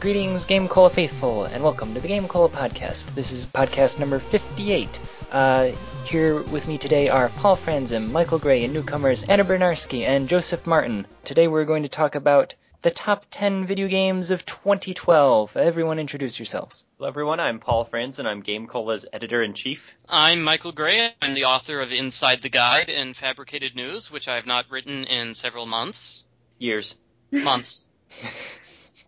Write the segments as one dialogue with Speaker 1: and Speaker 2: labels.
Speaker 1: Greetings, Game Cola faithful, and welcome to the Game Cola podcast. This is podcast number 58. Uh, here with me today are Paul Franzen, Michael Gray, and newcomers Anna Bernarski and Joseph Martin. Today we're going to talk about the top 10 video games of 2012. Everyone introduce yourselves.
Speaker 2: Hello, everyone. I'm Paul Franz, and I'm Game Cola's editor in chief.
Speaker 3: I'm Michael Gray. I'm the author of Inside the Guide and Fabricated News, which I have not written in several months.
Speaker 2: Years.
Speaker 3: Months.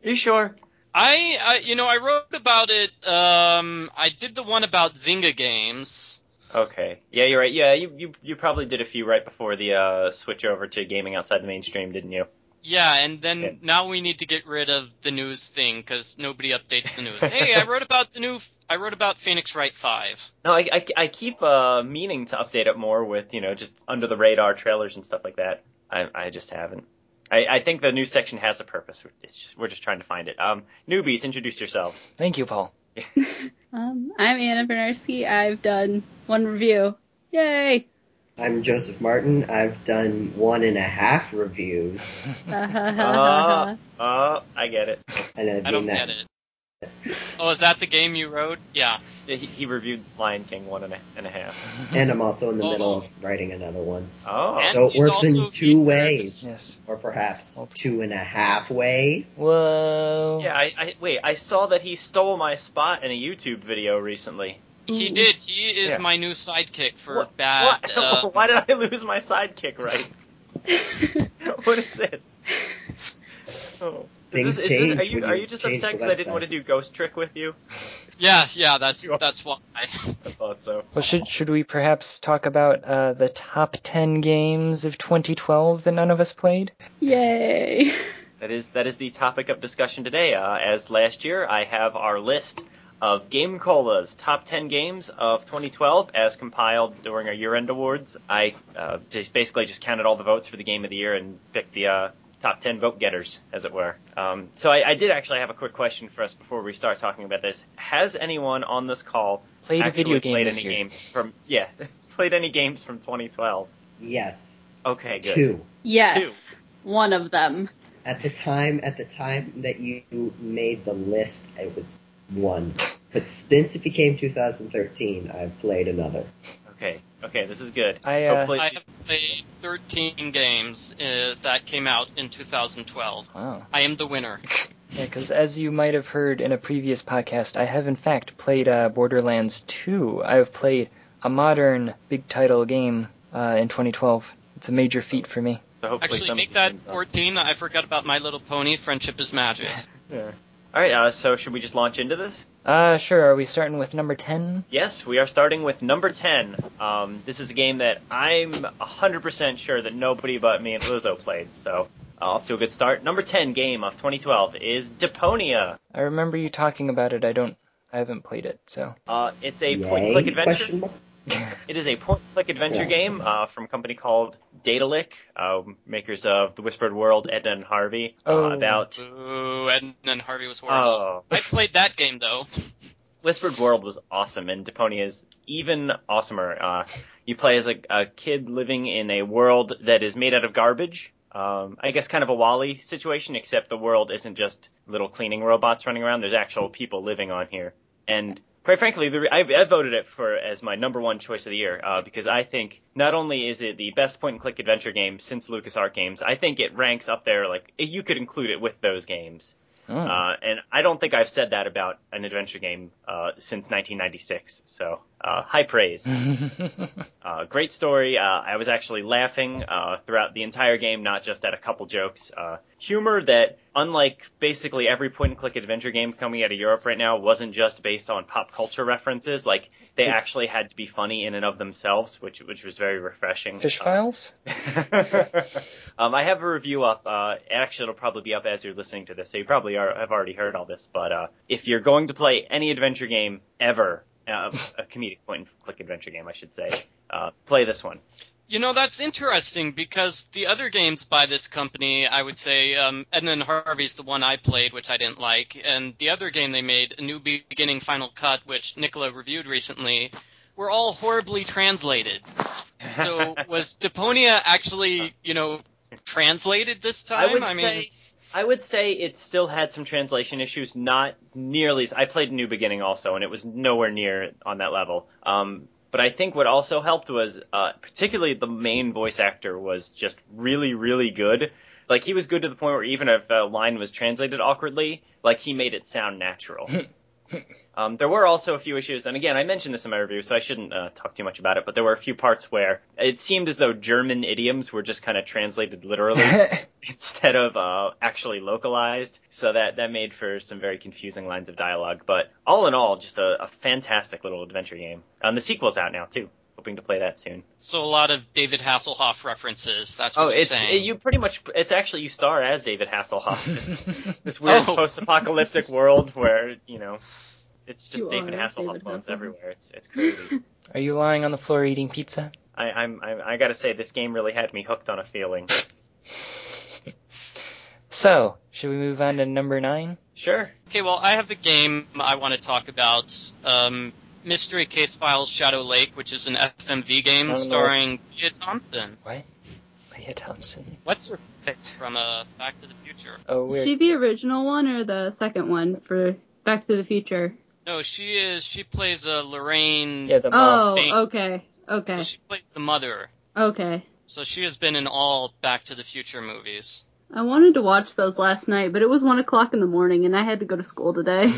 Speaker 2: You sure?
Speaker 3: I, I, you know, I wrote about it. Um, I did the one about Zynga games.
Speaker 2: Okay. Yeah, you're right. Yeah, you you, you probably did a few right before the uh, switch over to gaming outside the mainstream, didn't you?
Speaker 3: Yeah, and then
Speaker 2: Okay.
Speaker 3: now we need to get rid of the news thing because nobody updates the news. hey, I wrote about the new. I wrote about Phoenix Wright Five.
Speaker 2: No, I I, I keep uh, meaning to update it more with you know just under the radar trailers and stuff like that. I I just haven't. I, I think the news section has a purpose. It's just, we're just trying to find it. Um, newbies, introduce yourselves.
Speaker 1: Thank you, Paul.
Speaker 4: Um, I'm Anna Bernarski. I've done one review. Yay!
Speaker 5: I'm Joseph Martin. I've done one and a half reviews,
Speaker 4: Uh,
Speaker 2: Ah. Oh, I get it.
Speaker 5: and
Speaker 3: I
Speaker 5: I've been
Speaker 3: don't
Speaker 5: that.
Speaker 3: get it. Oh, is that the game you wrote? Yeah.
Speaker 2: He, he reviewed Lion King one and a, and a half.
Speaker 5: And I'm also in the
Speaker 3: Oh.
Speaker 5: middle of writing another one.
Speaker 2: Oh,
Speaker 3: And
Speaker 5: So it
Speaker 3: he's
Speaker 5: works in
Speaker 3: also
Speaker 5: two
Speaker 3: being
Speaker 5: ways,
Speaker 1: Yes.
Speaker 5: or perhaps
Speaker 1: Oh.
Speaker 5: two and a half ways.
Speaker 1: Whoa.
Speaker 2: yeah. I, I wait. I saw that he stole my spot in a YouTube video recently.
Speaker 3: He
Speaker 4: Ooh.
Speaker 3: did. He is
Speaker 2: Mm. Yeah.
Speaker 3: my new sidekick for
Speaker 2: What-
Speaker 3: bad.
Speaker 2: What?
Speaker 3: Uh,
Speaker 2: Why did I lose my sidekick right? what is this? Oh. Is this-
Speaker 5: Things
Speaker 2: is this-
Speaker 5: change
Speaker 2: are you
Speaker 5: when
Speaker 2: are
Speaker 5: you
Speaker 2: you just
Speaker 5: change
Speaker 2: upset
Speaker 5: the
Speaker 2: because I didn't
Speaker 5: website.
Speaker 2: want to do Ghost Trick with you?
Speaker 3: yeah, yeah. That's
Speaker 2: You are-
Speaker 3: that's why.
Speaker 2: I thought so.
Speaker 1: Well, should should we perhaps talk about uh, the top 10 games of 2012 that none of us played?
Speaker 4: Yay!
Speaker 2: That is that is the topic of discussion today. Uh, as last year, I have our list of Game Cola's top 10 games of 2012 as compiled during our year-end awards. I uh, just basically just counted all the votes for the game of the year and picked the uh, top 10 vote getters, as it were. Um, so I, I did actually have a quick question for us before we start talking about this. Has anyone on this call
Speaker 1: Played a
Speaker 2: actually
Speaker 1: video game
Speaker 2: played
Speaker 1: this
Speaker 2: any
Speaker 1: year.
Speaker 2: games from yeah played any games from 2012?
Speaker 5: Yes,
Speaker 2: Okay, good.
Speaker 5: two.
Speaker 4: Yes, one of them.
Speaker 5: At the time, at the time that you made the list, it was one. But since it became 2013, I've played another.
Speaker 2: Okay, okay, this is good.
Speaker 1: I uh,
Speaker 2: Hopefully-
Speaker 3: I have played 13 games uh, that came out in 2012.
Speaker 1: wow.
Speaker 3: I am the winner.
Speaker 1: Yeah, because as you might have heard in a previous podcast, I have in fact played uh, Borderlands 2. I have played a modern big title game uh, in 2012. It's a major feat for me.
Speaker 2: So hopefully some
Speaker 3: Actually,
Speaker 2: of
Speaker 3: make
Speaker 2: these
Speaker 3: that
Speaker 2: things are-
Speaker 3: 14. I forgot about My Little Pony. Friendship is magic.
Speaker 2: Yeah. All right. Uh, so should we just launch into this?
Speaker 1: Uh, sure. Are we starting with number 10?
Speaker 2: Yes, we are starting with number ten. Um, this is a game that I'm 100% sure that nobody but me and Lizzo played. So uh, off to a good start. Number ten game of 2012 is Deponia.
Speaker 1: I remember you talking about it. I don't. I haven't played it, so.
Speaker 2: Uh, it's a
Speaker 5: Yay?
Speaker 2: point-click adventure.
Speaker 5: Question mark?
Speaker 2: It is a point-click adventure
Speaker 5: Yeah.
Speaker 2: game uh, from a company called Datalic, uh, makers of The Whispered World, Edna and Harvey.
Speaker 1: Oh.
Speaker 2: Uh, about
Speaker 3: Ooh, Ed and Harvey was horrible.
Speaker 2: oh,
Speaker 3: I played that game though.
Speaker 2: Whispered World was awesome, and Deponia is even awesomer. Uh, you play as a, a kid living in a world that is made out of garbage. Um, I guess kind of a Wally situation, except the world isn't just little cleaning robots running around. There's actual people living on here, and quite frankly, the re- I, I voted it for as my number one choice of the year uh, because I think not only is it the best point-and-click adventure game since LucasArts games, I think it ranks up there. Like you could include it with those games.
Speaker 1: Hmm.
Speaker 2: Uh, and I don't think I've said that about an adventure game uh, since 1996. So uh, high praise.
Speaker 1: Hmm.
Speaker 2: Uh, great story. Uh, I was actually laughing uh, throughout the entire game, not just at a couple jokes. Uh, humor that, unlike basically every point-and-click adventure game coming out of Europe right now, wasn't just based on pop culture references. Like they
Speaker 1: Hmm.
Speaker 2: actually had to be funny in and of themselves, which which was very refreshing.
Speaker 1: Fish
Speaker 2: Uh,
Speaker 1: files?
Speaker 2: um, I have a review up. Uh, actually, it'll probably be up as you're listening to this, so you probably are, have already heard all this. But uh, if you're going to play any adventure game ever, uh, a comedic point-and-click adventure game, I should say, uh, play this one.
Speaker 3: You know that's interesting because the other games by this company, I would say, um, Edna and Harvey's the one I played, which I didn't like, and the other game they made, A New Beginning Final Cut, which Nicola reviewed recently, were all horribly translated. So was Deponia actually, you know, translated this time?
Speaker 2: I would
Speaker 3: mean,
Speaker 2: say I would say it still had some translation issues, not nearly. as- I played New Beginning also, and it was nowhere near on that level. Um, but I think what also helped was, uh, particularly the main voice actor was just really, really good. Like he was good to the point where even if a line was translated awkwardly, like he made it sound natural. Um, there were also a few issues, and again, I mentioned this in my review, so I shouldn't uh, talk too much about it. But there were a few parts where it seemed as though German idioms were just kind of translated literally instead of uh, actually localized. So that that made for some very confusing lines of dialogue. But all in all, just a, a fantastic little adventure game. Um, the sequel's out now too. Hoping to play that soon.
Speaker 3: So a lot of David Hasselhoff references. That's what
Speaker 2: Oh,
Speaker 3: you're
Speaker 2: it's
Speaker 3: saying.
Speaker 2: you pretty much. It's actually you star as David Hasselhoff. Oh, It's this weird
Speaker 3: Oh.
Speaker 2: post-apocalyptic world where you know it's just
Speaker 4: You
Speaker 2: David
Speaker 4: are
Speaker 2: Hasselhoff
Speaker 4: David
Speaker 2: clones
Speaker 4: Hasselhoff.
Speaker 2: everywhere. It's it's crazy.
Speaker 1: Are you lying on the floor eating pizza?
Speaker 2: I, I'm, I'm I gotta say this game really had me hooked on a feeling.
Speaker 1: So, should we move on to number nine?
Speaker 2: Sure.
Speaker 3: Okay, well, I have a game I want to talk about. Um, Mystery Case Files Shadow Lake, which is an FMV game
Speaker 2: Oh, nice.
Speaker 3: starring Leah Thompson.
Speaker 1: What? Leah Thompson.
Speaker 3: What's her face from uh, Back to the Future?
Speaker 1: Oh,
Speaker 4: Is
Speaker 1: weird.
Speaker 4: she the original one or the second one for Back to the Future?
Speaker 3: No, she is. She plays uh, Lorraine.
Speaker 1: Yeah, the mom.
Speaker 4: Oh,
Speaker 3: thanks.
Speaker 4: okay,
Speaker 3: So
Speaker 4: okay,
Speaker 3: she plays the mother.
Speaker 4: okay.
Speaker 3: So she has been in all Back to the Future movies.
Speaker 4: I wanted to watch those last night, but it was one o'clock in the morning, and I had to go to school today.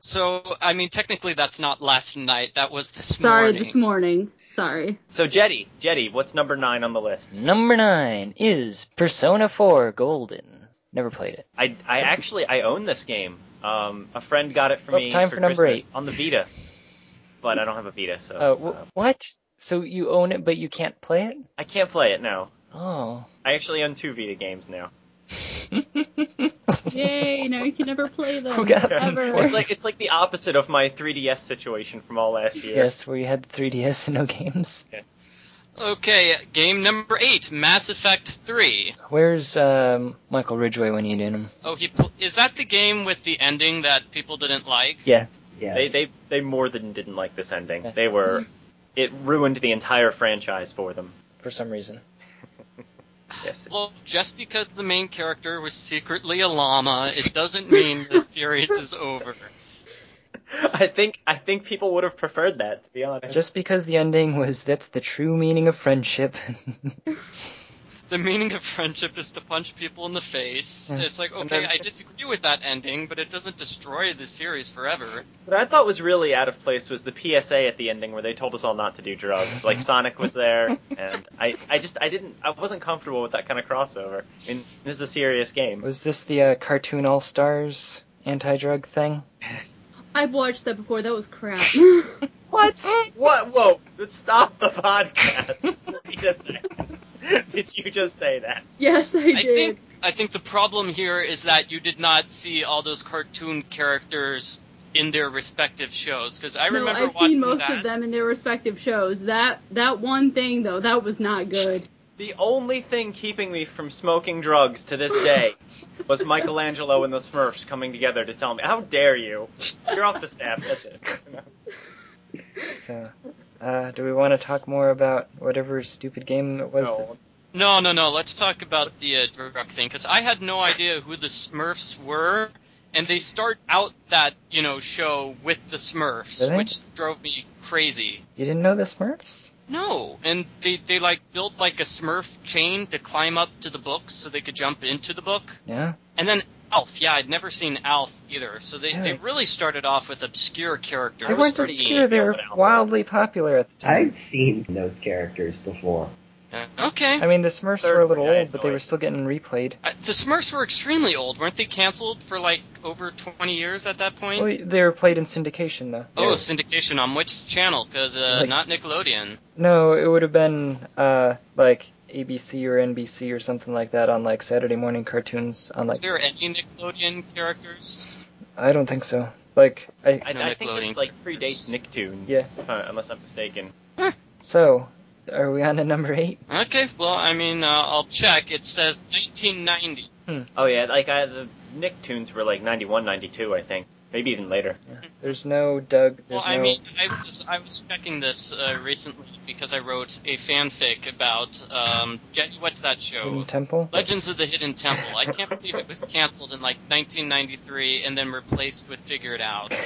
Speaker 3: So I mean, technically, that's not last night. That was this
Speaker 4: Sorry,
Speaker 3: morning.
Speaker 4: this morning. Sorry.
Speaker 2: So Jetty, Jetty, what's number nine on the list?
Speaker 1: number nine is Persona 4 Golden. Never played it.
Speaker 2: I, I actually I own this game. Um, a friend got it for
Speaker 1: Oh,
Speaker 2: me.
Speaker 1: time for number
Speaker 2: Christmas on the Vita, but I don't have a Vita, so
Speaker 1: Uh, wh- what? So you own it, but you can't play it?
Speaker 2: I can't play it now.
Speaker 1: Oh.
Speaker 2: I actually own two Vita games now.
Speaker 4: Yay! Now you can never play them.
Speaker 1: Who got them
Speaker 4: ever.
Speaker 1: for
Speaker 2: It's like it's like the opposite of my 3DS situation from all last year.
Speaker 1: Yes, where you had 3DS and no games.
Speaker 3: Okay, game number eight, Mass Effect Three.
Speaker 1: Where's um, Michael Ridgway when you need him?
Speaker 3: Oh, he pl- is that the game with the ending that people didn't like?
Speaker 1: Yeah.
Speaker 2: They
Speaker 5: Yes.
Speaker 2: they they more than didn't like this ending.
Speaker 1: Yeah.
Speaker 2: They were it ruined the entire franchise for them.
Speaker 1: for some reason.
Speaker 2: Yes.
Speaker 3: Well, just because the main character was secretly a llama, it doesn't mean the series is over.
Speaker 2: I think I think people would have preferred that to be honest.
Speaker 1: Just because the ending was that's the true meaning of friendship.
Speaker 3: The meaning of friendship is to punch people in the face.
Speaker 1: Yeah.
Speaker 3: It's like,
Speaker 2: And
Speaker 3: okay,
Speaker 2: then-
Speaker 3: I disagree with that ending, but it doesn't destroy the series forever.
Speaker 2: What I thought was really out of place was the PSA at the ending where they told us all not to do drugs. Like Sonic was there, and I, I just I didn't I wasn't comfortable with that kind of crossover. I mean, this is a serious game.
Speaker 1: was this the uh, cartoon All Stars anti drug thing?
Speaker 4: I've watched that before. That was crap.
Speaker 2: What? What? Whoa! Stop the podcast. Did you just say, did you just say that?
Speaker 4: yes, I did.
Speaker 3: I think I think the problem here is that you did not see all those cartoon characters in their respective shows because I
Speaker 4: no,
Speaker 3: remember
Speaker 4: I've
Speaker 3: watching
Speaker 4: seen most
Speaker 3: that.
Speaker 4: of them in their respective shows. That that one thing though, that was not good.
Speaker 2: The only thing keeping me from smoking drugs to this day was Michelangelo and the Smurfs coming together to tell me, "How dare you? You're off the staff." That's it.
Speaker 1: So, uh, do we want to talk more about whatever stupid game it was?
Speaker 2: No.
Speaker 3: No, no, no. Let's talk about the uh, drug thing because I had no idea who the Smurfs were, and they start out that you know show with the Smurfs,
Speaker 1: Really?
Speaker 3: which drove me crazy.
Speaker 1: You didn't know the Smurfs?
Speaker 3: No, and they they like built like a Smurf chain to climb up to the books so they could jump into the book,
Speaker 1: Yeah.
Speaker 3: and then. Alf, yeah, I'd never seen Alf either. So they,
Speaker 1: Really?
Speaker 3: they really started off with obscure characters.
Speaker 1: They weren't
Speaker 3: pretty-
Speaker 1: obscure. They were wildly popular at the time.
Speaker 5: I'd seen those characters before.
Speaker 3: Okay.
Speaker 1: I mean, the Smurfs
Speaker 2: Third
Speaker 1: were a little
Speaker 2: guy,
Speaker 1: old, but they
Speaker 2: no
Speaker 1: were still getting replayed.
Speaker 3: I- The Smurfs were extremely old, weren't they? Canceled for like over twenty years at that point.
Speaker 1: Well, they were played in syndication, though.
Speaker 3: Oh, syndication on which channel? Because uh,
Speaker 1: Like-
Speaker 3: not Nickelodeon.
Speaker 1: No, it would have been uh, like ABC or NBC or something like that on like Saturday morning cartoons on
Speaker 3: Are
Speaker 1: like
Speaker 3: there any Nickelodeon characters?
Speaker 1: I don't think so. Like I
Speaker 2: I,
Speaker 3: No
Speaker 2: I think
Speaker 3: Nickelodeon
Speaker 2: this like predates Nicktoons,
Speaker 1: Yeah.
Speaker 2: if I- unless I'm mistaken.
Speaker 1: so are we on to number eight?
Speaker 3: Okay, well, I mean, uh, I'll check. It says 1990.
Speaker 2: Oh yeah, like I, the Nicktoons were like 91, 92, I think, maybe even later.
Speaker 1: There's no Doug. There's
Speaker 3: Well, I
Speaker 1: no
Speaker 3: mean, I was I was checking this uh, recently because I wrote a fanfic about um, Jet, what's that show?
Speaker 1: Hidden Temple.
Speaker 3: Legends of the Hidden Temple. I can't believe it was canceled in like 1993 and then replaced with Figure It Out.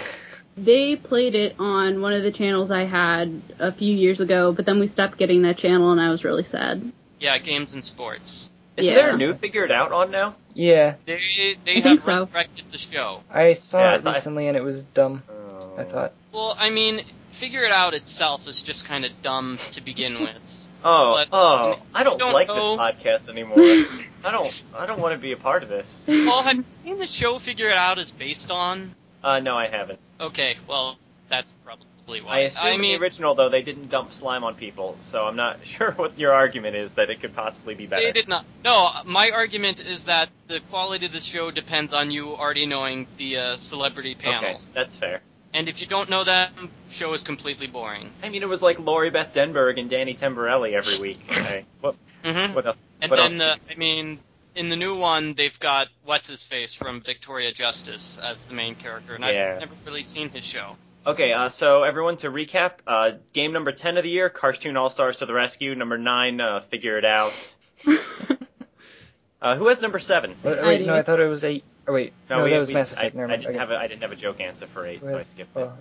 Speaker 4: They played it on one of the channels I had a few years ago, but then we stopped getting that channel, and I was really sad.
Speaker 3: Yeah, games and sports.
Speaker 2: Isn't
Speaker 4: Yeah.
Speaker 2: there a new Figure It Out on now?
Speaker 1: Yeah,
Speaker 3: They they
Speaker 4: I think
Speaker 3: have
Speaker 4: so.
Speaker 3: resurrected the show.
Speaker 1: I saw
Speaker 2: Yeah, I
Speaker 1: it
Speaker 2: thought-
Speaker 1: recently and it was dumb.
Speaker 2: Oh.
Speaker 1: I thought.
Speaker 3: Well, I mean, Figure It Out itself is just kind of dumb to begin with.
Speaker 2: Oh,
Speaker 3: But-
Speaker 2: oh, I don't,
Speaker 3: I don't
Speaker 2: like
Speaker 3: know.
Speaker 2: this podcast anymore. I don't, I don't want to be a part of this.
Speaker 3: Paul, have you seen the show Figure It Out is based on?
Speaker 2: Uh, no, I haven't.
Speaker 3: Okay, well, that's probably why.
Speaker 2: I assume in
Speaker 3: mean,
Speaker 2: the original though they didn't dump slime on people, so I'm not sure what your argument is that it could possibly be
Speaker 3: they
Speaker 2: better.
Speaker 3: did not. No, my argument is that the quality of the show depends on you already knowing the uh, celebrity panel.
Speaker 2: Okay, that's fair.
Speaker 3: And if you don't know that, show is completely boring.
Speaker 2: I mean, it was like Lori Beth Denberg and Danny Tamborelli every week. I, what,
Speaker 1: Mm-hmm.
Speaker 3: hmm
Speaker 2: what else?
Speaker 3: And
Speaker 2: what
Speaker 3: then, uh,
Speaker 2: else?
Speaker 3: I mean, in the new one, they've got what's his face from Victoria Justice as the main character, and
Speaker 2: Yeah.
Speaker 3: I've never really seen his show.
Speaker 2: Okay, uh, so everyone to recap: uh, game number ten of the year, Cartoon All Stars to the rescue. Number nine, uh, Figure It Out. Uh, who has number seven?
Speaker 1: Wait, wait,
Speaker 4: do.
Speaker 1: no, I thought it was eight. Or wait, no,
Speaker 2: we-
Speaker 1: that was
Speaker 2: we-
Speaker 1: Mass
Speaker 2: I-
Speaker 1: Effect. Never
Speaker 2: I,
Speaker 1: mind.
Speaker 2: didn't
Speaker 1: okay.
Speaker 2: have a, I didn't have a joke answer for eight,
Speaker 1: Who
Speaker 2: so I
Speaker 1: has,
Speaker 2: skipped it.
Speaker 1: well,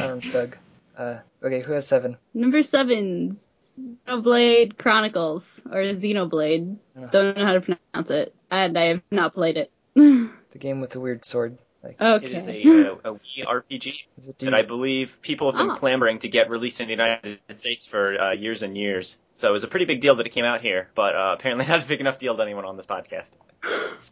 Speaker 1: uh, Orange Doug. Uh, okay, who has seven?
Speaker 4: Number seven, Xenoblade Chronicles or Xenoblade.
Speaker 1: Ugh.
Speaker 4: Don't know how to pronounce it, and I have not played it.
Speaker 1: The game with the weird sword. Like,
Speaker 4: okay.
Speaker 2: It is a, uh, a Wii RPG
Speaker 1: is it
Speaker 2: that I believe people have been
Speaker 4: Ah.
Speaker 2: clamoring to get released in the United States for uh, years and years. So it was a pretty big deal that it came out here, but uh, apparently not a big enough deal to anyone on this podcast.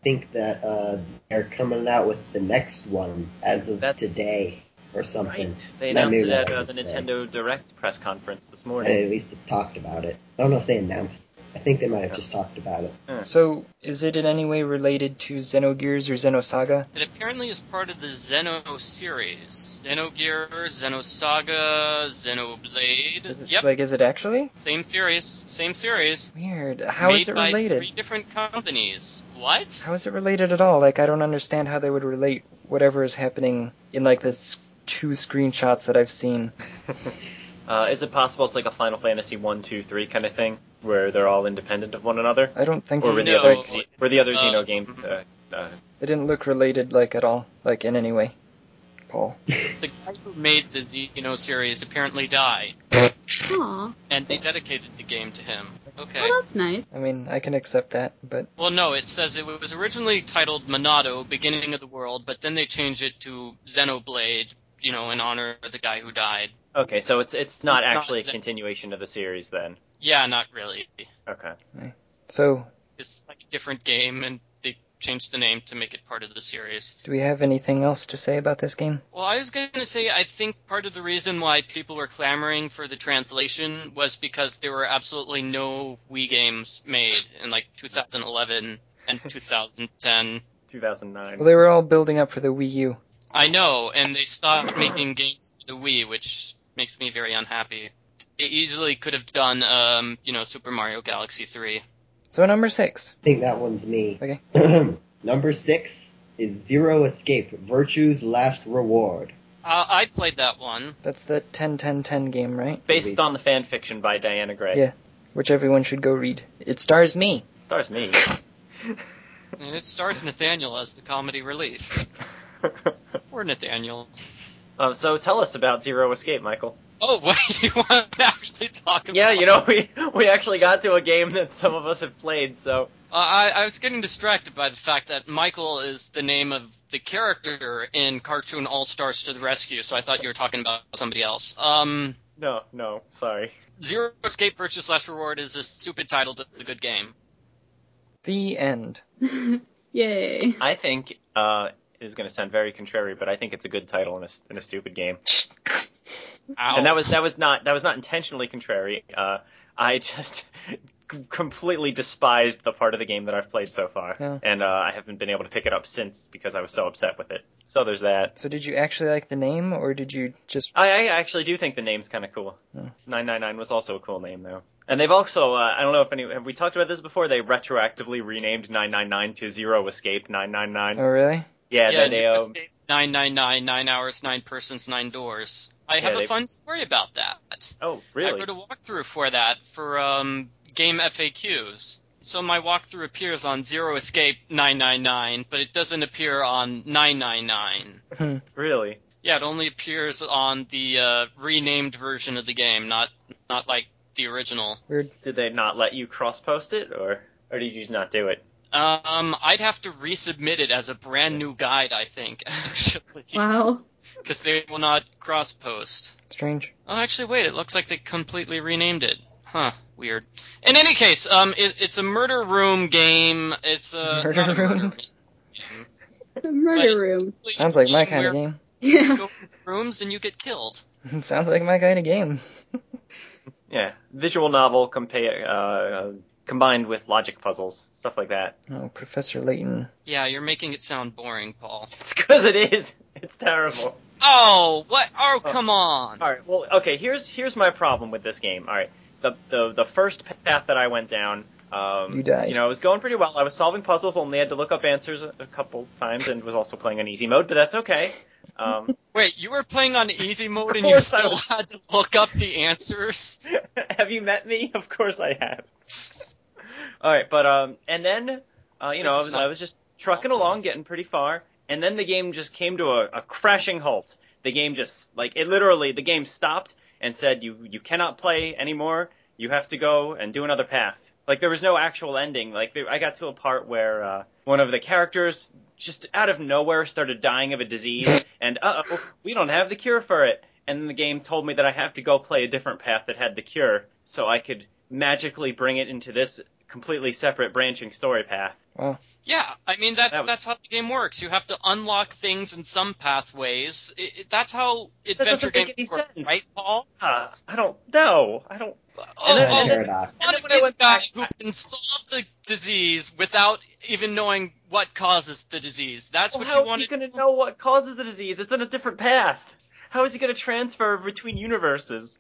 Speaker 5: think that uh, they're coming out with the next one as of
Speaker 2: That's-
Speaker 5: today or something.
Speaker 2: They
Speaker 5: Not
Speaker 2: announced it
Speaker 5: new
Speaker 2: at uh,
Speaker 5: license
Speaker 2: the
Speaker 5: today.
Speaker 2: Nintendo Direct press conference this
Speaker 5: They
Speaker 2: morning.
Speaker 5: at least have talked about it. I don't know if they announced. it. I think they might have
Speaker 2: Yeah.
Speaker 5: just talked about it.
Speaker 1: So, is it in any way related to Xenogears or Xenosaga?
Speaker 3: It apparently is part of the Xeno series. Xenogear, Xenosaga,
Speaker 1: Is
Speaker 3: Xenoblade.
Speaker 1: it,
Speaker 3: Yep,
Speaker 1: Like, is it actually?
Speaker 3: same series, same series.
Speaker 1: Weird. How
Speaker 3: made
Speaker 1: is it
Speaker 3: by
Speaker 1: related?
Speaker 3: Three different companies. What?
Speaker 1: How is it related at all? Like, I don't understand how they would relate whatever is happening in, like, this two screenshots that I've seen.
Speaker 2: Uh, is it possible it's like a Final Fantasy one, two, three kind of thing, where they're all independent of one another?
Speaker 1: I don't think
Speaker 2: Or
Speaker 1: so.
Speaker 2: were the
Speaker 3: No,
Speaker 2: other,
Speaker 1: Like,
Speaker 3: it's,
Speaker 2: were the other
Speaker 3: uh,
Speaker 2: Xeno games uh, uh,
Speaker 1: they didn't look related, like, at all. Like, in any way. Paul.
Speaker 3: The guy who made the Xeno series apparently died,
Speaker 4: Aw.
Speaker 3: and they dedicated the game to him. Okay.
Speaker 4: Well, that's nice.
Speaker 1: I mean, I can accept that, but
Speaker 3: Well, no, it says it was originally titled Monado, Beginning of the World, but then they changed it to Xenoblade, you know, in honor of the guy who died.
Speaker 2: Okay, so it's it's not
Speaker 3: It's not
Speaker 2: actually a
Speaker 3: Zen-
Speaker 2: continuation of the series then.
Speaker 3: Yeah, not really.
Speaker 2: Okay.
Speaker 1: so
Speaker 3: It's like a different game, and they changed the name to make it part of the series.
Speaker 1: do we have anything else to say about this game?
Speaker 3: Well, I was going to say, I think part of the reason why people were clamoring for the translation was because there were absolutely no Wii games made in like 2011 and 2010.
Speaker 2: 2009.
Speaker 1: Well, they were all building up for the Wii U.
Speaker 3: I know, and they stopped making games for the Wii, which makes me very unhappy. They easily could have done, um, you know, Super Mario Galaxy 3.
Speaker 1: So number six.
Speaker 5: I think that one's me.
Speaker 1: Okay.
Speaker 5: Number six is Zero Escape, Virtue's Last Reward.
Speaker 3: Uh, I played that one.
Speaker 1: That's the 10-10-10 game, right?
Speaker 2: Based on the fan fiction by Diana Gray.
Speaker 1: Yeah. Which everyone should go read. It stars me.
Speaker 2: Stars me.
Speaker 3: And it stars Nathaniel as the comedy relief. Poor Nathaniel.
Speaker 2: um, so tell us about Zero Escape, Michael.
Speaker 3: Oh, wait, you want to actually talk about
Speaker 2: Yeah, you know we we actually got to a game that some of us have played. So
Speaker 3: Uh, I, I was getting distracted by the fact that Michael is the name of the character in Cartoon All Stars to the Rescue, so I thought you were talking about somebody else. Um,
Speaker 2: no, no, sorry.
Speaker 3: Zero Escape Purchase Last Reward is a stupid title to the good game.
Speaker 1: The end.
Speaker 4: Yay.
Speaker 2: I think uh, it is going to sound very contrary, but I think it's a good title in a s- in a stupid game.
Speaker 3: Ow.
Speaker 2: And that was that was not that was not intentionally contrary. Uh, I just c- completely despised the part of the game that I've played so far,
Speaker 1: Yeah.
Speaker 2: and uh, I haven't been able to pick it up since because I was so upset with it. So there's that.
Speaker 1: So did you actually like the name, or did you just...
Speaker 2: I, I actually do think the name's kind of cool.
Speaker 1: Yeah.
Speaker 2: Nine nine nine was also a cool name though. And they've also uh, I don't know if any have we talked about this before. They retroactively renamed nine nine nine to Zero Escape nine nine
Speaker 1: Oh,
Speaker 2: nine.
Speaker 1: really?
Speaker 2: Yeah,
Speaker 3: yeah,
Speaker 2: they, they
Speaker 3: Zero
Speaker 2: um,
Speaker 3: Escape nine nine nine nine hours nine persons nine doors. I
Speaker 2: Yeah,
Speaker 3: have
Speaker 2: they-
Speaker 3: a fun story about that.
Speaker 2: Oh,
Speaker 3: I
Speaker 2: really?
Speaker 3: wrote a walkthrough for that for um, game FAQs. So my walkthrough appears on Zero Escape 999, but it doesn't appear on 999.
Speaker 2: Really?
Speaker 3: Yeah, it only appears on the uh, renamed version of the game, not not like the original.
Speaker 2: Did they not let you cross post it, or or did you just not do it?
Speaker 3: Um, I'd have to resubmit it as a brand new guide, I think, actually,
Speaker 4: Wow.
Speaker 3: because they will not cross post.
Speaker 1: Strange.
Speaker 3: Oh, actually, wait. It looks like they completely renamed it. Huh. Weird. In any case, um, it, it's a murder room game. It's a
Speaker 1: Murder
Speaker 3: not a
Speaker 1: room?
Speaker 3: game,
Speaker 4: The
Speaker 3: but it's
Speaker 4: murder room.
Speaker 3: basically
Speaker 1: Sounds like my
Speaker 3: a
Speaker 1: kind of
Speaker 3: where
Speaker 1: game.
Speaker 4: Yeah.
Speaker 3: you go Rooms and you get killed.
Speaker 1: Sounds like my kind of game.
Speaker 2: Yeah, visual novel compa- uh, combined with logic puzzles, stuff like that.
Speaker 1: Oh, Professor Layton.
Speaker 3: Yeah, you're making it sound boring, Paul.
Speaker 2: It's because it is. It's terrible.
Speaker 3: Oh, what? Oh, come on.
Speaker 2: All right. Well, okay. Here's here's my problem with this game. All right. The the the first path that I went down. Um,
Speaker 1: You died.
Speaker 2: You know, it was going pretty well. I was solving puzzles, only had to look up answers a a couple times, and was also playing on easy mode. But that's okay. Um,
Speaker 3: Wait, you were playing on easy mode and
Speaker 2: Of
Speaker 3: you
Speaker 2: course I
Speaker 3: still
Speaker 2: was.
Speaker 3: had to look up the answers?
Speaker 2: have you met me? Of course I have. All right, but um, and then uh, you know, I
Speaker 3: This is
Speaker 2: was,
Speaker 3: not-
Speaker 2: I was just trucking along, getting pretty far, and then the game just came to a, a crashing halt. The game just like it literally, the game stopped and said, "You you cannot play anymore. You have to go and do another path." Like there was no actual ending. Like there, I got to a part where uh, one of the characters just out of nowhere started dying of a disease, and uh oh, we don't have the cure for it. And then the game told me that I have to go play a different path that had the cure, so I could magically bring it into this completely separate branching story path.
Speaker 3: Yeah, I mean that's
Speaker 2: That was-
Speaker 3: that's how the game works. You have to unlock things in some pathways. It, it- that's how adventure
Speaker 2: doesn't make
Speaker 3: games
Speaker 2: any
Speaker 3: work,
Speaker 2: sense.
Speaker 3: right, Paul?
Speaker 2: Uh, I don't know. I don't.
Speaker 3: Oh,
Speaker 2: then-
Speaker 3: oh,
Speaker 2: and then-
Speaker 5: paradox.
Speaker 2: and then
Speaker 3: what
Speaker 2: when I
Speaker 3: a good
Speaker 2: went
Speaker 3: guy
Speaker 2: back-
Speaker 3: who can solve the disease without even knowing what causes the disease. That's
Speaker 2: Well,
Speaker 3: what
Speaker 2: how
Speaker 3: you
Speaker 2: is
Speaker 3: want
Speaker 2: he going to know what causes the disease? It's on a different path. How is he going to transfer between universes?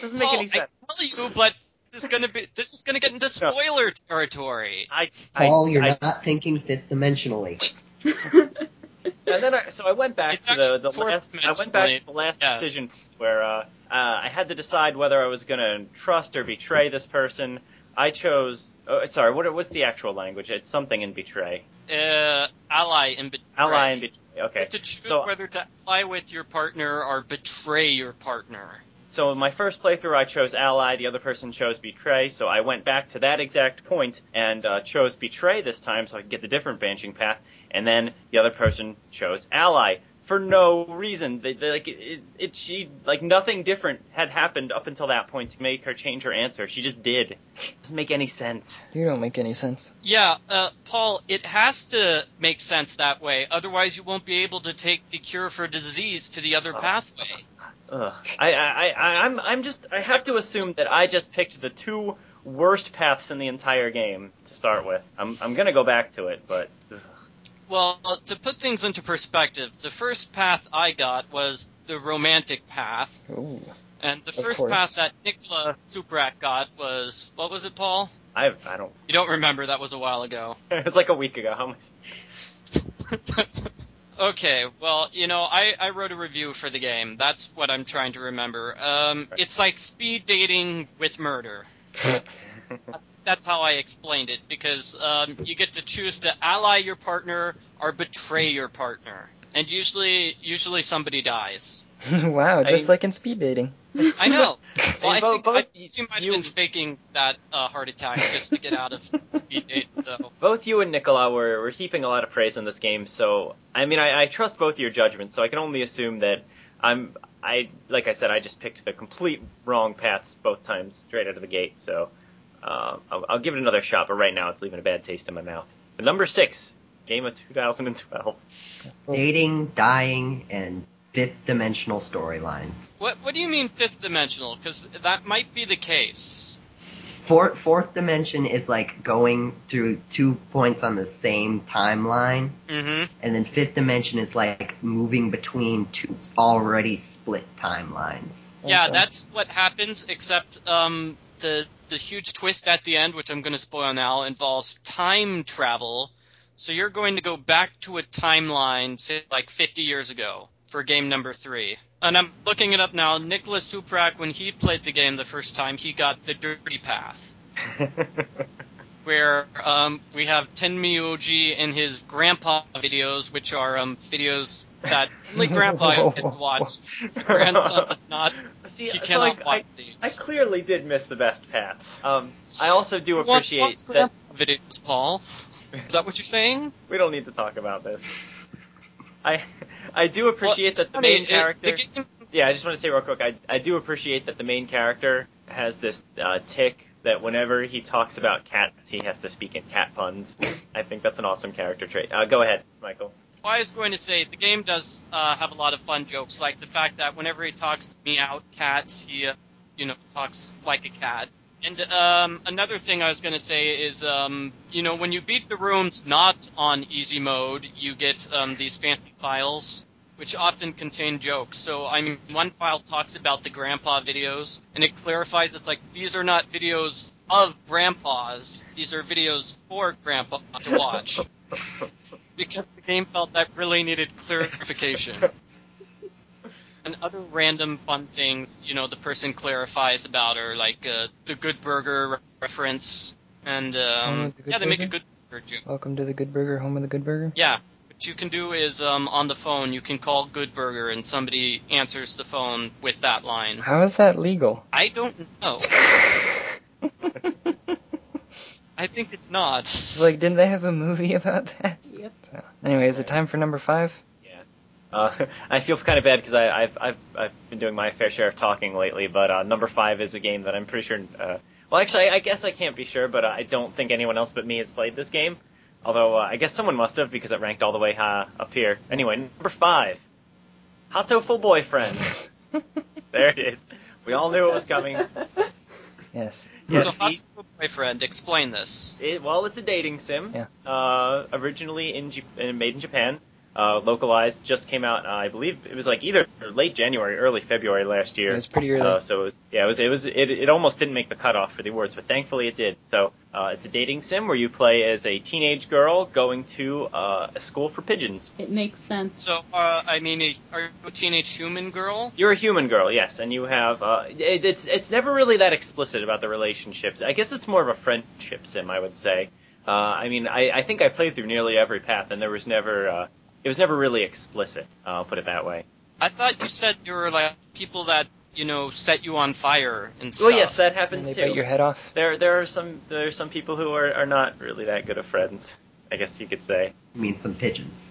Speaker 2: Doesn't make
Speaker 3: Paul,
Speaker 2: any sense.
Speaker 3: Oh, I tell you, but this is gonna be this is gonna get into spoiler territory.
Speaker 2: I, I,
Speaker 5: Paul, you're
Speaker 2: I-
Speaker 5: not thinking fifth dimensionally.
Speaker 2: and then I, so I went back
Speaker 3: It's
Speaker 2: to the,
Speaker 3: actually
Speaker 2: the
Speaker 3: fourth
Speaker 2: last. I went back to the last
Speaker 3: yes.
Speaker 2: decision where uh, uh, I had to decide whether I was going to trust or betray this person. I chose. Oh, sorry, what, what's the actual language? It's something in betray,
Speaker 3: Uh, ally and betray.
Speaker 2: ally and betray. Okay.
Speaker 3: To choose
Speaker 2: So-
Speaker 3: whether to ally with your partner or betray your partner.
Speaker 2: So in my first playthrough, I chose Ally. The other person chose Betray. So I went back to that exact point and uh, chose Betray this time, so I could get the different banishing path. And then the other person chose Ally for no reason. They, they, like it, it, it, she like nothing different had happened up until that point to make her change her answer. She just did. Doesn't make any sense.
Speaker 1: You don't make any sense.
Speaker 3: Yeah, uh, Paul, it has to make sense that way. Otherwise, you won't be able to take the cure for disease to the other
Speaker 2: Oh.
Speaker 3: pathway.
Speaker 2: Ugh. I, I, I, I'm, I'm just. I have to assume that I just picked the two worst paths in the entire game to start with. I'm, I'm gonna go back to it, but. ugh.
Speaker 3: Well, to put things into perspective, the first path I got was the romantic path,
Speaker 1: Ooh.
Speaker 3: and the
Speaker 1: Of
Speaker 3: first
Speaker 1: course.
Speaker 3: path that Nicola Suprak got was what was it, Paul?
Speaker 2: I, I don't.
Speaker 3: You don't remember? That was a while ago.
Speaker 2: It was like a week ago. How am I sp-
Speaker 3: okay, well, you know, I, I wrote a review for the game. That's what I'm trying to remember. Um, it's like speed dating with murder. That's how I explained it because um, you get to choose to ally your partner or betray your partner, and usually, usually somebody dies.
Speaker 1: wow, just
Speaker 2: I-
Speaker 1: like in speed dating.
Speaker 3: I know.
Speaker 2: I
Speaker 3: Well, I
Speaker 2: mean, both-
Speaker 3: think
Speaker 2: both
Speaker 3: I think you might have
Speaker 2: you-
Speaker 3: been faking that uh, heart attack just to get out of speed date, though.
Speaker 2: Both you and Nicola were, were heaping a lot of praise on this game, so I mean, I, I trust both your judgments. So I can only assume that I'm, I like I said, I just picked the complete wrong paths both times straight out of the gate. So uh, I'll, I'll give it another shot, but right now it's leaving a bad taste in my mouth. But number six, game of 2012.
Speaker 1: I suppose.
Speaker 5: Dating, dying, and fifth dimensional storylines.
Speaker 3: What What do you mean fifth dimensional? Because that might be the case.
Speaker 5: Four, fourth dimension is like going through two points on the same timeline,
Speaker 3: Mm-hmm.
Speaker 5: and then fifth dimension is like moving between two already split timelines.
Speaker 1: Sounds
Speaker 3: Yeah,
Speaker 1: good.
Speaker 3: that's what happens. Except um, the the huge twist at the end, which I'm going to spoil now, involves time travel. So you're going to go back to a timeline, say like 50 years ago, for game number three. And I'm looking it up now. Nicholas Suprak, when he played the game the first time, he got the dirty path, where um, we have Tenmyuji and his grandpa videos, which are um, videos that only grandpa has watched. Grandson does not.
Speaker 2: See,
Speaker 3: He
Speaker 2: so,
Speaker 3: cannot
Speaker 2: like,
Speaker 3: watch
Speaker 2: I,
Speaker 3: these.
Speaker 2: I clearly did miss the best paths. Um, I also do
Speaker 3: What- what's
Speaker 2: appreciate that
Speaker 3: grandpa videos, Paul. Is that what you're saying?
Speaker 2: we don't need to talk about this. I I do appreciate
Speaker 3: Well,
Speaker 2: that the
Speaker 3: it's
Speaker 2: main
Speaker 3: funny, it-
Speaker 2: character.
Speaker 3: the game
Speaker 2: yeah, I just want to say real quick, I, I do appreciate that the main character has this uh, tick that whenever he talks about cats, he has to speak in cat puns. I think that's an awesome character trait. Uh, go ahead, Michael.
Speaker 3: Well, I was going to say the game does uh, have a lot of fun jokes, like the fact that whenever he talks to meow cats, he, uh, you know, talks like a cat. And um, another thing I was going to say is, um, you know, when you beat the rooms not on easy mode, you get um, these fancy files, which often contain jokes. So, I mean, one file talks about the grandpa videos, and it clarifies it's like these are not videos of grandpas; these are videos for grandpa to watch because the game felt that really needed clarification. and other random fun things, you know, the person clarifies about are like uh, the Good Burger re- reference, and
Speaker 1: Oh,
Speaker 3: um,
Speaker 1: the Good
Speaker 3: yeah, they make a
Speaker 1: Burger?
Speaker 3: Good Burger joke.
Speaker 1: Welcome to the Good Burger, home of the Good Burger.
Speaker 3: Yeah, what you can do is um, on the phone, you can call Good Burger, and somebody answers the phone with that line.
Speaker 1: How is that legal?
Speaker 3: I don't know. I think it's not.
Speaker 1: Like, didn't they have a movie about that?
Speaker 4: Yep.
Speaker 1: So, anyway, is it time for number five?
Speaker 2: Uh, I feel kind of bad because I've, I've, I've been doing my fair share of talking lately, but uh, number five is a game that I'm pretty sure. Uh, well, actually, I, I guess I can't be sure, but I don't think anyone else but me has played this game. Although uh, I guess someone must have because it ranked all the way high up here. Anyway, number five, Hato Full Boyfriend. there it is. We all knew it was coming.
Speaker 1: Yes.
Speaker 2: Yes,
Speaker 3: so, how
Speaker 2: he-
Speaker 3: to a boyfriend, explain this.
Speaker 2: It, well, it's a dating sim.
Speaker 1: Yeah.
Speaker 2: Uh, originally in J- uh, made in Japan, uh, localized, just came out. Uh, I believe it was like either late January, early February last year.
Speaker 1: It was pretty early.
Speaker 2: Uh, so it was, yeah, it was, it was, it, it almost didn't make the cutoff for the awards, but thankfully it did. So uh, it's a dating sim where you play as a teenage girl going to uh, a school for pigeons.
Speaker 4: It makes sense.
Speaker 3: So, uh, I mean, are you a teenage human girl?
Speaker 2: You're a human girl, yes, and you have. Uh, it, it's it's never really that explicit about the relationships. I guess it's more of a friendship sim, I would say. Uh, I mean, I, I think I played through nearly every path, and there was never. Uh, it was never really explicit. uh, I'll put it that way.
Speaker 3: I thought you said you were like people that you know set you on fire and stuff.
Speaker 2: Well, yes, that
Speaker 1: And
Speaker 2: happens
Speaker 1: they
Speaker 2: too.
Speaker 1: bite your head off.
Speaker 2: There there are some there are some people who are, are not really that good of friends. I guess you could say.
Speaker 5: I mean, some pigeons.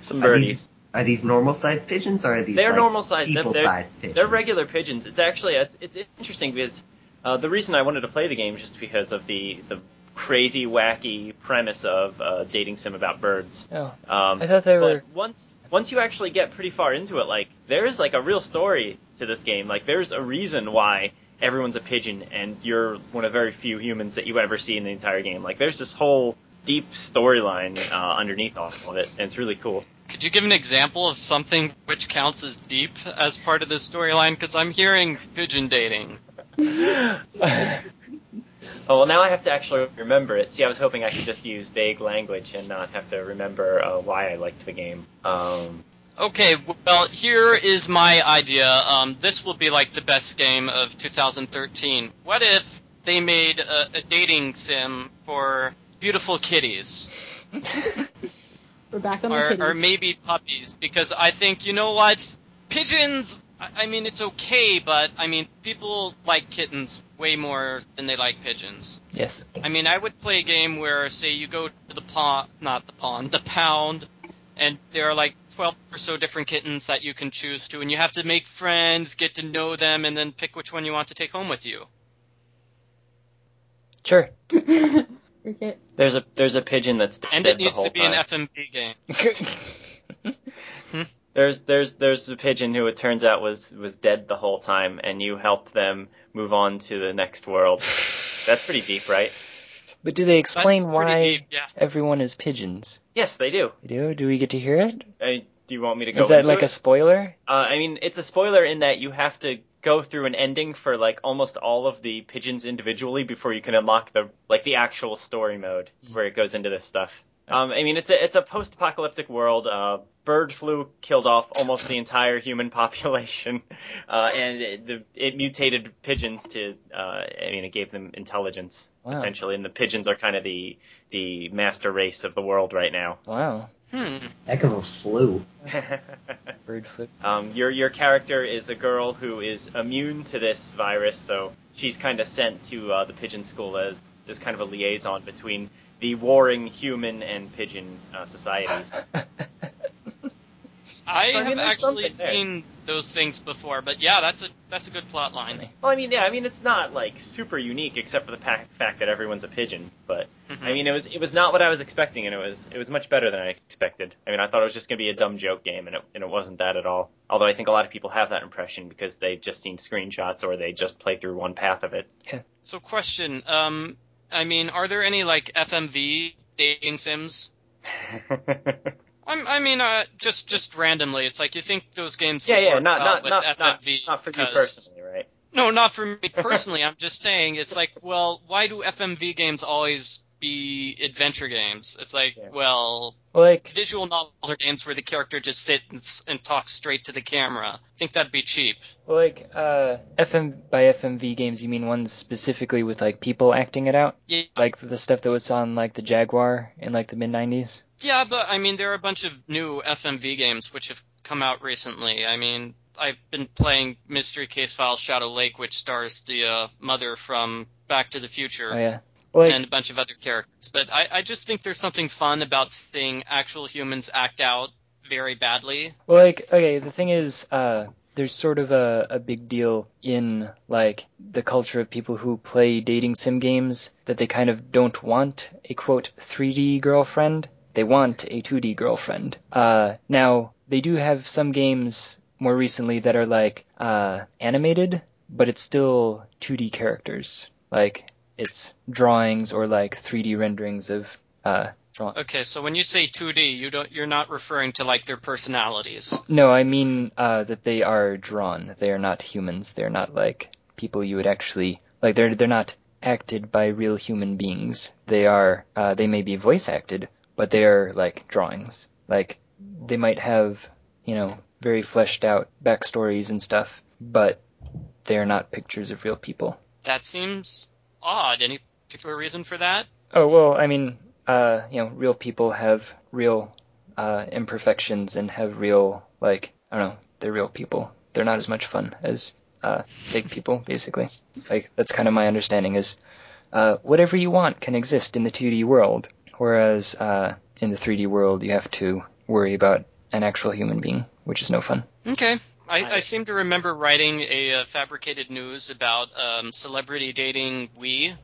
Speaker 2: some
Speaker 5: Are
Speaker 2: birdies.
Speaker 5: these, are these normal sized pigeons or are these
Speaker 2: They're
Speaker 5: like,
Speaker 2: normal sized. They're-
Speaker 5: people sized pigeons?
Speaker 2: They're regular pigeons. It's actually it's, it's interesting because uh, the reason I wanted to play the game is just because of the the crazy wacky premise of uh, dating sim about birds.
Speaker 1: Oh,
Speaker 2: Um,
Speaker 1: I thought they
Speaker 2: but
Speaker 1: were.
Speaker 2: once once you actually get pretty far into it, like there's like a real story to this game. Like there's a reason why everyone's a pigeon and you're one of very few humans that you ever see in the entire game. Like there's this whole deep storyline uh, underneath all of it, and it's really cool.
Speaker 3: Could you give an example of something which counts as deep as part of this storyline? Because I'm hearing pigeon dating.
Speaker 2: oh well, now I have to actually remember it. See, I was hoping I could just use vague language and not have to remember uh, why I liked the game. Um,
Speaker 3: Okay, well here is my idea. Um, this will be like the best game of 2013. What if they made a, a dating sim for beautiful kitties?
Speaker 4: We're back on the
Speaker 3: or,
Speaker 4: kitties.
Speaker 3: or maybe puppies because I think you know what pigeons. I I mean, it's okay, but I mean, people like kittens way more than they like pigeons.
Speaker 1: Yes.
Speaker 3: I mean, I would play a game where, say, you go to the pond, not the pond, the pound, and there are like 12 or so different kittens that you can choose to, and you have to make friends, get to know them, and then pick which one you want to take home with you.
Speaker 1: Sure.
Speaker 4: Cricket.
Speaker 2: there's a there's a pigeon that's dead
Speaker 3: And it
Speaker 2: the
Speaker 3: needs
Speaker 2: whole
Speaker 3: to be
Speaker 2: time.
Speaker 3: an FMP game.
Speaker 2: there's there's there's a pigeon who it turns out was was dead the whole time, and you help them move on to the next world. That's pretty deep, right?
Speaker 1: but do they
Speaker 3: That's
Speaker 1: explain
Speaker 3: pretty
Speaker 1: why
Speaker 3: deep, yeah.
Speaker 1: everyone is pigeons?
Speaker 2: Yes, they do.
Speaker 1: They do? Do we get to hear it?
Speaker 2: I, do you want me to go?
Speaker 1: Is that
Speaker 2: into
Speaker 1: like
Speaker 2: it?
Speaker 1: a spoiler?
Speaker 2: Uh, I mean, it's a spoiler in that you have to go through an ending for like almost all of the pigeons individually before you can unlock the like the actual story mode where it goes into this stuff. Um, I mean, it's a it's a post-apocalyptic world. Uh, bird flu killed off almost the entire human population, uh, and it, the, it mutated pigeons to. Uh, I mean, it gave them intelligence
Speaker 1: Wow.
Speaker 2: essentially, and the pigeons are kind of the the master race of the world right now.
Speaker 1: Wow.
Speaker 3: Hmm.
Speaker 5: Heck of a flu.
Speaker 1: Bird flip.
Speaker 2: um, your your character is a girl who is immune to this virus, so she's kind of sent to uh, the pigeon school as as kind of a liaison between the warring human and pigeon uh, societies.
Speaker 3: I
Speaker 2: So, I mean,
Speaker 3: have
Speaker 2: there's
Speaker 3: actually
Speaker 2: something there.
Speaker 3: seen those things before, but yeah, that's a that's a good plot line.
Speaker 2: Well, I mean, yeah, I mean, it's not like super unique except for the pac- fact that everyone's a pigeon. But
Speaker 3: Mm-hmm.
Speaker 2: I mean, it was it was not what I was expecting, and it was it was much better than I expected. I mean, I thought it was just gonna be a dumb joke game, and it and it wasn't that at all. Although I think a lot of people have that impression because they've just seen screenshots or they just play through one path of it.
Speaker 3: So, question. Um, I mean, are there any like FMV dating sims? I'm, I mean, uh, just just randomly. It's like you think those games.
Speaker 2: yeah,
Speaker 3: would
Speaker 2: yeah,
Speaker 3: work
Speaker 2: not
Speaker 3: well
Speaker 2: not
Speaker 3: with
Speaker 2: not not,
Speaker 3: FMV
Speaker 2: not for you
Speaker 3: because-
Speaker 2: personally, right?
Speaker 3: No, not for me personally. I'm just saying it's like, well, why do FMV games always be adventure games? It's like,
Speaker 2: Yeah.
Speaker 3: well,
Speaker 1: Like,
Speaker 3: visual novels are games where the character just sits and, s- and talks straight to the camera. I think that'd be cheap.
Speaker 1: like, uh, FM by FMV games, you mean ones specifically with like people acting it out,
Speaker 3: Yeah,
Speaker 1: like the stuff that was on like the Jaguar in like the mid '90s.
Speaker 3: yeah, but I mean, there are a bunch of new FMV games which have come out recently. I mean, I've been playing Mystery Case File Shadow Lake, which stars the uh, mother from Back to the Future.
Speaker 1: Oh yeah. Like,
Speaker 3: and a bunch of other characters. But I, I just think there's something fun about seeing actual humans act out very badly.
Speaker 1: Well, like, okay, the thing is, uh, there's sort of a, a big deal in, like, the culture of people who play dating sim games that they kind of don't want a, quote, 3D girlfriend. They want a 2D girlfriend. Uh, now, they do have some games more recently that are, like, uh, animated, but it's still 2D characters. Like, it's drawings or, like, 3D renderings of, uh, drawings.
Speaker 3: Okay, so when you say 2D, you don't you're not referring to like their personalities.
Speaker 1: No, I mean uh, that they are drawn. They are not humans. They're not like people you would actually like. They're they're not acted by real human beings. They are. Uh, they may be voice acted, but they are like drawings. Like they might have you know very fleshed out backstories and stuff, but they are not pictures of real people.
Speaker 3: That seems odd. Any particular reason for that?
Speaker 1: Oh well, I mean, uh, you know, real people have real uh, imperfections and have real like I don't know, they're real people. They're not as much fun as uh, fake people, basically. Like that's kind of my understanding is uh, whatever you want can exist in the 2D world, whereas uh, in the 3D world you have to worry about an actual human being, which is no fun.
Speaker 3: Okay. I, I
Speaker 2: Nice.
Speaker 3: seem to remember writing a uh, fabricated news about um, celebrity dating we,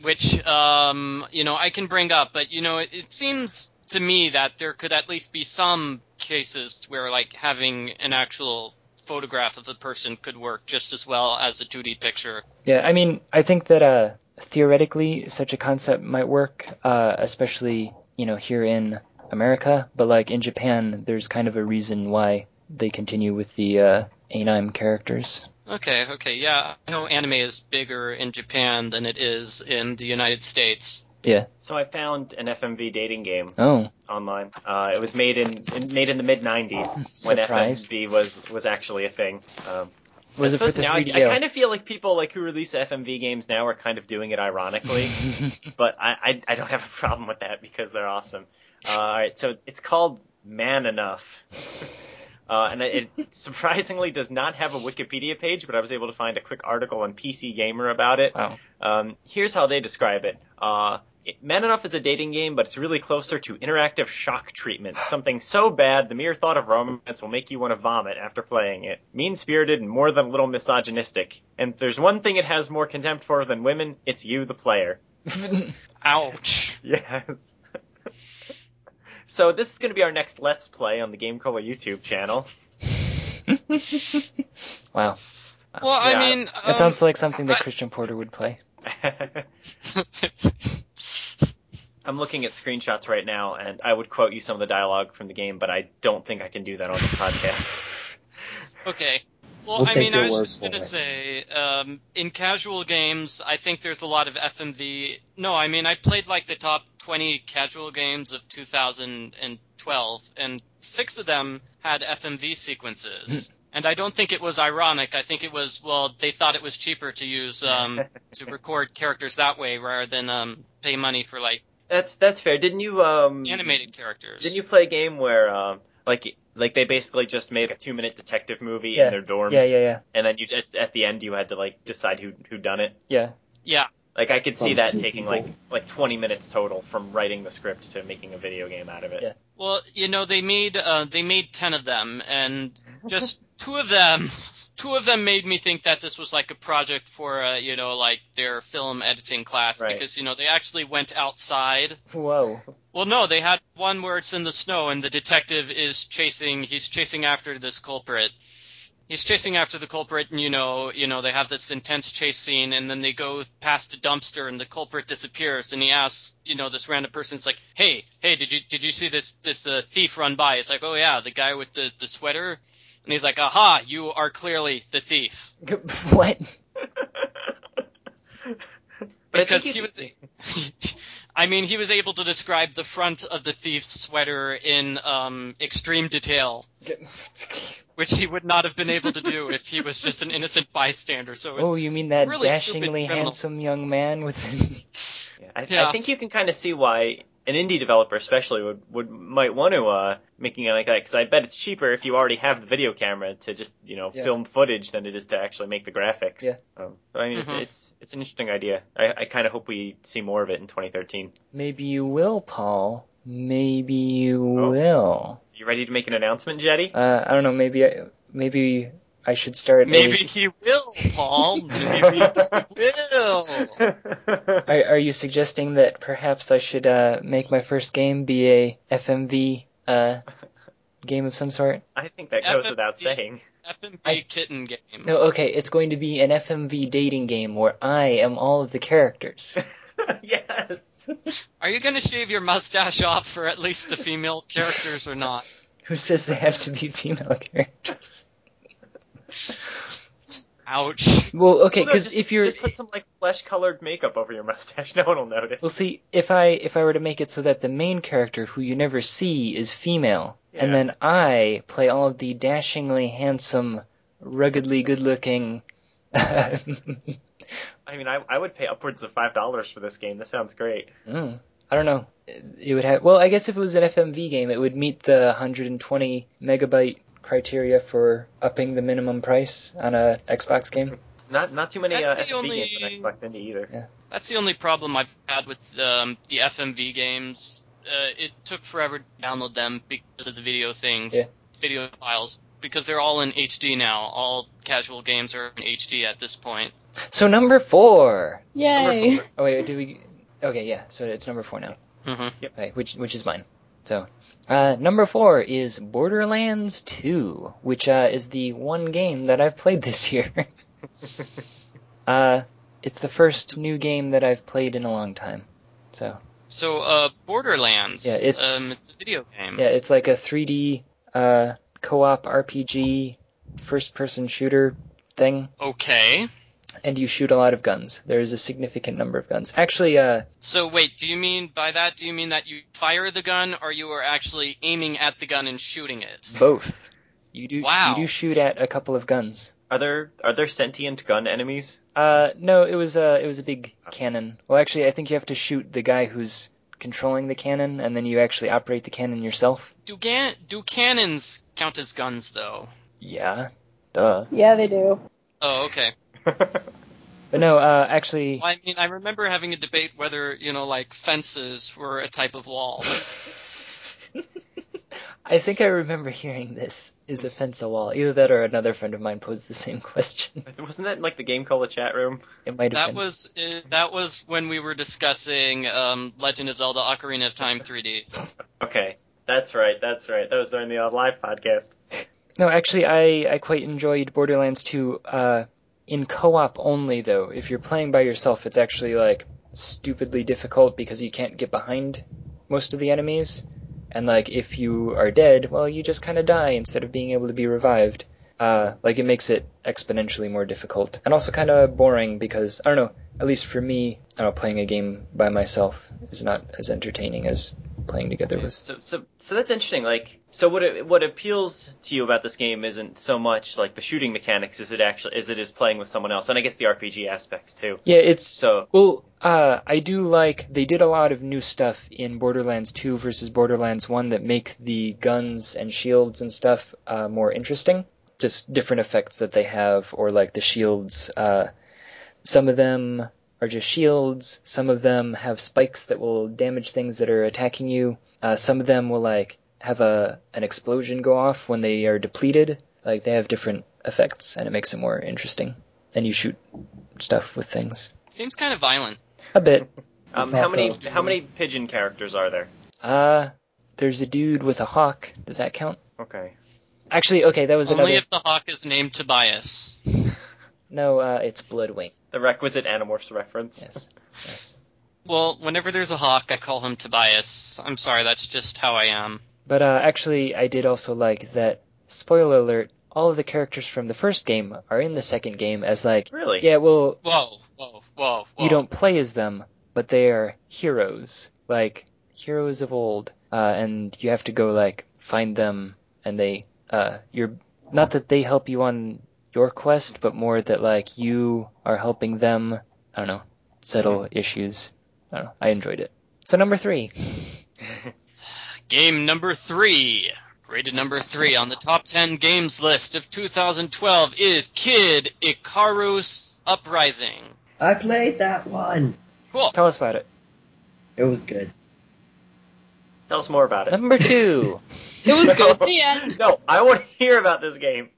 Speaker 3: which um, you know I can bring up, but you know it, it seems to me that there could at least be some cases where like having an actual photograph of the person could work just as well as a 2D picture.
Speaker 1: Yeah, I mean, I think that uh, theoretically such a concept might work, uh, especially you know here in America. But like in Japan, there's kind of a reason why they continue with the uh, anime characters.
Speaker 3: Okay, okay, yeah, I know anime is bigger in Japan than it is in the United States.
Speaker 1: Yeah.
Speaker 2: so I found an FMV dating game
Speaker 1: Oh,
Speaker 2: online. Uh, it was made in made in the mid '90s when
Speaker 1: Surprise.
Speaker 2: FMV was was actually a thing. Um,
Speaker 1: was
Speaker 2: I
Speaker 1: it for
Speaker 2: suppose
Speaker 1: the
Speaker 2: now I,
Speaker 1: 3DO?
Speaker 2: I kind of feel like people like who release FMV games now are kind of doing it ironically, but I, I I don't have a problem with that because they're awesome. Uh, all right, so it's called Man Enough. Uh, and it it surprisingly does not have a Wikipedia page, but I was able to find a quick article on PC Gamer about it.
Speaker 1: Wow.
Speaker 2: Um, here's how they describe it. Uh, it- Man Enough is a dating game, but it's really closer to interactive shock treatment. Something so bad, the mere thought of romance will make you want to vomit after playing it. Mean spirited and more than a little misogynistic. And if there's one thing it has more contempt for than women, it's you, the player.
Speaker 3: Ouch.
Speaker 2: Yes. so this is going to be our next Let's Play on the Game Cola YouTube channel.
Speaker 1: wow.
Speaker 3: Well,
Speaker 2: Yeah.
Speaker 3: I mean,
Speaker 1: That sounds like something that
Speaker 3: I-
Speaker 1: Christian Porter would play.
Speaker 3: um,
Speaker 2: I'm looking at screenshots right now, and I would quote you some of the dialogue from the game, but I don't think I can do that on the podcast.
Speaker 3: okay. Well,
Speaker 5: We'll
Speaker 3: I
Speaker 5: take
Speaker 3: mean,
Speaker 5: your
Speaker 3: I was
Speaker 5: word
Speaker 3: just
Speaker 5: for
Speaker 3: going to
Speaker 5: it.
Speaker 3: say, um, in casual games, I think there's a lot of FMV. No, I mean, I played like the top 20 casual games of 2012, and six of them had FMV sequences. and I don't think it was ironic. I think it was, well, they thought it was cheaper to use, um, to record characters that way rather than, um, pay money for like
Speaker 2: That's that's fair. Didn't you um
Speaker 3: animated characters.
Speaker 2: Didn't you play a game where um like like they basically just made a two minute detective movie
Speaker 1: Yeah.
Speaker 2: in their dorms?
Speaker 1: Yeah, yeah, yeah,
Speaker 2: And then you just at the end you had to like decide who who done it.
Speaker 1: yeah.
Speaker 3: Yeah.
Speaker 2: Like I could see
Speaker 5: From
Speaker 2: that
Speaker 5: two
Speaker 2: taking
Speaker 5: people.
Speaker 2: like like 20 minutes total from writing the script to making a video game out of it.
Speaker 1: Yeah.
Speaker 3: Well, you know, they made, uh, they made 10 of them, and just two of them two of them made me think that this was like a project for uh, you know like their film editing class
Speaker 2: Right.
Speaker 3: because you know they actually went outside
Speaker 1: Whoa.
Speaker 3: well no they had one where it's in the snow and the detective is chasing he's chasing after this culprit he's chasing after the culprit and you know you know they have this intense chase scene and then they go past a dumpster and the culprit disappears and he asks you know this random person it's like hey hey did you did you see this this uh, thief run by it's like oh yeah the guy with the the sweater and he's like aha you are clearly the thief
Speaker 1: What?
Speaker 2: But I
Speaker 3: because
Speaker 2: think
Speaker 3: he
Speaker 2: you-
Speaker 3: was I mean he was able to describe the front of the thief's sweater in um, extreme detail which he would not have been able to do if he was just an innocent bystander so it was,
Speaker 1: Oh, you mean that
Speaker 3: Really stupid
Speaker 1: dashingly
Speaker 3: criminal.
Speaker 1: handsome young man with?
Speaker 2: I, I
Speaker 3: Yeah.
Speaker 2: think you can kind of see why an indie developer especially would, would might want to uh making it like that because I bet it's cheaper if you already have the video camera to just you know
Speaker 1: Yeah.
Speaker 2: film footage than it is to actually make the graphics.
Speaker 1: Yeah.
Speaker 2: Um, so I mean
Speaker 3: Mhm.
Speaker 2: it's, it's it's an interesting idea. I, I kind of hope we see more of it in 2013.
Speaker 1: Maybe you will, Paul. Maybe you
Speaker 2: Oh.
Speaker 1: will.
Speaker 2: You ready to make an announcement, Jetty?
Speaker 1: Uh, I don't know. Maybe I, maybe I should start. a-
Speaker 3: maybe he will Paul maybe he will
Speaker 1: Are, are you suggesting that perhaps I should uh, make my first game be a FMV uh, game of some sort?
Speaker 2: I think that goes
Speaker 3: FFP.
Speaker 2: without saying.
Speaker 3: FMB
Speaker 1: I-
Speaker 3: kitten game
Speaker 1: No, okay, it's going to be an FMV dating game where I am all of the characters.
Speaker 2: yes.
Speaker 3: are you going to shave your mustache off for at least the female characters or not
Speaker 1: Who says they have to be female characters?
Speaker 3: ouch
Speaker 1: Well, okay,
Speaker 2: Well, no,
Speaker 1: because
Speaker 2: just-
Speaker 1: if you're
Speaker 2: just put some like flesh-colored makeup over your mustache, no one will notice.
Speaker 1: Well, see, if I if I were to make it so that the main character, who you never see, is female, and
Speaker 2: Yeah.
Speaker 1: then I play all of the dashingly handsome, ruggedly good-looking. hmm, Mm,
Speaker 2: I mean, I, I would pay upwards of five dollars for this game. This sounds great.
Speaker 1: I don't know. It would have. Well, I guess if it was an FMV game, it would meet the 120 megabyte criteria for upping the minimum price on a Xbox game.
Speaker 2: Not not too many uh,
Speaker 3: That's the
Speaker 2: FB games on
Speaker 3: only-
Speaker 2: Xbox Indie either.
Speaker 3: That's the only problem I've had with um, the FMV games. Uh, it took forever to download them because of the video things,
Speaker 1: Yeah.
Speaker 3: video files, because they're all in HD now. All casual games are in HD at this point.
Speaker 1: So number four.
Speaker 4: Yay.
Speaker 1: Oh wait, do we? Okay, yeah. So it's number four now.
Speaker 3: hmm
Speaker 1: Okay, which which is mine. So, uh, number four is Borderlands 2, which uh, is the one game that I've played this year. uh, it's the first new game that I've played in a long time. So,
Speaker 3: So, uh, Borderlands.
Speaker 1: Yeah, it's-
Speaker 3: um, it's a video game.
Speaker 1: yeah, it's like a 3D uh, co-op RPG first-person shooter thing,
Speaker 3: Okay.
Speaker 1: and you shoot a lot of guns. There is a significant number of guns. Actually, uh,
Speaker 3: So wait, do you mean by that? Do you mean that you fire the gun, or you are actually aiming at the gun and shooting it?
Speaker 1: both. You do
Speaker 3: Wow.
Speaker 1: you do shoot at a couple of guns.
Speaker 2: Are there are there sentient gun enemies?
Speaker 1: Uh, no, it was a it was a big cannon. Well, actually, I think you have to shoot the guy who's controlling the cannon, and then you actually operate the cannon yourself.
Speaker 3: Do gan- do cannons count as guns though?
Speaker 1: Yeah, duh.
Speaker 4: Yeah, they do.
Speaker 3: Oh, okay.
Speaker 1: But no, uh, actually,
Speaker 3: Well, I mean, I remember having a debate whether, you know, like fences were a type of wall.
Speaker 1: I think I remember hearing this is a fence a wall. Either that or another friend of mine posed the same question.
Speaker 2: Wasn't that like the game called the chat room?
Speaker 1: It might have
Speaker 3: that
Speaker 1: been.
Speaker 3: was uh, that was when we were discussing um, Legend of Zelda: Ocarina of Time 3D.
Speaker 2: Okay, that's right, that's right. That was during the uh, live podcast.
Speaker 1: No, actually, I I quite enjoyed Borderlands 2. Uh, in co-op only though. If you're playing by yourself, it's actually like stupidly difficult because you can't get behind most of the enemies. And like if you are dead, well, you just kind of die instead of being able to be revived. Uh, like it makes it exponentially more difficult and also kind of boring because I don't know. At least for me, I don't know, playing a game by myself is not as entertaining as playing together with.
Speaker 2: So, so, so that's interesting. Like, so what it, what appeals to you about this game isn't so much like the shooting mechanics, as it actually as it is playing with someone else, and I guess the RPG aspects too.
Speaker 1: Yeah, it's
Speaker 2: So-
Speaker 1: well. Uh, I do like they did a lot of new stuff in Borderlands 2 versus Borderlands 1 that make the guns and shields and stuff uh, more interesting. Just different effects that they have, or like the shields. Uh, some of them are just shields. Some of them have spikes that will damage things that are attacking you. Uh, some of them will like have a an explosion go off when they are depleted. Like they have different effects, and it makes it more interesting. And you shoot stuff with things.
Speaker 3: Seems kind of violent.
Speaker 1: A bit.
Speaker 2: Um,
Speaker 5: It's
Speaker 2: how
Speaker 5: also-
Speaker 2: many how many pigeon characters are there?
Speaker 1: Uh, there's a dude with a hawk. Does that count?
Speaker 2: Okay.
Speaker 1: Actually, okay, that was
Speaker 3: Only
Speaker 1: another.
Speaker 3: if the hawk is named Tobias.
Speaker 1: No, uh, it's Bloodwing.
Speaker 2: The requisite Animorphs reference.
Speaker 1: Yes. yes.
Speaker 3: Well, whenever there's a hawk, I call him Tobias. I'm sorry, that's just how I am.
Speaker 1: But uh, actually, I did also like that. Spoiler alert: all of the characters from the first game are in the second game as like.
Speaker 2: Really?
Speaker 1: Yeah, well,
Speaker 3: Whoa, whoa, whoa, whoa.
Speaker 1: you don't play as them, but they are heroes, like heroes of old, uh, and you have to go like find them, and they, uh, you're not that they help you on your quest, but more that like you are helping them. I don't know, settle issues. I don't know. I enjoyed it. So number three,
Speaker 3: Game number three, rated number three on the top 10 games list of 2012 is Kid Icarus Uprising.
Speaker 5: I played that one.
Speaker 3: Cool.
Speaker 1: tell us about it.
Speaker 5: It was good.
Speaker 2: Tell us more about it.
Speaker 1: Number two,
Speaker 4: It was good.
Speaker 2: No.
Speaker 4: The end.
Speaker 2: No, I want to hear about this game.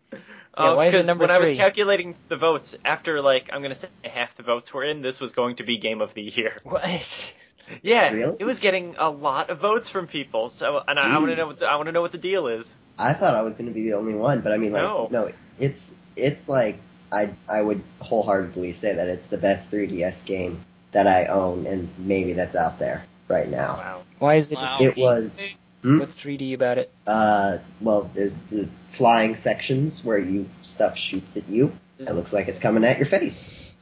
Speaker 2: Uh,
Speaker 1: why is it
Speaker 2: 'cause
Speaker 1: number
Speaker 2: when I was
Speaker 1: three?
Speaker 2: calculating the votes, after like I'm gonna say half the votes were in, this was going to be game of the year.
Speaker 1: what?
Speaker 2: Yeah,
Speaker 5: Really?
Speaker 2: it was getting a lot of votes from people. So, and I, I want to know what the, I want to know what the deal is.
Speaker 5: I thought I was going to be the only one, but I mean, like,
Speaker 2: No.
Speaker 5: no, it's it's like I I would wholeheartedly say that it's the best 3DS game that I own, and maybe that's out there right
Speaker 1: Oh.
Speaker 5: now.
Speaker 2: Wow.
Speaker 1: Why is it?
Speaker 3: Wow.
Speaker 5: It was Hmm?
Speaker 1: What's 3D about it?
Speaker 5: uh, well, there's the flying sections where you stuff shoots at you.
Speaker 2: Mm-hmm.
Speaker 5: It looks like it's coming at your face,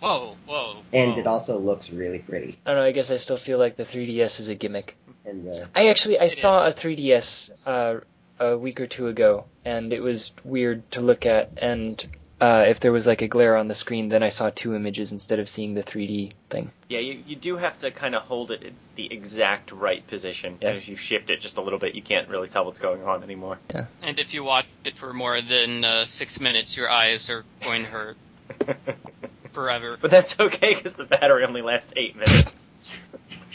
Speaker 3: Whoa, whoa.
Speaker 5: and
Speaker 3: whoa.
Speaker 2: Oh.
Speaker 5: it also looks really pretty.
Speaker 1: I don't know. I guess I still feel like the 3DS is a gimmick.
Speaker 5: And the
Speaker 1: I actually I
Speaker 3: It
Speaker 1: saw
Speaker 3: is.
Speaker 1: a 3DS uh, a week or two ago, and it was weird to look at. And uh, if there was like a glare on the screen, then I saw two images instead of seeing the 3D thing.
Speaker 2: Yeah, you, you do have to kind of hold it in the exact right position.
Speaker 1: Yeah.
Speaker 2: And if you shift it just a little bit, you can't really tell what's going on anymore.
Speaker 3: And if you watch it for more than uh, six minutes, your eyes are going to hurt forever.
Speaker 2: But that's okay because the battery only lasts eight minutes.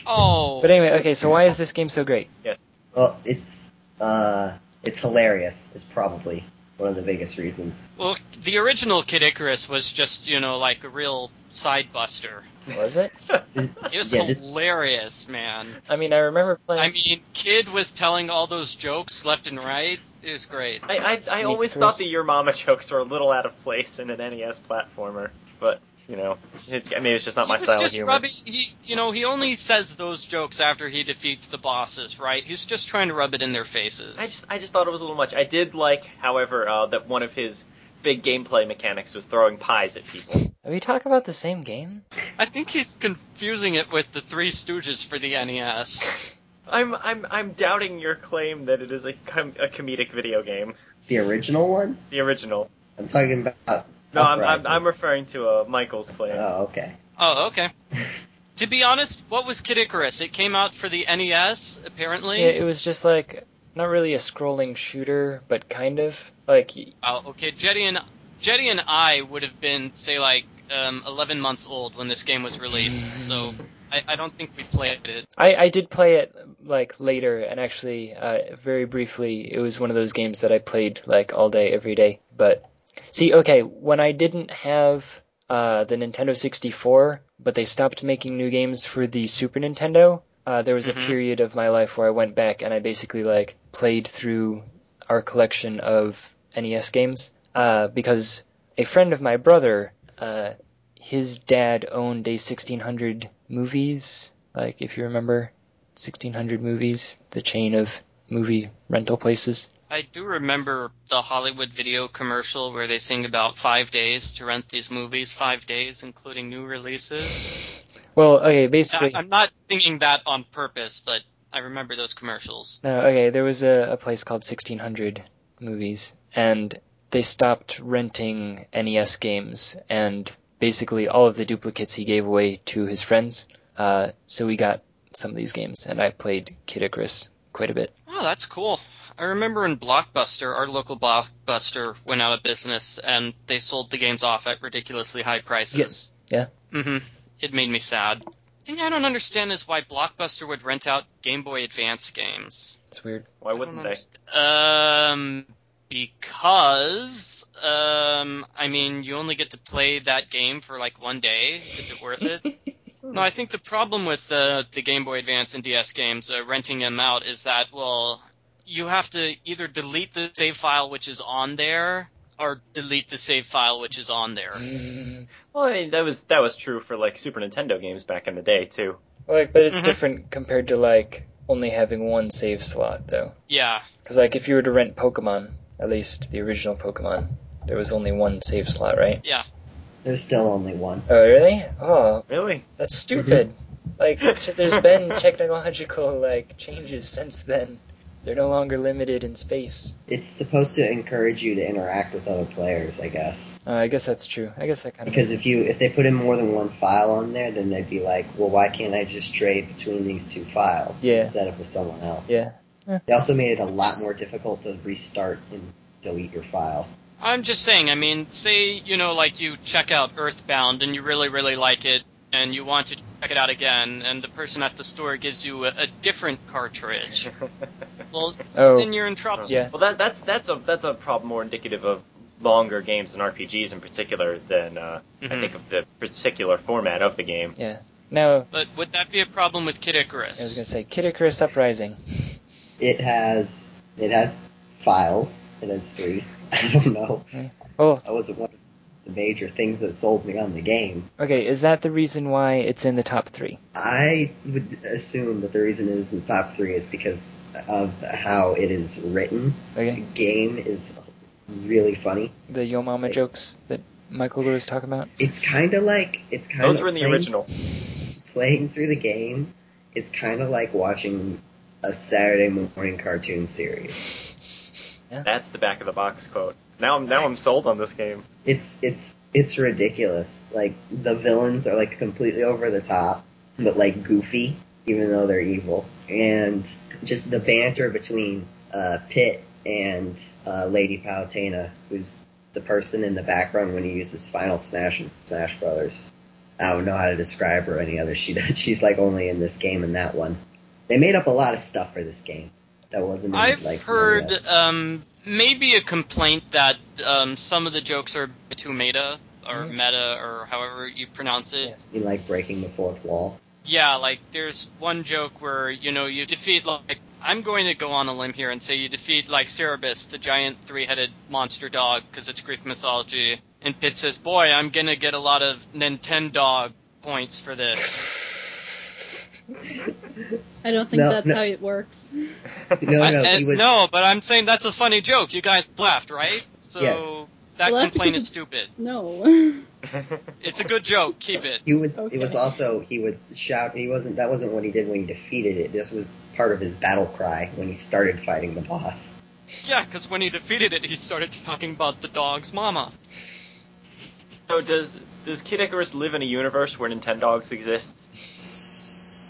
Speaker 3: Oh.
Speaker 1: But anyway, okay. So why is this game so great?
Speaker 5: well, it's uh, it's hilarious. Is probably one of the biggest reasons.
Speaker 3: Well, the original Kid Icarus was just, you know, like a real sidebuster.
Speaker 1: Was it?
Speaker 3: It was
Speaker 5: Yeah, this-
Speaker 3: hilarious, man.
Speaker 1: I mean, I remember playing.
Speaker 3: I mean, Kid was telling all those jokes left and right. It was great.
Speaker 2: I, I, I
Speaker 1: Sneak
Speaker 2: always
Speaker 1: through
Speaker 2: thought
Speaker 1: s-
Speaker 2: the Your Mama jokes were a little out of place in an NES platformer, but you know, it, maybe it's just not my
Speaker 3: he
Speaker 2: style
Speaker 3: was just
Speaker 2: of humor.
Speaker 3: rubbing. He, you know, he only says those jokes after he defeats the bosses, right? He's just trying to rub it in their faces.
Speaker 2: I just I just thought it was a little much. I did like, however, uh, that one of his big gameplay mechanics was throwing pies at people.
Speaker 1: Are we talking about the same game?
Speaker 3: I think he's confusing it with the Three Stooges for the E NES.
Speaker 2: I'm I'm I'm doubting your claim that it is a com- a comedic video game,
Speaker 5: The original one.
Speaker 2: the original.
Speaker 5: I'm talking about.
Speaker 2: No, I'm, I'm
Speaker 5: Uprising.
Speaker 2: I'm referring to uh, Michael's claim.
Speaker 5: Oh, okay.
Speaker 3: Oh, okay. to be honest, what was Kid Icarus? It came out for the NES, apparently.
Speaker 1: Yeah, it was just like not really a scrolling shooter, but kind of like
Speaker 3: Oh, okay. Jetty and Jetty and I would have been say like um, 11 months old when this game was released, so I, I don't think we played it.
Speaker 1: I, I did play it like later and actually uh, very briefly. It was one of those games that I played like all day every day. But see, okay, when I didn't have uh, the Nintendo 64, but they stopped making new games for the Super Nintendo, uh, there was
Speaker 3: Mhm.
Speaker 1: a period of my life where I went back and I basically like played through our collection of NES games uh, because a friend of my brother, uh, his dad owned a 1600 movies, like if you remember 1600 movies, the chain of movie rental places.
Speaker 3: I do remember the Hollywood video commercial where they sing about five days to rent these movies, five days, including new releases.
Speaker 1: Well, okay,
Speaker 3: I,
Speaker 1: basically,
Speaker 3: Uh, I'm not singing that on purpose, but I remember those commercials.
Speaker 1: no, okay, there was a, a place called 1600 Movies, and they stopped renting NES games, and basically all of the duplicates he gave away to his friends. Uh, so we got some of these games, and I played Kid Icarus quite a bit.
Speaker 3: Oh, that's cool. I remember in Blockbuster, our local Blockbuster went out of business and they sold the games off at ridiculously high prices.
Speaker 1: Yes.
Speaker 3: hmm It made me sad. The thing I don't understand is why Blockbuster would rent out Game Boy Advance games.
Speaker 1: It's weird.
Speaker 2: Why
Speaker 3: I don't
Speaker 2: wouldn't they?
Speaker 3: underst- Um, because um, I mean, you only get to play that game for like one day. Is it worth it? no, I think the problem with uh, the Game Boy Advance and DS games, uh, renting them out, is that well, you have to either delete the save file which is on there. Or delete the save file which is on there.
Speaker 2: Well, I mean, that was that was true for like Super Nintendo games back in the day too.
Speaker 1: Like, but it's
Speaker 3: Mhm.
Speaker 1: different compared to like only having one save slot though.
Speaker 3: Yeah,
Speaker 1: Because like if you were to rent Pokemon, at least the original Pokemon, there was only one save slot, right?
Speaker 5: There's still only one.
Speaker 1: Oh really? Oh,
Speaker 2: Really?
Speaker 1: that's stupid. Like t- there's been technological like changes since then. They're no longer limited in space.
Speaker 5: It's supposed to encourage you to interact with other players, I guess.
Speaker 1: Uh, I guess that's true. I guess that kind of
Speaker 5: Because if you if they put in more than one file on there, then they'd be like, well, why can't I just trade between these two files
Speaker 1: Yeah.
Speaker 5: instead of with someone else?
Speaker 1: yeah.
Speaker 5: They also made it a lot more difficult to restart and delete your file.
Speaker 3: I'm just saying, I mean, say, you know, like you check out Earthbound and you really, really like it and you want to check it out again and the person at the store gives you a, a different cartridge. Well,
Speaker 1: Oh
Speaker 3: then you're in trouble.
Speaker 1: yeah.
Speaker 2: Well, that that's that's a that's a problem more indicative of longer games and RPGs in particular than uh, I
Speaker 3: Mhm.
Speaker 2: think of the particular format of the game.
Speaker 1: Now
Speaker 3: But would that be a problem with Kid
Speaker 1: I was
Speaker 3: Icarus?
Speaker 1: gonna say Kid Icarus Uprising.
Speaker 5: It has it has files. It has three. I don't know.
Speaker 1: Oh,
Speaker 5: That was one of the major things that sold me on the game.
Speaker 1: okay. Is that the reason why it's in the top three?
Speaker 5: I would assume that the reason it is in the top three is because of how it is written. The
Speaker 1: Okay.
Speaker 5: game is really funny.
Speaker 1: The Yo Mama jokes that Michael Lewis talking about.
Speaker 5: It's kind of like it's kind
Speaker 2: Those
Speaker 5: of
Speaker 2: were in the
Speaker 5: playing,
Speaker 2: original.
Speaker 5: Playing through the game is kind of like watching a Saturday morning cartoon series.
Speaker 2: That's the back of the box quote. Now I'm now I'm sold on this game.
Speaker 5: It's it's it's ridiculous. Like the villains are like completely over the top, but like goofy, even though they're evil, and just the banter between uh, Pitt and uh, Lady Palutena, who's the person in the background when he uses Final Smash and Smash Brothers. I don't know how to describe her any other. She she's like only in this game and that one. They made up a lot of stuff for this game that wasn't. In,
Speaker 3: I've
Speaker 5: like,
Speaker 3: heard
Speaker 5: none of that.
Speaker 3: um, maybe a complaint that um, some of the jokes are too meta or
Speaker 1: Mhm.
Speaker 3: meta or however you pronounce it.
Speaker 1: Yes.
Speaker 5: in like breaking the fourth wall.
Speaker 3: Yeah, like there's one joke where you know you defeat like I'm going to go on a limb here and say you defeat like Cerberus, the giant three-headed monster dog, because it's Greek mythology. And Pitt says, "Boy, I'm gonna get a lot of Nintendog points for this."
Speaker 4: I don't think
Speaker 5: No,
Speaker 4: that's
Speaker 5: no.
Speaker 4: how it works.
Speaker 5: No, no,
Speaker 3: I- and-
Speaker 5: he was
Speaker 3: no, but I'm saying that's a funny joke. You guys laughed, right? So
Speaker 5: Yes.
Speaker 3: that
Speaker 4: Well, that's
Speaker 3: complaint
Speaker 4: because
Speaker 3: is stupid.
Speaker 4: No.
Speaker 3: It's a good joke. Keep it.
Speaker 5: He was.
Speaker 4: Okay.
Speaker 5: It was also. He was shout. He wasn't. That wasn't what he did when he defeated it. This was part of his battle cry when he started fighting the boss.
Speaker 3: Yeah, because when he defeated it, he started talking about the dog's mama.
Speaker 2: so does does Kid Icarus live in a universe where Nintendogs exists?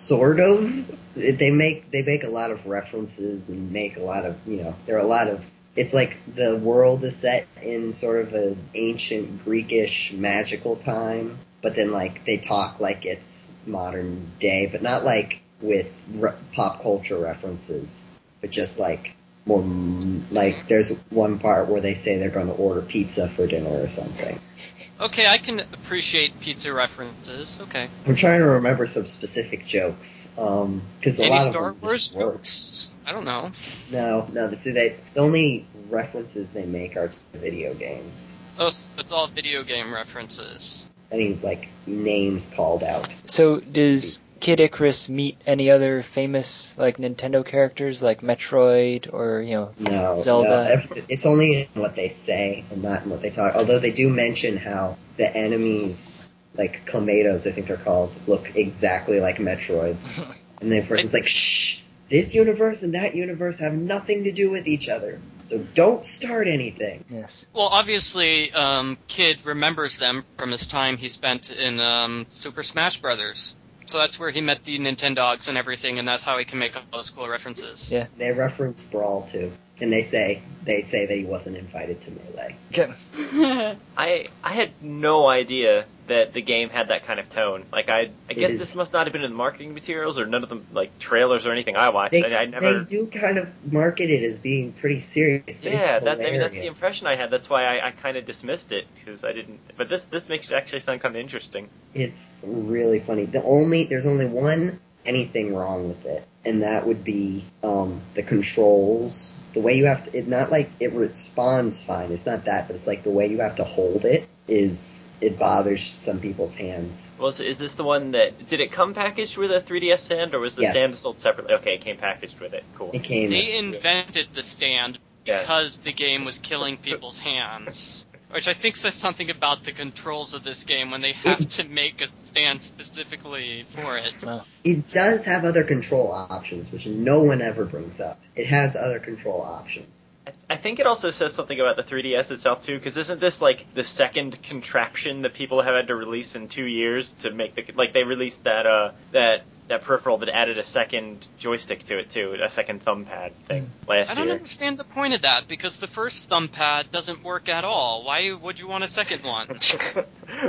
Speaker 5: Sort of. They make. They make a lot of references and make a lot of. You know, there are a lot of. It's like the world is set in sort of an ancient Greekish magical time, but then like they talk like it's modern day, but not like with re- pop culture references, but just like more m- like there's one part where they say they're going to order pizza for dinner or something.
Speaker 3: Okay, I can appreciate pizza references. Okay.
Speaker 5: I'm trying to remember some specific jokes because a
Speaker 3: Any
Speaker 5: lot
Speaker 3: Star
Speaker 5: of them
Speaker 3: Wars
Speaker 5: just work.
Speaker 3: jokes? I don't know.
Speaker 5: No, no. The, see, they, the only references they make are to video games.
Speaker 3: Oh, so it's all video game references.
Speaker 5: Any like names called out.
Speaker 1: So does Kid Icarus meet any other famous like Nintendo characters like Metroid or you know
Speaker 5: No,
Speaker 1: Zelda.
Speaker 5: no. Every- It's only in what they say and not in what they talk. Although they do mention how the enemies, like Clamatos, I think they're called, look exactly like
Speaker 3: Mm-hmm.
Speaker 5: Metroids. and the person's like, shh, this universe and that universe have nothing to do with each other. So don't start anything.
Speaker 1: yes
Speaker 3: Well, obviously, um, Kid remembers them from his time he spent in um, Super Smash Brothers. So that's where he met the Nintendogs and everything, and that's how he can make all those cool references.
Speaker 1: Yeah.
Speaker 5: They reference Brawl too. And they say, they say that he wasn't invited to Melee.
Speaker 1: okay.
Speaker 2: I I had no idea that the game had that kind of tone. Like I I
Speaker 5: It
Speaker 2: guess
Speaker 5: is-
Speaker 2: this must not have been in the marketing materials or none of the like trailers or anything I watched.
Speaker 5: They,
Speaker 2: I, I
Speaker 5: they
Speaker 2: never.
Speaker 5: do kind of market it as being pretty serious, but
Speaker 2: yeah,
Speaker 5: it's
Speaker 2: that, I mean that's the
Speaker 5: hilarious.
Speaker 2: impression I had. That's why I, I kind of dismissed it because I didn't. But this this makes it actually sound kind of interesting.
Speaker 5: It's really funny. The only there's only one anything wrong with it, and that would be um, the controls. The way you have to, it not like it responds fine. It's not that, but it's like the way you have to hold it is it bothers some people's hands.
Speaker 2: Well, so is this the one that did it come packaged with a 3DS stand or was the
Speaker 5: Yes.
Speaker 2: stand sold separately? Okay, it came packaged with it. Cool.
Speaker 5: It came.
Speaker 3: They invented the stand
Speaker 2: Yeah.
Speaker 3: because the game was killing people's hands. Which I think says something about the controls of this game when they have to make a stand specifically for it.
Speaker 5: It does have other control options, which no one ever brings up. It has other control options.
Speaker 2: I- I think it also says something about the 3DS itself too, because isn't this like the second contraption that people have had to release in two years to make the like they released that uh that that peripheral that added a second joystick to it too, a second thumb pad thing
Speaker 5: Hmm.
Speaker 2: last
Speaker 3: I don't
Speaker 2: year.
Speaker 3: understand the point of that because the first thumb pad doesn't work at all. Why would you want a second one?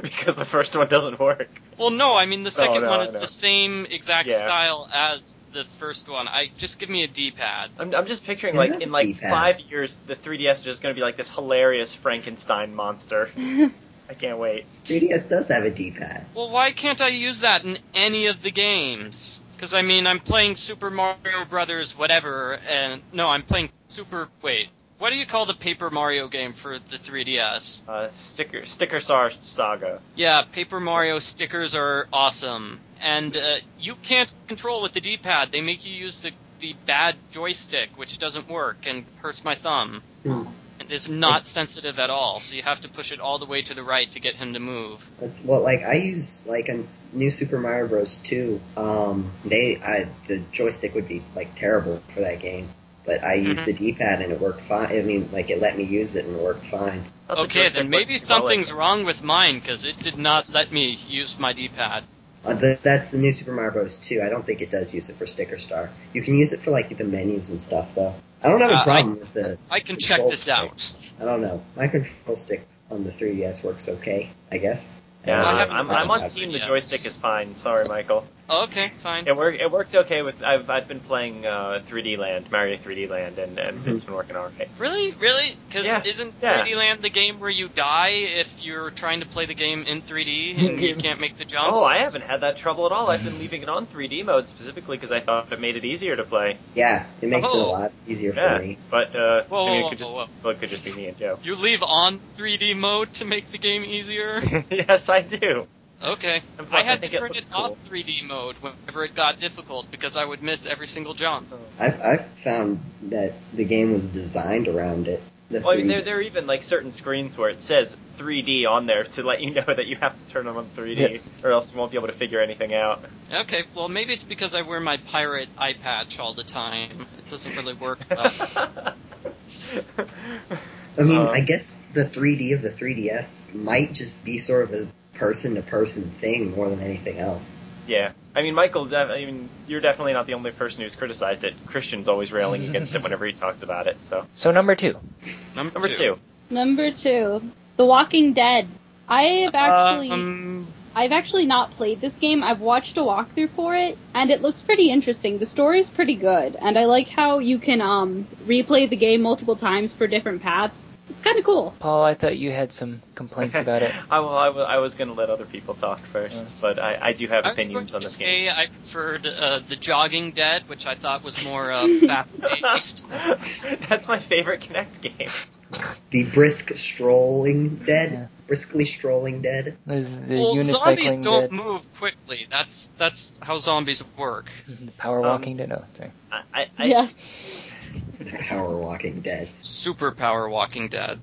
Speaker 2: because the first one doesn't work.
Speaker 3: Well, no, I mean the second
Speaker 2: no,
Speaker 3: one
Speaker 2: I
Speaker 3: is
Speaker 2: know.
Speaker 3: the same exact
Speaker 2: Yeah.
Speaker 3: style as the first one. I just give me a D-pad.
Speaker 2: I'm, I'm just picturing
Speaker 5: Yeah,
Speaker 2: like
Speaker 5: that's
Speaker 2: in like
Speaker 5: D-pad.
Speaker 2: five years the 3DS is just gonna be like this hilarious Frankenstein monster. I can't wait.
Speaker 5: 3DS does have a D-pad.
Speaker 3: Well, why can't I use that in any of the games? Because I mean, I'm playing Super Mario Brothers, whatever, and no, I'm playing Super. Wait, what do you call the Paper Mario game for the 3DS?
Speaker 2: Uh, sticker sticker sar saga.
Speaker 3: Yeah, Paper Mario stickers are awesome, and uh, you can't control with the D-pad. They make you use the the bad joystick, which doesn't work and hurts my thumb.
Speaker 5: Hmm.
Speaker 3: And is not sensitive at all, so you have to push it all the way to the right to get him to move.
Speaker 5: That's well, like I use like on S- New Super Mario Bros. Two. Um, they I, the joystick would be like terrible for that game, but I used
Speaker 3: Mm-hmm.
Speaker 5: the D-pad and it worked fine. I mean, like it let me use it and it worked fine.
Speaker 2: Not the
Speaker 3: Okay,
Speaker 2: joystick
Speaker 3: then maybe
Speaker 2: works well, like-
Speaker 3: something's wrong with mine because it did not let me use my D-pad.
Speaker 5: Uh, th that's the New Super Mario Bros. Two. I don't think it does use it for Sticker Star. You can use it for like the menus and stuff though. I don't have a
Speaker 3: Uh, I-
Speaker 5: problem with the.
Speaker 3: I can check
Speaker 5: control
Speaker 3: this
Speaker 5: stick.
Speaker 3: out.
Speaker 5: I don't know. My control stick on the 3DS works okay, I guess.
Speaker 2: Yeah,
Speaker 5: I don't
Speaker 3: I
Speaker 2: I'm,
Speaker 5: know.
Speaker 3: haven't
Speaker 2: I'm,
Speaker 3: watched
Speaker 2: I'm on
Speaker 3: that
Speaker 2: team.
Speaker 3: video.
Speaker 2: The joystick is fine. Sorry, Michael.
Speaker 3: Okay, fine.
Speaker 2: It worked. It worked okay with. I've I've been playing uh, 3D Land, Mario 3D Land, and, and it's been working all right.
Speaker 3: Really, really? Because
Speaker 2: Yeah,
Speaker 3: isn't
Speaker 2: yeah.
Speaker 3: 3D Land the game where you die if you're trying to play the game in 3D and you can't make the jumps?
Speaker 2: Oh, I haven't had that trouble at all. I've been leaving it on 3D mode specifically because I thought it made it easier to play.
Speaker 5: Yeah, it makes it a
Speaker 3: Oh.
Speaker 5: lot easier
Speaker 2: Yeah.
Speaker 5: for me.
Speaker 2: But uh,
Speaker 3: Whoa,
Speaker 2: I mean,
Speaker 3: whoa,
Speaker 2: it could just
Speaker 3: whoa,
Speaker 2: well, it could just be me and Joe.
Speaker 3: You leave on 3D mode to make the game easier.
Speaker 2: yes, I do.
Speaker 3: Okay.
Speaker 2: And plus,
Speaker 3: I had
Speaker 2: think
Speaker 3: to turn
Speaker 2: looks
Speaker 3: it
Speaker 2: cool.
Speaker 3: off 3D mode whenever it got difficult because I would miss every single jump.
Speaker 5: I, I found that the game was designed around it. The
Speaker 2: Well, I mean,
Speaker 5: 3D
Speaker 2: there, there are even like certain screens where it says 3D on there to let you know that you have to turn on 3D, or else you won't be able to figure anything out.
Speaker 3: Okay, well maybe it's because I wear my pirate eye patch all the time. It doesn't really work. Well.
Speaker 5: I mean,
Speaker 2: Um,
Speaker 5: I guess the 3D of the 3DS might just be sort of a person to person thing more than anything else.
Speaker 2: Yeah, I mean, Michael. def- I mean, you're definitely not the only person who's criticized it. Christian's always railing against it whenever he talks about it. So
Speaker 1: So number two.
Speaker 3: Number,
Speaker 2: number two,
Speaker 4: Number two, The Walking Dead. I have actually,
Speaker 3: Um,
Speaker 4: I've actually not played this game. I've watched a walkthrough for it, and it looks pretty interesting. The story's pretty good, and I like how you can um replay the game multiple times for different paths. It's kind of cool.
Speaker 1: Paul, I thought you had some complaints about it.
Speaker 2: I, will- I, will- I was going to let other people talk first, but I, I do have
Speaker 3: I was going
Speaker 2: opinions
Speaker 3: to
Speaker 2: on this
Speaker 3: say
Speaker 2: game.
Speaker 3: I preferred uh, the Jogging Dead, which I thought was more uh, fast paced.
Speaker 2: That's my favorite Connect game.
Speaker 5: be brisk strolling dead,
Speaker 1: Yeah.
Speaker 5: briskly strolling dead.
Speaker 1: There's the
Speaker 3: well, zombies
Speaker 1: unicycling
Speaker 3: don't
Speaker 1: dead,
Speaker 3: move quickly. That's that's how zombies work.
Speaker 1: the power
Speaker 2: Um,
Speaker 1: walking dead. Oh, sorry.
Speaker 2: I, I, I,
Speaker 4: yes.
Speaker 5: Power Walking Dead.
Speaker 3: Superpower Walking Dead.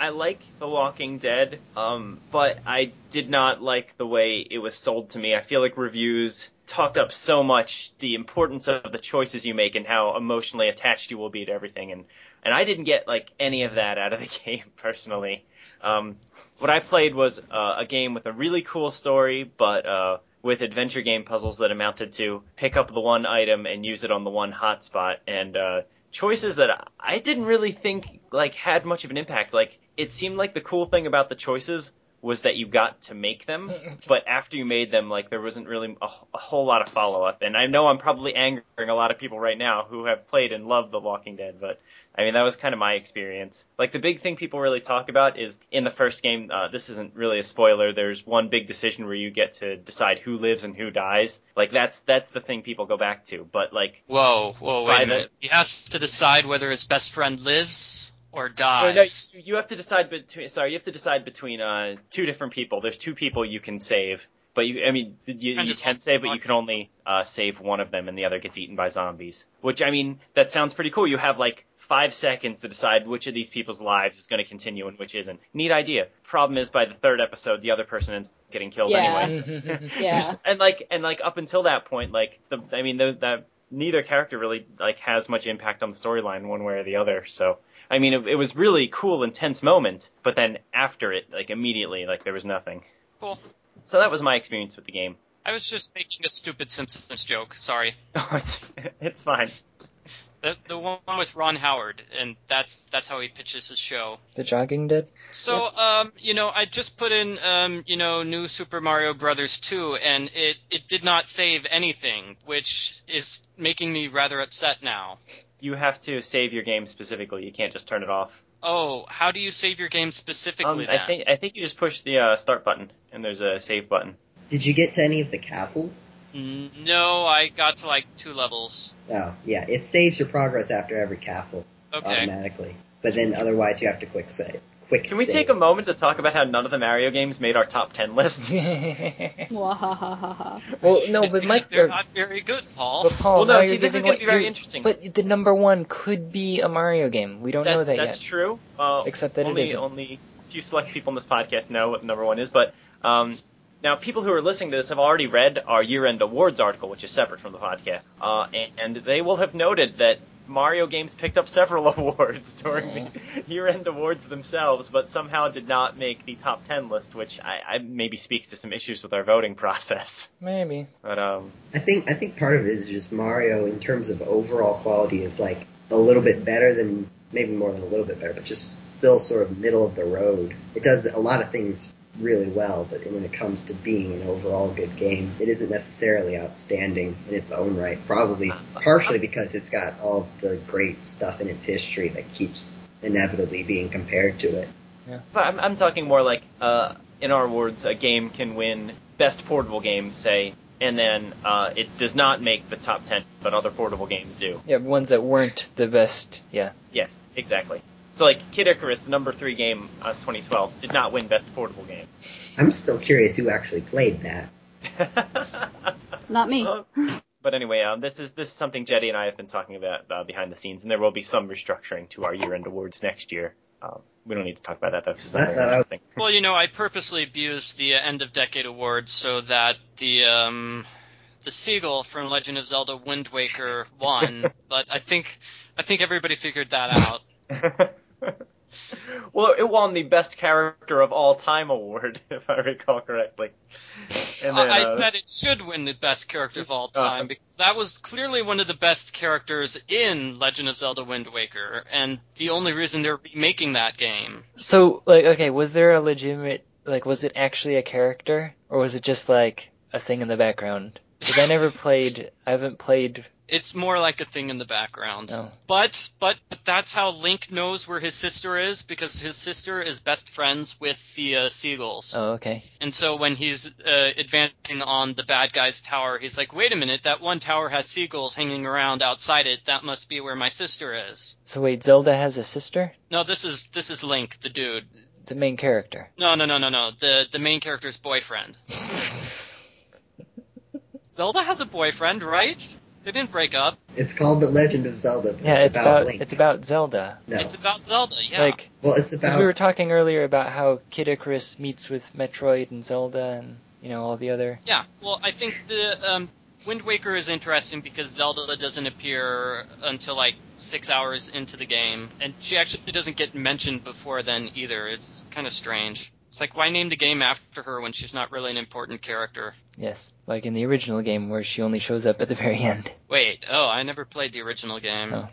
Speaker 2: I like The Walking Dead, um, but I did not like the way it was sold to me. I feel like reviews talked up so much the importance of the choices you make and how emotionally attached you will be to everything, and and I didn't get like any of that out of the game personally. Um, what I played was uh, a game with a really cool story, but uh, with adventure game puzzles that amounted to pick up the one item and use it on the one hotspot, and uh, choices that I didn't really think like had much of an impact. Like it seemed like the cool thing about the choices was that you got to make them, but after you made them, like there wasn't really a, a whole lot of follow up. And I know I'm probably angering a lot of people right now who have played and loved The Walking Dead, but I mean, that was kind of my experience. Like, the big thing people really talk about is in the first game, uh, this isn't really a spoiler, there's one big decision where you get to decide who lives and who dies. Like, that's, that's the thing people go back to. But, like,
Speaker 3: Whoa, whoa, wait
Speaker 2: By
Speaker 3: a
Speaker 2: the-
Speaker 3: minute. He has to decide whether his best friend lives or
Speaker 2: or Oh, no,
Speaker 3: dies.
Speaker 2: you have to decide between, sorry, you have to decide between, uh, two different people. There's two people you can save. But you, I mean, you,
Speaker 3: Friend
Speaker 2: you
Speaker 3: is
Speaker 2: can
Speaker 3: one-
Speaker 2: save, but you can only uh, save one of them, and the other gets eaten by zombies. Which, I mean, that sounds pretty cool. You have like five seconds to decide which of these people's lives is going to continue and which isn't. Neat idea. Problem is, by the third episode, the other person ends up getting killed
Speaker 4: Yeah.
Speaker 1: Mm-hmm.
Speaker 2: anyway.
Speaker 4: Yeah.
Speaker 2: And like, and like up until that point, like, the, I mean, the, that neither character really like has much impact on the storyline one way or the other. So, I mean, it, it was really cool, intense moment, but then after it, like immediately, like there was nothing.
Speaker 3: Cool.
Speaker 2: So that was my experience with the game.
Speaker 3: I was just making a stupid Simpsons joke. Sorry.
Speaker 2: Oh, it's it's fine.
Speaker 3: The, the one with Ron Howard, and that's that's how he pitches his show.
Speaker 1: The jogging dead.
Speaker 3: So, um, you know, I just put in, um, you know, New Super Mario Brothers 2, and it, it did not save anything, which is making me rather upset now.
Speaker 2: You have to save your game specifically. You can't just turn it off.
Speaker 3: Oh, how do you save your game
Speaker 2: Um,
Speaker 3: specifically then?
Speaker 2: I think I think you just push the uh, start button and there's a save button.
Speaker 5: Did you get to any of the castles?
Speaker 3: No, I got to like two levels.
Speaker 5: Oh, yeah. It saves your progress after every castle
Speaker 3: Okay.
Speaker 5: automatically, but then otherwise you have to quick save. Quick
Speaker 2: Can we
Speaker 5: save.
Speaker 2: take a moment to talk about how none of the Mario games made our top ten list?
Speaker 1: well,
Speaker 4: Wahahaha.
Speaker 1: no,
Speaker 3: It's
Speaker 1: but
Speaker 3: because
Speaker 1: Mike, uh,
Speaker 3: they're
Speaker 1: but
Speaker 3: not very good, Paul.
Speaker 1: Paul,
Speaker 2: well, no.
Speaker 1: Oh, now
Speaker 2: See,
Speaker 1: you're
Speaker 2: this
Speaker 1: giving
Speaker 2: is going
Speaker 1: away-
Speaker 2: to be very
Speaker 1: you're-
Speaker 2: interesting.
Speaker 1: But the number one could be a Mario game. We don't
Speaker 2: that's,
Speaker 1: know that
Speaker 2: that's
Speaker 1: yet.
Speaker 2: true. Uh,
Speaker 1: Except that it
Speaker 2: only
Speaker 1: isn't.
Speaker 2: only a few select people in this podcast know what number one is. But um, now, people who are listening to this have already read our year-end awards article, which is separate from the podcast, uh, and, and they will have noted that Mario games picked up several awards during
Speaker 1: Mm-hmm.
Speaker 2: the year-end awards themselves, but somehow did not make the top ten list, which I, I maybe speaks to some issues with our voting process.
Speaker 1: Maybe.
Speaker 2: But um,
Speaker 5: I think I think part of it is just Mario in terms of overall quality is like a little bit better than maybe more than a little bit better, but just still sort of middle of the road. It does a lot of things really well, but when it comes to being an overall good game, it isn't necessarily outstanding in its own right. Probably partially because it's got all the great stuff in its history that keeps inevitably being compared to it.
Speaker 2: But I'm, I'm talking more like, uh, in our words, a game can win best portable game, say, and then uh, it does not make the top 10, but other portable games do.
Speaker 1: Yeah, ones that weren't the best. Yeah.
Speaker 2: Yes, exactly. So, like, Kid Icarus, the number three game of 2012, did not win best portable game.
Speaker 5: I'm still curious who actually played that.
Speaker 4: Not
Speaker 2: Oh,
Speaker 4: me.
Speaker 2: but anyway, um, this is this is something Jetty and I have been talking about uh, behind the scenes, and there will be some restructuring to our year-end awards next year. Um, we don't need to talk about that though, because it's not
Speaker 5: That-
Speaker 2: very
Speaker 5: that-
Speaker 2: much thing.
Speaker 3: Well, you know, I purposely abused the uh, end of decade awards so that the um, the seagull from Legend of Zelda Wind Waker won, but I think I think everybody figured that out.
Speaker 2: well, it won the best character of all time award, if I recall correctly. And then,
Speaker 3: I I
Speaker 2: uh,
Speaker 3: said it should win the best character of all
Speaker 1: Uh-huh.
Speaker 2: Uh.
Speaker 3: time because that was clearly one of the best characters in Legend of Zelda Wind Waker, and the only reason they're remaking that game.
Speaker 1: So, like, okay, was there a legitimate, like, was it actually a character, or was it just like a thing in the background? Because I never played, I haven't played
Speaker 3: It's more like a thing in the background.
Speaker 1: No.
Speaker 3: But but that's how Link knows where his sister is because his sister is best friends with the uh, seagulls.
Speaker 1: Oh, okay.
Speaker 3: And so when he's uh, advancing on the bad guy's tower, he's like, "Wait a minute, that one tower has seagulls hanging around outside it. That must be where my sister is."
Speaker 1: So wait, Zelda has a sister?
Speaker 3: No, this is this is Link, the dude.
Speaker 1: The main character.
Speaker 3: No, no, no, no, no. The the main character's boyfriend. Zelda has a boyfriend, right? They didn't break up.
Speaker 5: It's called The Legend of Zelda. But
Speaker 1: Yeah, it's about
Speaker 5: Link.
Speaker 1: it's about Zelda.
Speaker 5: no.
Speaker 3: It's about Zelda, yeah.
Speaker 1: Like
Speaker 5: well, it's
Speaker 1: Because
Speaker 5: about
Speaker 1: we were talking earlier about how Kid Icarus meets with Metroid and Zelda and you know all the other.
Speaker 3: Yeah, well, I think the um, Wind Waker is interesting because Zelda doesn't appear until like six hours into the game, and she actually doesn't get mentioned before then either. It's kind of strange. It's like why name the game after her when she's not really an important character?
Speaker 1: Yes, like in the original game where she only shows up at the very end.
Speaker 3: Wait, oh, I never played the original game.
Speaker 1: Oh.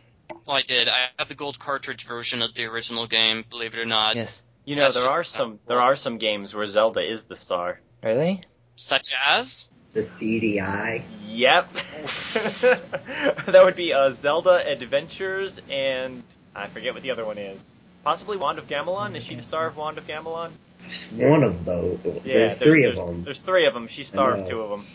Speaker 3: Well, I did. I have the gold cartridge version of the original game, believe it or not.
Speaker 1: Yes,
Speaker 2: You know,
Speaker 3: That's
Speaker 2: there
Speaker 3: just
Speaker 2: are
Speaker 3: not
Speaker 2: some
Speaker 3: cool.
Speaker 2: there are some games where Zelda is the star.
Speaker 1: really?
Speaker 3: Such as?
Speaker 5: the CDI.
Speaker 2: Yep. that would be uh, Zelda Adventures and I forget what the other one is. Possibly Wand of Gamelon. Is she the star of Wand of Gamelon?
Speaker 5: One of those. there's three of them.
Speaker 2: There's three of them. She's star
Speaker 5: I
Speaker 2: of
Speaker 5: know.
Speaker 2: two of them,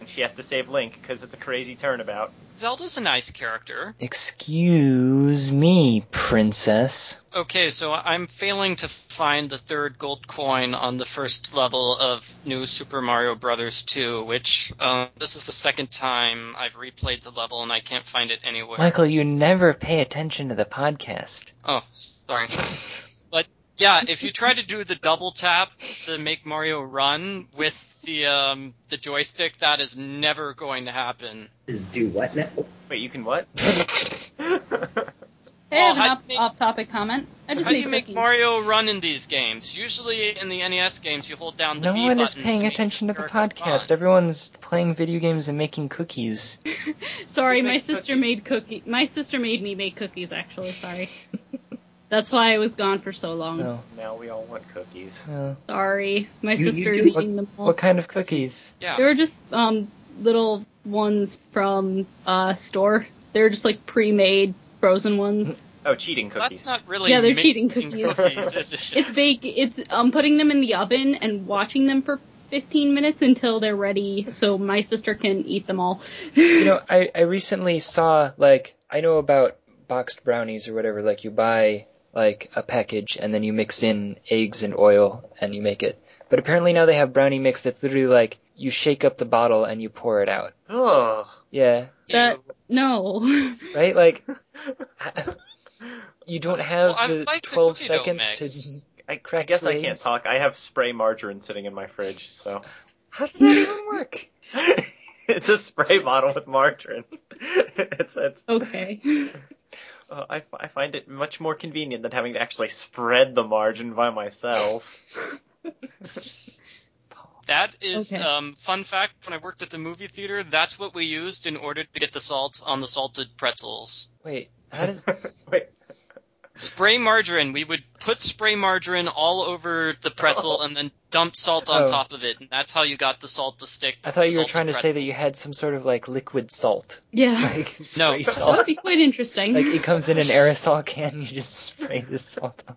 Speaker 2: and she has to save Link because it's a crazy turnabout.
Speaker 3: Zelda's a nice character.
Speaker 1: Excuse me, princess.
Speaker 3: Okay, so I'm failing to find the third gold coin on the first level of New Super Mario Brothers 2, which um, this is the second time I've replayed the level and I can't find it anywhere.
Speaker 1: Michael, you never pay attention to the podcast.
Speaker 3: Oh, sorry. But yeah, if you try to do the double tap to make Mario run with the um, the joystick, that is never going to happen.
Speaker 5: Do what now?
Speaker 2: Wait, you can what?
Speaker 4: Hey, I
Speaker 3: Well, how
Speaker 4: have
Speaker 3: do
Speaker 4: an
Speaker 3: you
Speaker 4: off topic comment. I just
Speaker 3: How do
Speaker 4: made
Speaker 3: you make
Speaker 4: cookies.
Speaker 3: Mario run in these games? Usually in the NES games, you hold down the
Speaker 1: No
Speaker 3: B
Speaker 1: one is
Speaker 3: button
Speaker 1: paying
Speaker 3: make
Speaker 1: attention to
Speaker 3: your
Speaker 1: the
Speaker 3: character run.
Speaker 1: podcast. Everyone's playing video games and making cookies.
Speaker 4: Sorry,
Speaker 2: You
Speaker 4: my
Speaker 2: make
Speaker 4: sister
Speaker 2: cookies.
Speaker 4: made cookie. My sister made me make cookies. Actually, sorry. That's why I was gone for so long.
Speaker 1: No.
Speaker 2: now we all want cookies.
Speaker 3: Hmm.
Speaker 1: no.
Speaker 4: Sorry, my
Speaker 5: You- you
Speaker 4: sister's
Speaker 5: do-
Speaker 4: eating them all.
Speaker 1: uh, What kind of cookies?
Speaker 3: Yeah.
Speaker 4: They were just um little ones from uh store. They were just like pre-made frozen ones.
Speaker 2: Oh, cheating cookies.
Speaker 3: That's not really.
Speaker 4: Yeah, they're
Speaker 3: making
Speaker 4: cheating cookies.
Speaker 3: is it?
Speaker 4: It's bake. It's um putting them in the oven and watching them for 15 minutes until they're ready, so my sister can eat them all.
Speaker 1: you know, I, I recently saw like I know about boxed brownies or whatever. Like you buy like a package and then you mix in eggs and oil and you make it. But apparently now they have brownie mix that's literally like you shake up the bottle and you pour it out.
Speaker 2: Ugh.
Speaker 1: Yeah,
Speaker 4: That
Speaker 3: Ew.
Speaker 4: no.
Speaker 1: right. Like you don't have
Speaker 3: Well, I
Speaker 1: the
Speaker 3: like the
Speaker 1: twelve
Speaker 3: cookie dough
Speaker 1: seconds
Speaker 3: mix.
Speaker 1: to.
Speaker 2: I, I
Speaker 1: Cracked
Speaker 2: guess I
Speaker 1: ways.
Speaker 2: can't talk. I have spray margarine sitting in my fridge, so
Speaker 1: How does that even work?
Speaker 2: it's a spray bottle with margarine. it's it's.
Speaker 4: Okay.
Speaker 2: Uh, I, fi- I find it much more convenient than having to actually spread the margin by myself.
Speaker 3: That is
Speaker 4: Okay.
Speaker 3: um, fun fact. When I worked at the movie theater, that's what we used in order to get the salt on the salted pretzels.
Speaker 1: Wait, how does?
Speaker 2: Wait,
Speaker 3: Spray margarine. We would put spray margarine all over the pretzel and then dump salt on
Speaker 1: Oh.
Speaker 3: top of it, and that's how you got the salt to stick. To
Speaker 1: I thought
Speaker 3: the
Speaker 1: you were
Speaker 3: salted
Speaker 1: trying to say that you
Speaker 3: pretzels.
Speaker 1: had some sort of like liquid salt,
Speaker 4: Yeah.
Speaker 1: like spray
Speaker 4: That would
Speaker 1: salt.
Speaker 4: be quite interesting.
Speaker 1: Like it comes in an aerosol can, you just spray the salt on.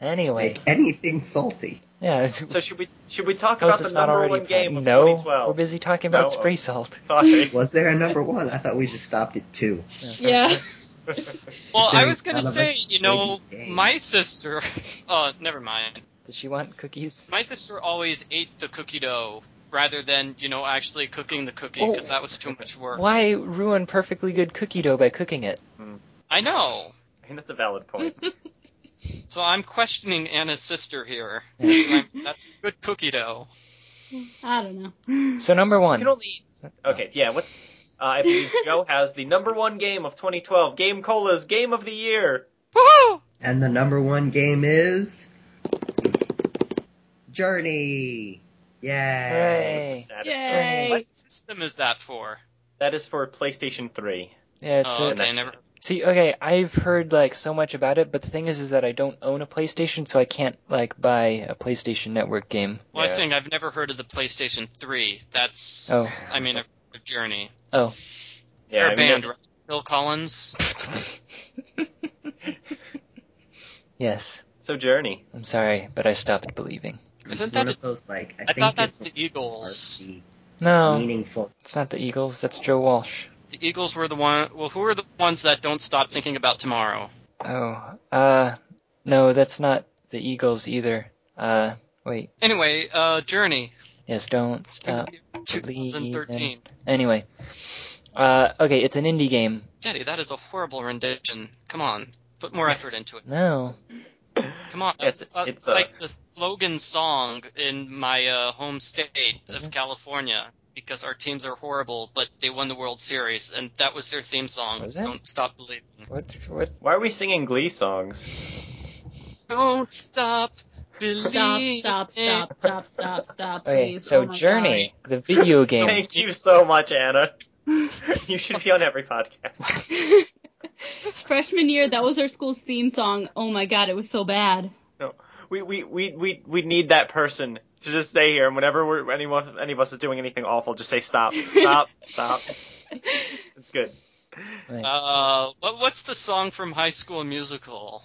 Speaker 1: Anyway,
Speaker 5: Like anything salty.
Speaker 1: yeah.
Speaker 2: so should we should we talk
Speaker 1: How is
Speaker 2: about the
Speaker 1: this not
Speaker 2: number
Speaker 1: already
Speaker 2: one
Speaker 1: a
Speaker 2: game
Speaker 1: problem?
Speaker 2: of
Speaker 1: No, we're
Speaker 2: 2012?
Speaker 1: busy talking about
Speaker 2: No.
Speaker 1: spray salt.
Speaker 2: Sorry.
Speaker 5: Was there a number one? I thought we just stopped at two.
Speaker 4: yeah.
Speaker 3: Well, I
Speaker 5: Dude,
Speaker 3: was gonna
Speaker 5: none of
Speaker 3: say,
Speaker 5: us
Speaker 3: you know,
Speaker 5: played these games.
Speaker 3: my sister. Uh, never mind.
Speaker 1: Does she want cookies?
Speaker 3: My sister always ate the cookie dough rather than, you know, actually cooking the cookie
Speaker 1: Oh.
Speaker 3: because that was too much work.
Speaker 1: Why ruin perfectly good cookie dough by cooking it?
Speaker 3: I know.
Speaker 2: I mean, that's a valid point.
Speaker 3: So I'm questioning Anna's sister here.
Speaker 1: Yes.
Speaker 3: So I'm- That's good cookie dough.
Speaker 4: I don't know.
Speaker 1: So number
Speaker 2: You
Speaker 1: one.
Speaker 2: can only eat. Okay, yeah. What's uh, I believe Joe has the number one game of 2012, Game Cola's Game of the Year.
Speaker 3: Woohoo!
Speaker 5: And the number one game is Journey. Yay!
Speaker 1: Hooray.
Speaker 2: Saddest-
Speaker 4: Yay.
Speaker 3: What system is that for?
Speaker 2: That is for PlayStation 3.
Speaker 1: Yeah, it's
Speaker 3: Oh,
Speaker 1: a-
Speaker 3: okay, never.
Speaker 1: See, okay, I've heard like so much about it, but the thing is, is that I don't own a PlayStation, so I can't like buy a PlayStation Network game.
Speaker 3: Well, I was
Speaker 2: Yeah.
Speaker 3: saying I've never heard of the PlayStation 3. That's.
Speaker 1: Oh.
Speaker 3: I mean, I've of Journey.
Speaker 1: Oh,
Speaker 3: They're
Speaker 2: Yeah,
Speaker 3: a
Speaker 2: I mean,
Speaker 3: band,
Speaker 2: they're-
Speaker 3: right? Phil Collins.
Speaker 1: yes.
Speaker 2: so Journey.
Speaker 1: I'm sorry, but I stopped believing.
Speaker 3: Isn't
Speaker 5: It's one
Speaker 3: that
Speaker 5: of those like I,
Speaker 3: I
Speaker 5: think
Speaker 3: thought that's
Speaker 5: it's
Speaker 3: the Eagles.
Speaker 5: varsity
Speaker 1: No,
Speaker 5: meaningful.
Speaker 1: Oh. it's not the Eagles. That's Joe Walsh.
Speaker 3: The Eagles were the one. Well, who are the ones that don't stop thinking about tomorrow?
Speaker 1: Oh, uh, no, that's not the Eagles either. Uh, wait.
Speaker 3: Anyway, uh, Journey,
Speaker 1: Yes, don't stop.
Speaker 3: 2013.
Speaker 1: Anyway, uh, okay, it's an indie game.
Speaker 3: Jetty, that is a horrible rendition. Come on, put more effort into it.
Speaker 1: No,
Speaker 3: Come on,
Speaker 2: It's-
Speaker 3: that's uh,
Speaker 2: it's a-
Speaker 3: like the slogan song in my uh, home state
Speaker 1: Is
Speaker 3: of
Speaker 1: it?
Speaker 3: California because our teams are horrible, but they won the World Series, and that was their theme song.
Speaker 1: Was it?
Speaker 3: Don't stop believing.
Speaker 1: what? What?
Speaker 2: Why are we singing Glee songs?
Speaker 3: Don't stop
Speaker 4: Stop,
Speaker 3: believing.
Speaker 4: stop, stop, stop, stop, stop,
Speaker 1: Okay,
Speaker 4: please.
Speaker 1: so
Speaker 4: Oh my
Speaker 1: Journey, the video game.
Speaker 2: Thank you so much, Anna. you should be on every podcast.
Speaker 4: gosh. Freshman year, that was our school's theme song. Oh my god, it was so bad.
Speaker 2: We we we we, we need that person to just stay here, and whenever we're, anyone any of us is doing anything awful, just say stop, stop, stop. It's good.
Speaker 3: Uh, what, what's the song from High School Musical?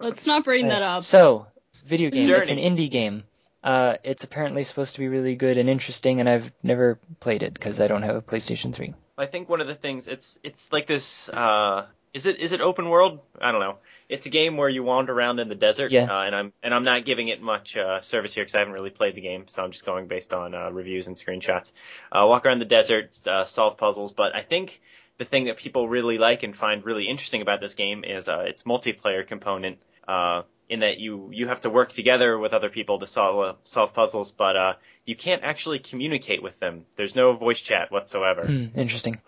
Speaker 4: Let's not bring that up.
Speaker 1: So, video game. It's an
Speaker 2: Journey.
Speaker 1: indie game. Uh, it's apparently supposed to be really good and interesting, and I've never played it because I don't have a PlayStation 3.
Speaker 2: I think one of the things it's it's like this. Uh, is it is it open world? I don't know. It's a game where you wander around in the desert.
Speaker 1: Yeah.
Speaker 2: Uh, and I'm and I'm not giving it much uh, service here because I haven't really played the game, so I'm just going based on uh, reviews and screenshots. Uh, walk around the desert, uh, solve puzzles. But I think the thing that people really like and find really interesting about this game is uh, its multiplayer component. Uh, in that you you have to work together with other people to solve uh, solve puzzles, but uh, you can't actually communicate with them. There's no voice chat whatsoever.
Speaker 1: Hmm, interesting.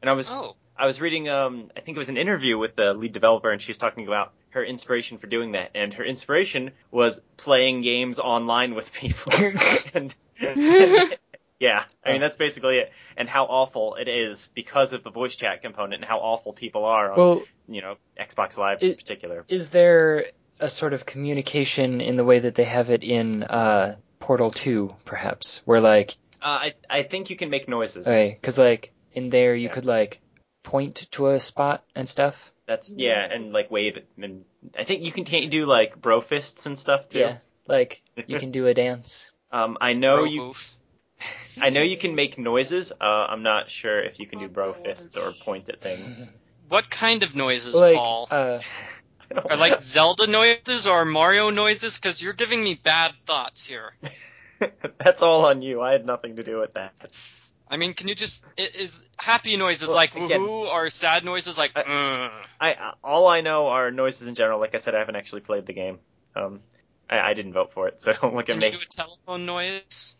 Speaker 2: And I was
Speaker 3: Oh,
Speaker 2: I was reading, um, I think it was an interview with the lead developer, and she was talking about her inspiration for doing that. And her inspiration was playing games online with people. and, yeah, I mean that's basically it. And how awful it is because of the voice chat component, and how awful people are on,
Speaker 1: Well,
Speaker 2: you know, Xbox Live in
Speaker 1: It-
Speaker 2: particular.
Speaker 1: is there a sort of communication in the way that they have it in uh, Portal 2, perhaps, where like
Speaker 2: Uh, I I think you can make noises.
Speaker 1: Okay, because like in there you
Speaker 2: Yeah.
Speaker 1: could like point to a spot and stuff.
Speaker 2: That's yeah, and like wave it. And I think you can can't you do like bro fists and stuff too.
Speaker 1: like you can do a dance.
Speaker 2: Um, I know
Speaker 3: bro
Speaker 2: you
Speaker 3: hoof.
Speaker 2: I know you can make noises. Uh, I'm not sure if you can do bro fists or point at things.
Speaker 3: What kind of noises,
Speaker 1: Like
Speaker 3: Paul?
Speaker 1: uh,
Speaker 2: I don't
Speaker 3: Are like Zelda noises or Mario noises? Because you're giving me bad thoughts here.
Speaker 2: That's all on you. I had nothing to do with that.
Speaker 3: I mean, can you just i- is happy noises
Speaker 2: Well,
Speaker 3: like
Speaker 2: again-
Speaker 3: woohoo or sad noises like
Speaker 2: I-
Speaker 3: mm?
Speaker 2: I I- all I know are noises in general. Like I said, I haven't actually played the game. Um, I, I didn't vote for it, so don't look at
Speaker 3: Can you
Speaker 2: me.
Speaker 3: do a telephone noise?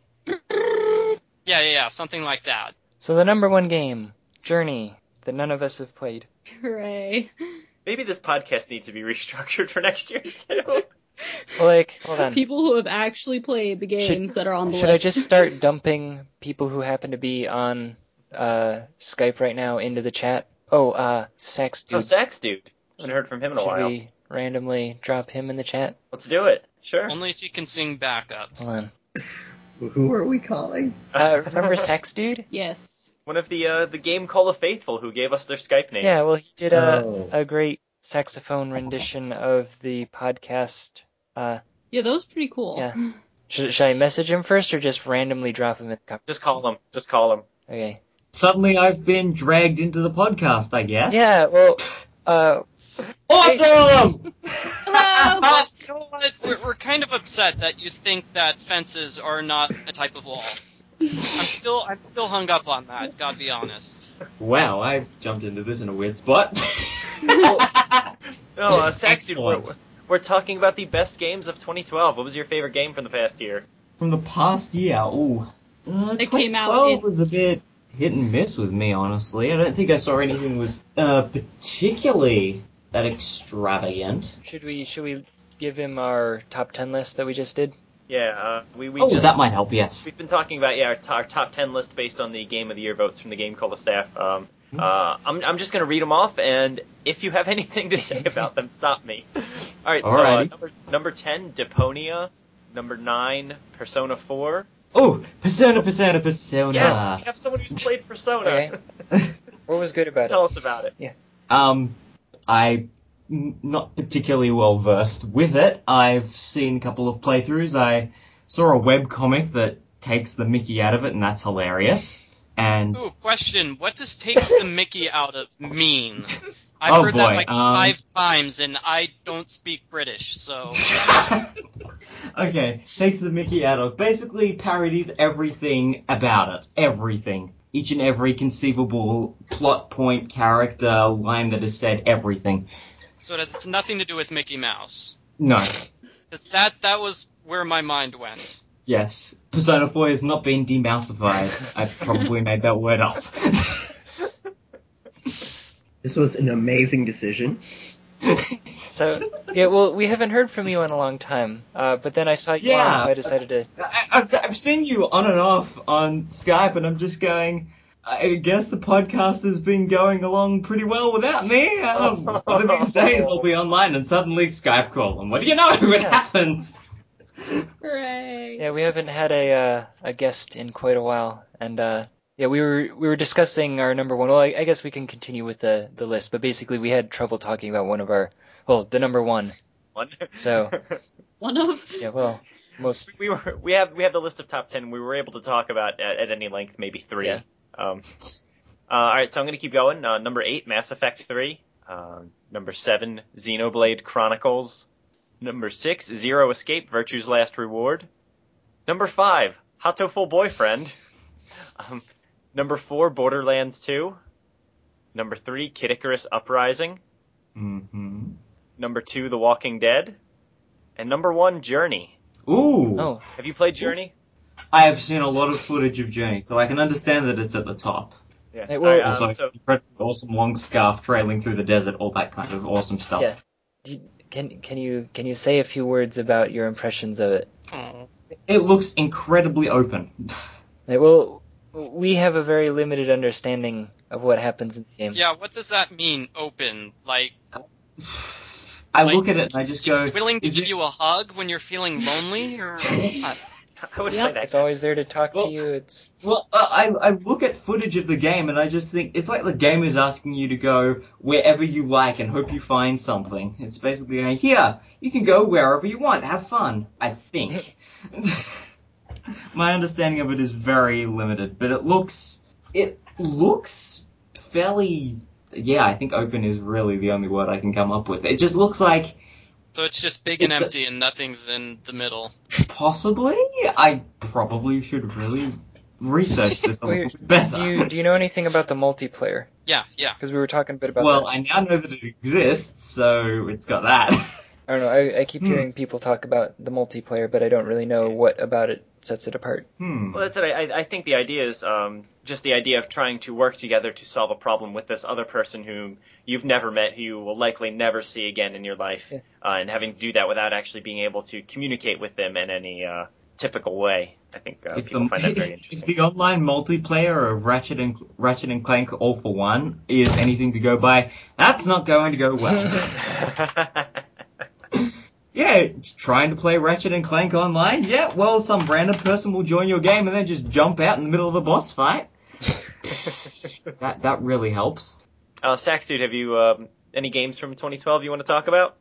Speaker 3: yeah, yeah, yeah, something like that.
Speaker 1: so the number one game, Journey, that none of us have played.
Speaker 4: Hooray.
Speaker 2: Maybe this podcast needs to be restructured for next year too.
Speaker 1: Well, like hold on,
Speaker 4: People who have actually played the games that are on the
Speaker 1: should I
Speaker 4: list.
Speaker 1: just start dumping people who happen to be on uh, Skype right now into the chat? Oh, uh, Sax
Speaker 2: Oh,
Speaker 1: dude,
Speaker 2: Sax dude. I haven't heard from him in a
Speaker 1: should
Speaker 2: while.
Speaker 1: we randomly drop him in the chat?
Speaker 2: Let's do it. Sure.
Speaker 3: Only if you can sing backup.
Speaker 1: Hold on.
Speaker 5: Who are we calling?
Speaker 1: Uh, remember Sax dude?
Speaker 4: yes.
Speaker 2: One of the uh, the game Call of Faithful who gave us their Skype name.
Speaker 1: Yeah, well he did a
Speaker 5: Oh.
Speaker 1: a great saxophone rendition of the podcast. Uh,
Speaker 4: Yeah, that was pretty cool.
Speaker 1: Yeah. should, should I message him first or just randomly drop him in the conversation?
Speaker 2: Just call him. Just call him.
Speaker 1: Okay.
Speaker 6: Suddenly I've been dragged into the podcast, I guess.
Speaker 1: Yeah. Well. Uh.
Speaker 6: Awesome!
Speaker 4: Hello!
Speaker 3: Uh, you know what? We're, we're kind of upset that you think that fences are not a type of wall. I'm still I'm still hung up on that. God be honest.
Speaker 6: wow, I jumped into this in a weird spot.
Speaker 2: No, uh, Sax dude. We're,
Speaker 6: Excellent.
Speaker 2: we're talking about the best games of 2012. What was your favorite game from the past year?
Speaker 6: From the past year, ooh. Uh,
Speaker 4: It came out
Speaker 6: 2012
Speaker 4: in-
Speaker 6: was a bit hit and miss with me, honestly. I don't think I saw anything that was uh, particularly that extravagant.
Speaker 1: Should we should we give him our top ten list that we just did?
Speaker 2: Yeah, uh, we we
Speaker 6: oh,
Speaker 2: just,
Speaker 6: that might help, yes.
Speaker 2: we've been talking about yeah our, t- our top ten list based on the game of the year votes from the game called the staff. Um,
Speaker 6: Hmm.
Speaker 2: uh, I'm I'm just gonna read them off, and if you have anything to say about them, stop me. All right, so uh,
Speaker 6: Alrighty.
Speaker 2: number number ten, Deponia. Number nine, Persona Four.
Speaker 6: Oh, Persona, Persona, Persona.
Speaker 2: Yes, we have someone who's played Persona.
Speaker 1: Okay. What was good about
Speaker 2: Tell
Speaker 1: it?
Speaker 2: us about it.
Speaker 6: Um, I'm not particularly well versed with it. I've seen a couple of playthroughs. I saw a web comic that takes the Mickey out of it, and that's hilarious. And
Speaker 3: Ooh, question. What does takes the Mickey out of mean? I've
Speaker 6: Oh,
Speaker 3: heard that
Speaker 6: boy,
Speaker 3: like
Speaker 6: um,
Speaker 3: five times, and I don't speak British, so.
Speaker 2: Oh.
Speaker 6: okay, takes the Mickey out of basically parodies everything about it. Everything. Each and every conceivable plot point, character, line that is said, everything.
Speaker 3: So it has nothing to do with Mickey Mouse.
Speaker 6: No.
Speaker 3: 'Cause that, that was where my mind went.
Speaker 6: Yes. Persona 4 has not been demousified. I probably made that word up.
Speaker 5: This was an amazing decision.
Speaker 1: So yeah, well, we haven't heard from you in a long time. Uh, but then I saw you on,
Speaker 6: Yeah.
Speaker 1: so I decided to.
Speaker 6: I, I've, I've seen you on and off on Skype, and I'm just going. I guess the podcast has been going along pretty well without me. Um, one of these days I'll be online and suddenly Skype call, and what do you know? It
Speaker 1: Yeah.
Speaker 6: happens.
Speaker 4: Hooray.
Speaker 1: Yeah, we haven't had a uh, a guest in quite a while, and uh, yeah, we were we were discussing our number one. Well, I, I guess we can continue with the the list, but basically we had trouble talking about one of our well, the number one.
Speaker 2: One.
Speaker 1: So-
Speaker 4: One of.
Speaker 1: Yeah, well, most
Speaker 2: we were we have we have the list of top ten. We were able to talk about at, at any length, maybe three.
Speaker 1: Yeah.
Speaker 2: Um, uh, all right, so I'm going to keep going. Uh, number eight, Mass Effect three. Um, number seven, Xenoblade Chronicles. Number six, Zero Escape: Virtue's Last Reward. Number five, Hato Full Boyfriend. Um, number four, Borderlands two. Number three, Kid Icarus Uprising.
Speaker 6: Mm-hmm.
Speaker 2: Number two, The Walking Dead. And number one, Journey.
Speaker 6: Ooh,
Speaker 1: oh
Speaker 2: Have you played Journey?
Speaker 6: I have seen a lot of footage of Journey, so I can understand that it's at the top.
Speaker 2: Yeah.
Speaker 1: It will-
Speaker 2: I, um,
Speaker 6: also,
Speaker 2: so-
Speaker 6: incredibly awesome long scarf trailing through the desert, all that kind of awesome stuff.
Speaker 1: yeah. Do you- Can can you can you say a few words about your impressions of it?
Speaker 3: Oh.
Speaker 6: It looks incredibly open.
Speaker 1: Like, well, we have a very limited understanding of what happens in the game.
Speaker 3: Yeah, what does that mean, open? Like,
Speaker 6: I
Speaker 3: Like,
Speaker 6: look at it and I just go.
Speaker 3: it's willing to
Speaker 6: is
Speaker 3: give
Speaker 6: it-
Speaker 3: you a hug when you're feeling lonely, or what?
Speaker 2: I would
Speaker 4: Yep.
Speaker 2: say that.
Speaker 1: It's always there to talk
Speaker 6: Well-
Speaker 1: to you. It's
Speaker 6: Well, uh, I, I look at footage of the game and I just think it's like the game is asking you to go wherever you like and hope you find something. It's basically going, here, you can go wherever you want, have fun, I think. My understanding of it is very limited, but it looks, it looks fairly, yeah, I think open is really the only word I can come up with. It just looks like
Speaker 3: so it's just big and empty, and nothing's in the middle.
Speaker 6: Possibly. I probably should really research this a
Speaker 1: Wait,
Speaker 6: little bit better.
Speaker 1: do you do you know anything about the multiplayer?
Speaker 3: Yeah, yeah.
Speaker 1: Because we were talking a bit about.
Speaker 6: well,
Speaker 1: that.
Speaker 6: I now know that it exists, so it's got that.
Speaker 1: I don't know. I, I keep
Speaker 6: Hmm.
Speaker 1: hearing people talk about the multiplayer, but I don't really know what about it sets it apart.
Speaker 6: hmm.
Speaker 2: Well, that's it. I, I- I think the idea is um, just the idea of trying to work together to solve a problem with this other person whom you've never met, who you will likely never see again in your life,
Speaker 1: Yeah.
Speaker 2: uh, and having to do that without actually being able to communicate with them in any uh, typical way. I think uh,
Speaker 6: If
Speaker 2: people
Speaker 6: the,
Speaker 2: find that very
Speaker 6: if
Speaker 2: interesting.
Speaker 6: the online multiplayer of Ratchet and Ratchet and Clank All for One is anything to go by, that's not going to go well. yeah, trying to play Ratchet and Clank online. Yeah, well, some random person will join your game and then just jump out in the middle of a boss fight. That that really helps.
Speaker 2: uh, Sax dude, have you um, any games from 2012 you want to talk about?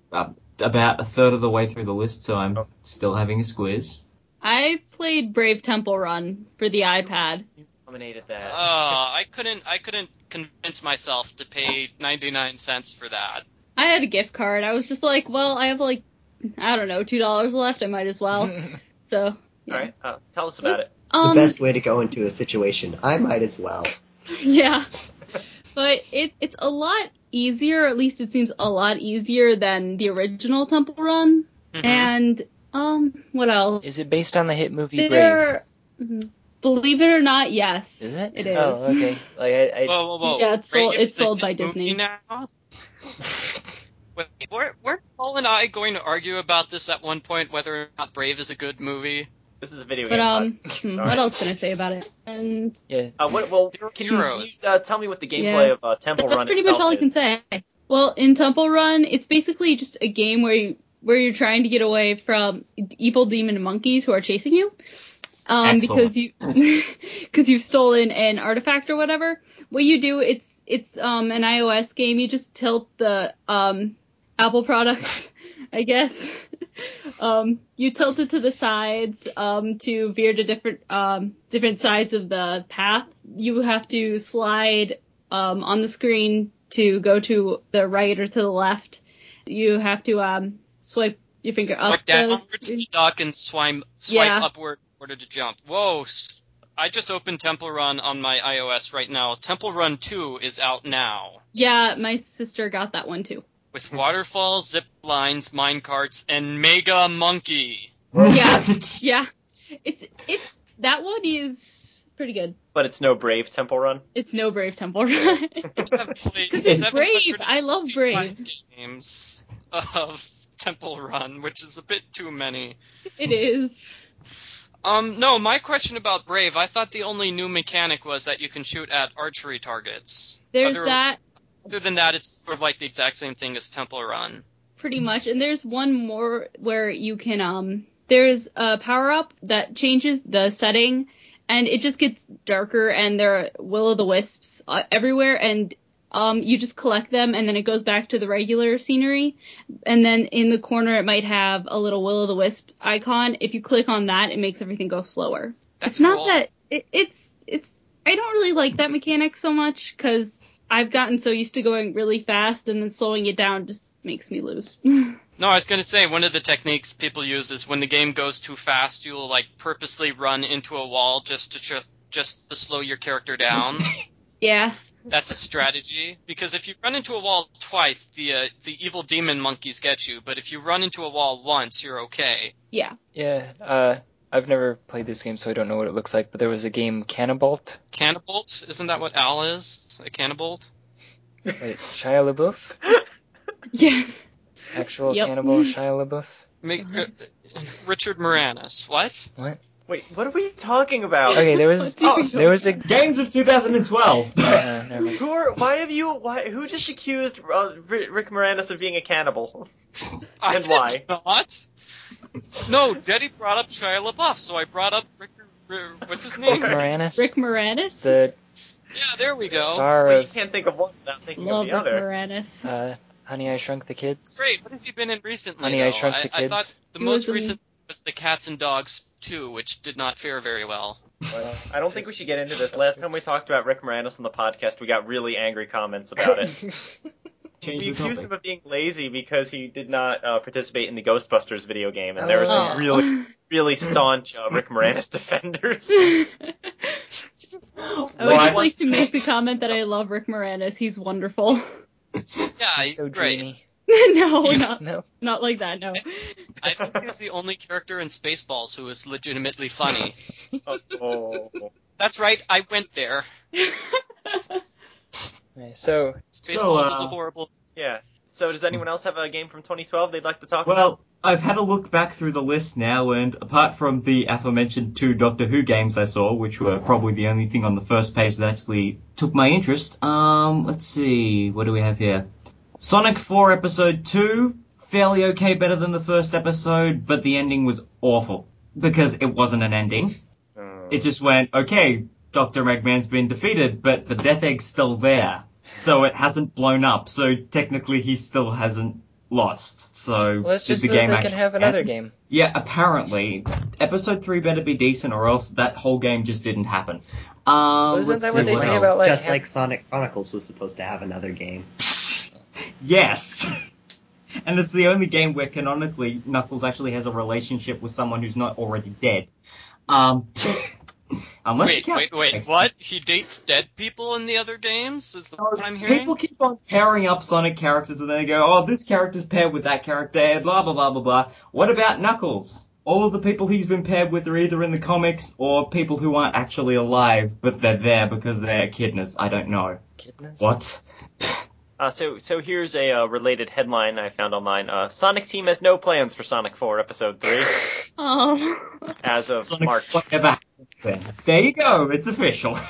Speaker 6: about a third of the way through the list, so I'm
Speaker 2: Oh.
Speaker 6: still having a squeeze.
Speaker 4: I played Brave Temple Run for the iPad.
Speaker 2: Dominated
Speaker 3: Uh,
Speaker 2: that.
Speaker 3: I couldn't, I couldn't convince myself to pay 99 cents for that.
Speaker 4: I had a gift card. I was just like, well, I have like, I don't know, two dollars left. I might as well. So. yeah.
Speaker 2: All right, uh, tell us about Mm-hmm.
Speaker 4: This-
Speaker 2: it.
Speaker 4: Um,
Speaker 5: the best way to go into a situation. I might as well.
Speaker 4: yeah. But it it's a lot easier, at least it seems a lot easier than the original Temple Run.
Speaker 3: Mhm.
Speaker 2: Mm-hmm.
Speaker 4: And um what else?
Speaker 1: is it based on the hit movie Brave?
Speaker 4: There- mhm. believe it or not, yes.
Speaker 1: Is it?
Speaker 4: It is.
Speaker 1: Oh, okay. Like I, I
Speaker 3: whoa, whoa, whoa.
Speaker 4: Yeah, it's sold-
Speaker 3: Brave
Speaker 4: it's
Speaker 3: is a
Speaker 4: sold by
Speaker 3: hit movie
Speaker 4: Disney.
Speaker 3: now. Wait, were, were Paul and I going to argue about this at one point, whether or not Brave is a good movie?
Speaker 2: This is a video
Speaker 4: But
Speaker 2: game. pod.
Speaker 4: um hmm,
Speaker 2: All
Speaker 4: what
Speaker 2: right.
Speaker 4: else can I say about it? And
Speaker 1: yeah.
Speaker 2: Uh, what, well,
Speaker 3: Zero
Speaker 2: can you, can you
Speaker 3: Heroes.
Speaker 2: uh, tell me what the gameplay
Speaker 4: Yeah.
Speaker 2: of uh, Temple
Speaker 4: that's
Speaker 2: Run
Speaker 4: pretty
Speaker 2: itself
Speaker 4: much all I
Speaker 2: is?
Speaker 4: can say. Well, in Temple Run, it's basically just a game where you where you're trying to get away from evil demon monkeys who are chasing you. um,
Speaker 6: Excellent.
Speaker 4: because you because you've stolen an artifact or whatever. What you do, it's it's um, an iOS game. You just tilt the um, Apple product, I guess. um, you tilt it to the sides um, to veer to different um, different sides of the path. You have to slide um, on the screen to go to the right or to the left. You have to um, swipe your finger
Speaker 3: Swipe
Speaker 4: up. the
Speaker 3: downwards
Speaker 4: screen.
Speaker 3: to duck and swipe swipe
Speaker 4: Yeah.
Speaker 3: upward in order to jump. Whoa! s- I just opened Temple Run on my iOS right now. Temple Run 2 is out now
Speaker 4: Yeah, my sister got that one too.
Speaker 3: with waterfalls, zip lines, mine carts, and Mega Monkey.
Speaker 4: Yeah. Yeah. It's it's that one is pretty good.
Speaker 2: But it's no brave temple run.
Speaker 4: It's no Brave Temple Run.
Speaker 3: I've played
Speaker 4: Because it's
Speaker 3: 755
Speaker 4: Brave. I love Brave.
Speaker 3: games of Temple Run, which is a bit too many.
Speaker 4: It is.
Speaker 3: Um, no, my question about Brave, I thought the only new mechanic was that you can shoot at archery targets.
Speaker 4: There's
Speaker 3: Other-
Speaker 4: that
Speaker 3: Other than that, it's sort of like the exact same thing as Temple Run.
Speaker 4: pretty much. And there's one more where you can um there's a power up that changes the setting and it just gets darker and there are will o' the wisps uh, everywhere and um you just collect them and then it goes back to the regular scenery and then in the corner it might have a little will o' the wisp icon. If you click on that it makes everything go slower.
Speaker 3: That's
Speaker 4: it's not
Speaker 3: cool.
Speaker 4: that it, it's it's I don't really like that mechanic so much because I've gotten so used to going really fast and then slowing it down just makes me lose.
Speaker 3: No, I was going to say one of the techniques people use is when the game goes too fast, you'll like purposely run into a wall just to tr- just to slow your character down.
Speaker 4: yeah,
Speaker 3: That's a strategy because if you run into a wall twice, the uh, the evil demon monkeys get you. But if you run into a wall once, you're okay.
Speaker 4: yeah.
Speaker 1: Yeah, uh, I've never played this game, so I don't know what it looks like. But there was a game, Cannibalt.
Speaker 3: Cannibolt, isn't that what Al is? A cannibolt?
Speaker 1: Wait, Shia LaBeouf?
Speaker 4: Yeah.
Speaker 1: Actual
Speaker 4: Yep.
Speaker 1: cannibal Shia LaBeouf?
Speaker 3: Ma-
Speaker 4: Uh-huh.
Speaker 3: uh, Richard Moranis. What?
Speaker 2: Wait, what are we talking about?
Speaker 1: Okay, there was
Speaker 4: What do you
Speaker 1: there was a
Speaker 6: Games of 2012.
Speaker 1: uh, never mind.
Speaker 2: Who are, why have you? Why who just accused uh, Ri- Rick Moranis of being a cannibal? And
Speaker 3: did
Speaker 2: why?
Speaker 3: Not. No, Jetty brought up Shia LaBeouf, so I brought up Rick. R- what's his
Speaker 1: Rick
Speaker 3: name?
Speaker 1: Moranis,
Speaker 4: Rick Moranis.
Speaker 1: the
Speaker 3: Yeah, there we go.
Speaker 1: star
Speaker 2: Well, you
Speaker 1: of
Speaker 2: can't think of one without thinking of
Speaker 4: Love Rick
Speaker 2: the other.
Speaker 4: Moranis.
Speaker 1: uh, Honey I Shrunk the Kids.
Speaker 3: Great. What has he been in recently?
Speaker 1: Honey,
Speaker 3: though?
Speaker 1: I Shrunk the
Speaker 3: I, I thought
Speaker 1: Kids.
Speaker 3: the
Speaker 4: He was
Speaker 3: most
Speaker 4: in-
Speaker 3: recent was the Cats and Dogs 2, which did not fare very well.
Speaker 2: Well, I don't think we should get into this. Last time we talked about Rick Moranis on the podcast, we got really angry comments about it.
Speaker 6: Change
Speaker 2: we
Speaker 6: the
Speaker 2: accused
Speaker 6: topic.
Speaker 2: him of being lazy because he did not uh, participate in the Ghostbusters video game, and there were some
Speaker 4: Oh.
Speaker 2: really, really staunch uh, Rick Moranis defenders.
Speaker 4: I would
Speaker 6: What?
Speaker 4: just like to make the comment that I love Rick Moranis. He's wonderful.
Speaker 3: Yeah,
Speaker 1: He's so
Speaker 3: great.
Speaker 1: dreamy.
Speaker 4: Oh, no, not
Speaker 1: No,
Speaker 4: not like that. No.
Speaker 3: I think he was the only character in Spaceballs who was legitimately funny.
Speaker 2: oh,
Speaker 3: That's right, I went there.
Speaker 1: Okay, so
Speaker 3: Spaceballs
Speaker 6: So, uh,
Speaker 3: is a horrible.
Speaker 2: yeah. So does anyone else have a game from 2012 they'd like to talk about?
Speaker 6: Well, I've had a look back through the list now, and apart from the aforementioned two Doctor Who games I saw, which were probably the only thing on the first page that actually took my interest, um, let's see, what do we have here? Sonic 4 Episode 2, fairly okay, better than the first episode, but the ending was awful. Because it wasn't an ending.
Speaker 2: Uh,
Speaker 6: It just went, okay, Dr. Eggman's been defeated, but the Death Egg's still there. So it hasn't blown up, so technically he still hasn't lost. So
Speaker 1: let's
Speaker 6: did
Speaker 1: just
Speaker 6: the
Speaker 1: so that
Speaker 6: game
Speaker 1: they
Speaker 6: actually
Speaker 1: can have
Speaker 6: end?
Speaker 1: another game.
Speaker 6: Yeah, apparently. Episode 3 better be decent or else that whole game just didn't happen. Um,
Speaker 1: Wasn't
Speaker 6: let's
Speaker 1: that
Speaker 6: see
Speaker 1: what they say
Speaker 6: else.
Speaker 1: about like?
Speaker 5: Just
Speaker 1: half-
Speaker 5: like Sonic Chronicles was supposed to have another game.
Speaker 6: Yes. and it's the only game where canonically Knuckles actually has a relationship with someone who's not already dead. Um, unless you
Speaker 3: Wait,
Speaker 6: count
Speaker 3: wait, wait.
Speaker 6: Next.
Speaker 3: What? He dates dead people in the other games? Is that
Speaker 6: No,
Speaker 3: what I'm hearing?
Speaker 6: Uh, people keep on pairing up Sonic characters and they go, oh, this character's paired with that character, and blah, blah, blah, blah, blah. What about Knuckles? All of the people he's been paired with are either in the comics or people who aren't actually alive, but they're there because they're echidnas. I don't know.
Speaker 1: Kidness?
Speaker 6: What?
Speaker 2: Uh, so, so here's a uh, related headline I found online. Uh, Sonic Team has no plans for Sonic 4 Episode 3
Speaker 4: Oh.
Speaker 2: as of
Speaker 6: Sonic
Speaker 2: March.
Speaker 6: whatever happens then. There you go, it's official.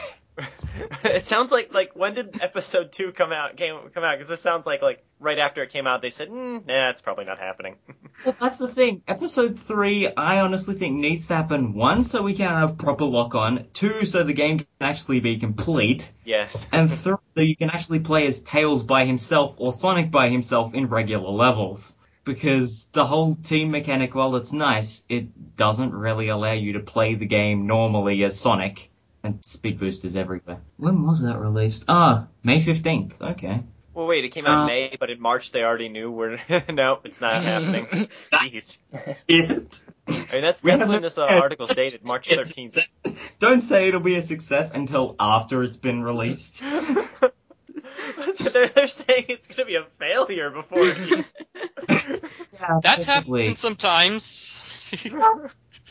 Speaker 2: it sounds like like when did episode two come out? Came come out because this sounds like like right after it came out they said, mm, nah, it's probably not happening.
Speaker 6: Well, that's the thing. Episode three, I honestly think needs to happen one, so we can have proper lock on. Two, so the game can actually be complete.
Speaker 2: yes.
Speaker 6: And three, so you can actually play as Tails by himself or Sonic by himself in regular levels. Because the whole team mechanic, while it's nice, it doesn't really allow you to play the game normally as Sonic. And speed boosters everywhere. When was that released? Ah, May 15th. Okay.
Speaker 2: Well, wait, it came out
Speaker 6: Uh,
Speaker 2: in May, but in March they already knew we're no, it's not happening. Jeez. I mean, that's,
Speaker 6: We
Speaker 2: that's
Speaker 6: have
Speaker 2: when
Speaker 6: a-
Speaker 2: this uh, article's dated, March
Speaker 6: It's-
Speaker 2: 13th.
Speaker 6: Don't say it'll be a success until after it's been released.
Speaker 2: so they're, they're saying it's going to be a failure before.
Speaker 3: That's
Speaker 6: possibly.
Speaker 3: happened sometimes.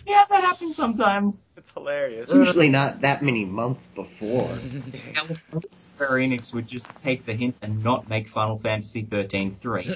Speaker 6: Yeah, that happens sometimes.
Speaker 2: it's hilarious.
Speaker 1: Mm.
Speaker 5: Usually not that many months before.
Speaker 6: Square Enix would just take the hint and not make Final Fantasy thirteen three.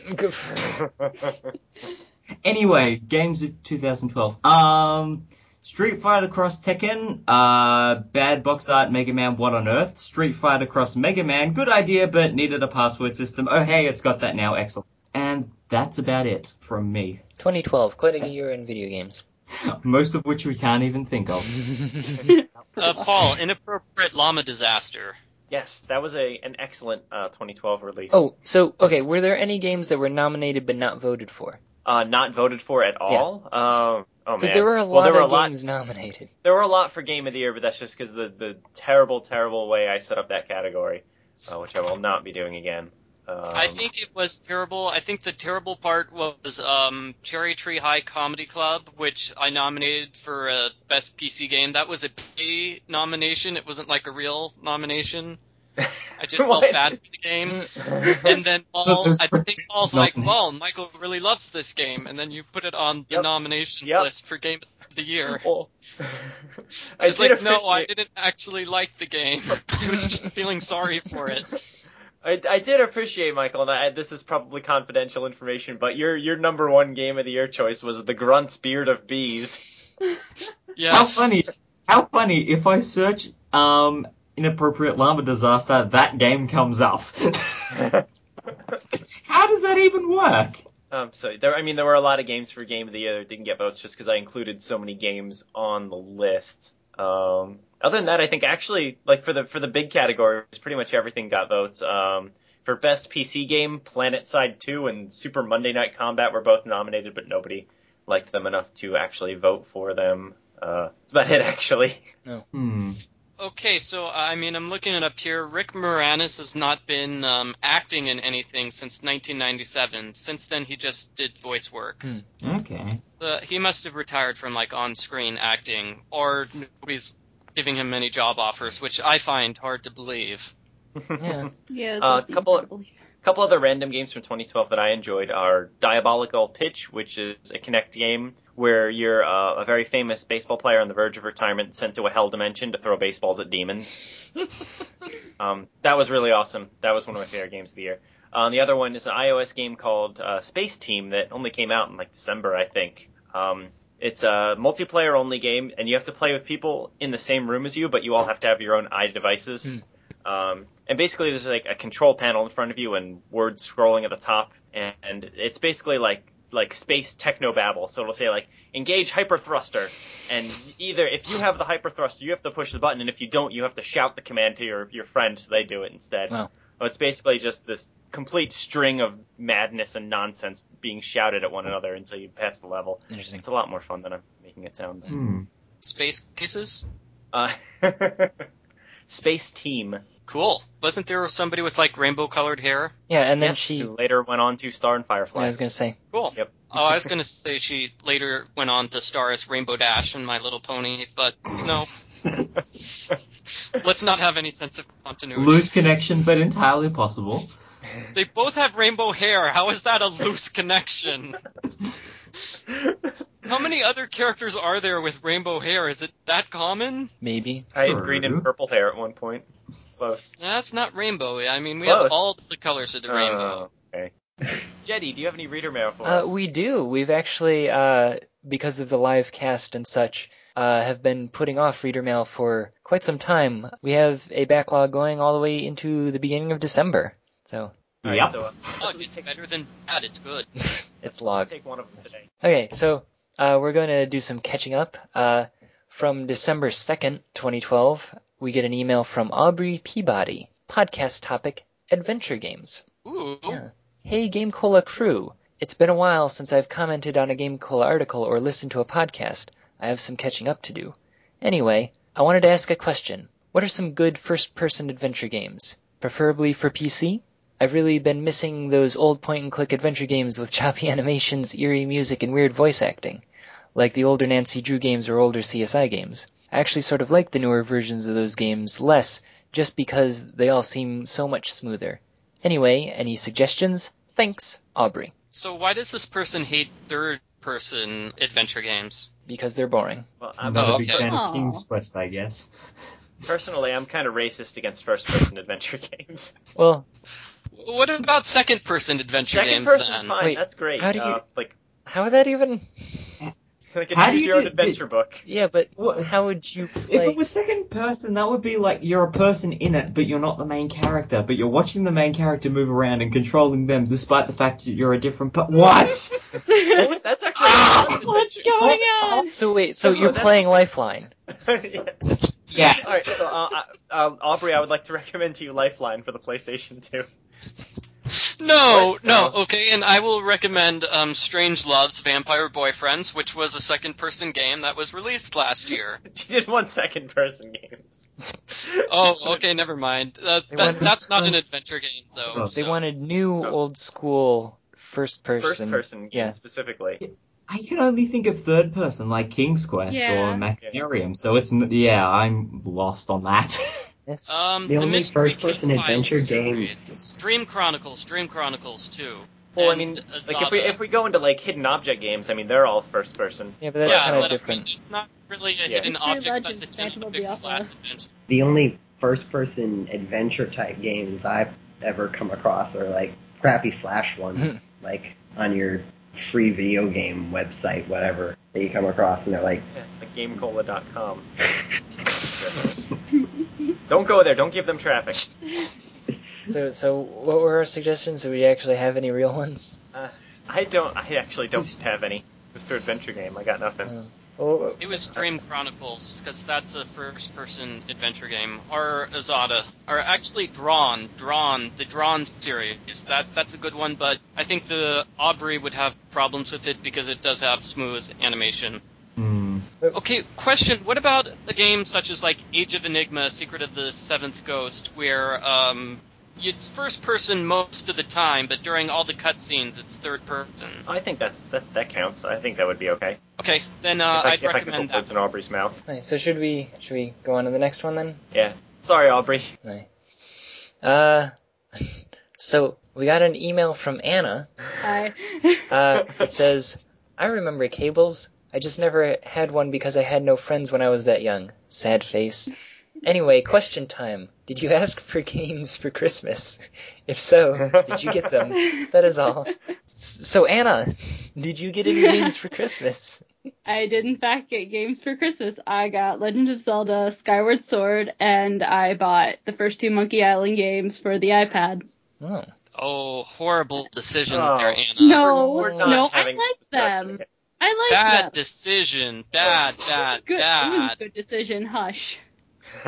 Speaker 6: Anyway, games of 2012. Um, Street Fighter Cross Tekken, uh, bad box art Mega Man What on Earth, Street Fighter Cross Mega Man, good idea but needed a password system. Oh hey, it's got that now, excellent. And that's about it from me.
Speaker 1: 2012, quite a year in video games.
Speaker 6: Most of which we can't even think of.
Speaker 3: Uh, Paul, inappropriate llama disaster.
Speaker 2: yes, that was a an excellent uh, 2012 release.
Speaker 1: Oh, so okay, were there any games that were nominated but not voted for?
Speaker 2: uh, not voted for at all. Um, oh
Speaker 1: Because
Speaker 2: man,
Speaker 1: there were a lot
Speaker 2: well, there were
Speaker 1: of
Speaker 2: a lot.
Speaker 1: games nominated.
Speaker 2: There were a lot for Game of the Year, but that's just because the the terrible, terrible way I set up that category, uh, which I will not be doing again. Um,
Speaker 3: I think it was terrible. I think the terrible part was um, Cherry Tree High Comedy Club, which I nominated for a best PC game. That was a pay nomination. It wasn't like a real nomination. I just felt
Speaker 2: What?
Speaker 3: bad for the game.
Speaker 2: Mm.
Speaker 3: And then
Speaker 6: But
Speaker 3: Paul,
Speaker 6: there's
Speaker 3: I think Paul's like,
Speaker 6: nothing.
Speaker 3: "Well, Michael really loves this game," and then you put it on the
Speaker 2: Yep.
Speaker 3: nominations
Speaker 2: Yep.
Speaker 3: list for Game of the Year.
Speaker 2: Well, I
Speaker 3: It's
Speaker 2: did
Speaker 3: like, no, I
Speaker 2: appreciate-
Speaker 3: didn't actually like the game. I was just feeling sorry for it.
Speaker 2: I, I did appreciate Michael, and I, this is probably confidential information, but your your number one game of the year choice was the Grunt's Beard of Bees.
Speaker 3: Yes.
Speaker 6: How funny! How funny! If I search um inappropriate llama disaster, that game comes up. how does that even work?
Speaker 2: um, so there, I mean, there were a lot of games for game of the year that didn't get votes just because I included so many games on the list. Um, other than that, I think actually, like for the for the big categories, pretty much everything got votes. Um, for best PC game, Planet Side 2 and Super Monday Night Combat were both nominated, but nobody liked them enough to actually vote for them. Uh, that's about it, actually.
Speaker 6: Hmm.
Speaker 3: Okay, so uh, I mean, I'm looking it up here. Rick Moranis has not been um, acting in anything since 1997. Since then, he just did voice work.
Speaker 1: Hmm.
Speaker 6: Okay.
Speaker 3: Uh, he must have retired from like on-screen acting, or nobody's giving him any job offers, which I find hard to believe.
Speaker 1: Yeah.
Speaker 4: Yeah,
Speaker 2: Uh,
Speaker 4: that's
Speaker 2: couple of-
Speaker 4: unbelievable.
Speaker 2: couple other random games from 2012 that I enjoyed are Diabolical Pitch, which is a Kinect game where you're uh, a very famous baseball player on the verge of retirement sent to a hell dimension to throw baseballs at demons. um, that was really awesome. That was one of my favorite games of the year. Uh, the other one is an iOS game called uh, Space Team that only came out in like December, I think. Um, it's a multiplayer only game, and you have to play with people in the same room as you, but you all have to have your own eye devices.
Speaker 1: Hmm.
Speaker 2: Um, and basically, there's like a control panel in front of you and words scrolling at the top, and, and it's basically like like space techno babble. So it'll say like engage hyper thruster, and either if you have the hyper thruster, you have to push the button, and if you don't, you have to shout the command to your your friend so they do it instead.
Speaker 1: Wow.
Speaker 2: So it's basically just this complete string of madness and nonsense being shouted at one another until you pass the level.
Speaker 1: Interesting.
Speaker 2: It's a lot more fun than I'm making it sound.
Speaker 6: Hmm.
Speaker 3: Space Cases?
Speaker 2: Uh, space team.
Speaker 3: Cool. Wasn't there somebody with like rainbow-colored hair?
Speaker 1: Yeah, and then
Speaker 2: Yes,
Speaker 1: she.
Speaker 2: who later went on to Star and Firefly.
Speaker 1: I was gonna say.
Speaker 3: Cool.
Speaker 2: Yep.
Speaker 3: Oh, I was gonna say she later went on to star as Rainbow Dash in My Little Pony, but no. Let's not have any sense of continuity.
Speaker 6: Loose connection, but entirely possible.
Speaker 3: They both have rainbow hair. How is that a loose connection? How many other characters are there with rainbow hair? Is it that common?
Speaker 1: Maybe.
Speaker 2: I had green and purple hair at one point. Close.
Speaker 3: That's not rainbow. I mean, we
Speaker 2: Close.
Speaker 3: have all the colors of the
Speaker 2: Oh,
Speaker 3: rainbow.
Speaker 2: okay. Jetty, do you have any reader mail for
Speaker 1: Uh,
Speaker 2: us?
Speaker 1: we do. We've actually, uh, because of the live cast and such, uh, have been putting off reader mail for quite some time. We have a backlog going all the way into the beginning of December. So
Speaker 2: All right,
Speaker 6: Yep.
Speaker 2: so uh,
Speaker 3: Fuck, it's better than bad. It's good.
Speaker 1: it's logged.
Speaker 2: take one of them today.
Speaker 1: Okay, so uh, we're going to do some catching up. Uh, from December 2nd, 2012, we get an email from Aubrey Peabody, podcast topic Adventure Games.
Speaker 3: Ooh.
Speaker 1: Yeah. Hey, Game Cola crew. It's been a while since I've commented on a Game Cola article or listened to a podcast. I have some catching up to do. Anyway, I wanted to ask a question. What are some good first person adventure games? Preferably for PC? I've really been missing those old point and click adventure games with choppy animations, eerie music, and weird voice acting, like the older Nancy Drew games or older CSI games. I actually sort of like the newer versions of those games less just because they all seem so much smoother. Anyway, any suggestions? Thanks, Aubrey.
Speaker 3: So why does this person hate third person adventure games?
Speaker 1: Because they're boring.
Speaker 2: Well,
Speaker 6: I'm
Speaker 2: I'm,
Speaker 6: not
Speaker 3: Oh,
Speaker 6: a big
Speaker 3: okay.
Speaker 6: fan
Speaker 4: Aw.
Speaker 6: of King's Quest, I guess.
Speaker 2: personally, I'm kind of racist against first-person adventure games.
Speaker 1: Well,
Speaker 3: What about second person adventure
Speaker 2: Second
Speaker 3: games
Speaker 2: person's
Speaker 3: then?
Speaker 2: fine.
Speaker 1: Wait,
Speaker 2: That's great.
Speaker 1: how do you-
Speaker 2: Uh, like
Speaker 1: how would that even?
Speaker 2: like a
Speaker 6: How do you
Speaker 2: choose-your-own
Speaker 6: do-
Speaker 2: adventure book.
Speaker 1: Yeah, but
Speaker 6: What?
Speaker 1: how would you
Speaker 6: If
Speaker 1: play?
Speaker 6: it was second person, that would be like you're a person in it, but you're not the main character, but you're watching the main character move around and controlling them, despite the fact that you're a different. Per- what?
Speaker 2: That's,
Speaker 4: What's
Speaker 2: that's actually
Speaker 4: Ah!
Speaker 2: a good adventure.
Speaker 4: going on?
Speaker 1: So wait, so
Speaker 2: Oh,
Speaker 1: you're
Speaker 2: that's-
Speaker 1: playing Lifeline.
Speaker 2: Yeah.
Speaker 6: yeah.
Speaker 2: All right, so uh, uh, uh, Aubrey, I would like to recommend to you Lifeline for the PlayStation 2.
Speaker 3: No,
Speaker 2: What?
Speaker 3: no, okay, and I will recommend um, Strange Loves Vampire Boyfriends, which was a second person game that was released
Speaker 2: Mm-hmm.
Speaker 3: last year.
Speaker 2: She did one second-person games.
Speaker 3: Oh, okay, never mind. Uh,
Speaker 1: They
Speaker 3: that,
Speaker 1: wanted-
Speaker 3: that's not an adventure game, though.
Speaker 6: Oh,
Speaker 1: They
Speaker 3: so.
Speaker 1: wanted new,
Speaker 2: Oh.
Speaker 1: old school first person.
Speaker 2: First-person games
Speaker 1: Yeah.
Speaker 2: specifically.
Speaker 6: I can only think of third person, like King's Quest
Speaker 4: Yeah.
Speaker 6: or Macarium. So it's n- yeah, I'm lost on that.
Speaker 1: Yes.
Speaker 3: Um,
Speaker 5: The only
Speaker 3: Mystery
Speaker 5: first-person
Speaker 3: Case Files
Speaker 5: adventure game-
Speaker 3: series. Dream Chronicles, Dream Chronicles 2.
Speaker 2: Well, I
Speaker 3: and
Speaker 2: mean, like if
Speaker 3: Azada.
Speaker 2: we if we go into like hidden object games, I mean they're all first-person.
Speaker 1: yeah, but that's
Speaker 3: yeah,
Speaker 1: kind
Speaker 3: but
Speaker 1: of different.
Speaker 3: It's not really a
Speaker 2: Yeah.
Speaker 3: hidden
Speaker 4: Mystery
Speaker 3: object,
Speaker 4: Legends,
Speaker 3: that's a
Speaker 4: Phantom
Speaker 3: hidden
Speaker 4: of the
Speaker 3: object slash
Speaker 4: Opera.
Speaker 3: adventure.
Speaker 5: The only first-person adventure type games I've ever come across are like crappy slash
Speaker 4: Mm-hmm.
Speaker 5: ones, like on your free video game website, whatever that you come across, and they're like,
Speaker 2: Yeah, like GameCola.com. don't go there. Don't give them traffic.
Speaker 1: So, so what were our suggestions? Do we actually have any real ones?
Speaker 2: I don't. I actually don't have any. Mr. Adventure game. I got
Speaker 4: Uh,
Speaker 2: nothing.
Speaker 1: Oh,
Speaker 3: It was Dream Chronicles, because that's a first person adventure game. Or Azada. Or actually Drawn. Drawn. The Drawn series. That That's a good one, but I think the Aubrey would have problems with it because it does have smooth animation.
Speaker 6: Hmm.
Speaker 3: Okay, question. What about a game such as like Age of Enigma, Secret of the Seventh Ghost, where um, it's first person most of the time, but during all the cutscenes it's third person?
Speaker 2: I think that's that that counts. I think that would be okay.
Speaker 3: Okay, then uh,
Speaker 2: if I, if
Speaker 3: I'd
Speaker 2: I could put
Speaker 3: recommend that.
Speaker 2: words in Aubrey's mouth.
Speaker 1: Alright, so should we should we go on to the next one then?
Speaker 2: Sorry, Aubrey.
Speaker 1: Alright. Uh, so we got an email from Anna
Speaker 4: Hi.
Speaker 1: Uh, it says, I remember cables. I just never had one because I had no friends when I was that young. Sad face. Anyway, question time. Did you ask for games for Christmas? If so, did you get them? That is all. S- So, Anna, did you get any games for Christmas?
Speaker 4: I did in fact get games for Christmas. I got Legend of Zelda, Skyward Sword, and I bought the first two Monkey Island games for the iPad.
Speaker 1: Oh,
Speaker 3: Oh, horrible decision
Speaker 2: Oh.
Speaker 3: there, Anna.
Speaker 4: No,
Speaker 2: We're not
Speaker 4: no, I
Speaker 2: having this
Speaker 4: liked
Speaker 2: discussion
Speaker 4: them.
Speaker 2: again.
Speaker 4: I like
Speaker 3: Bad
Speaker 4: them.
Speaker 3: decision. Bad, bad,
Speaker 4: Good. It was a
Speaker 3: bad.
Speaker 4: good decision. Hush.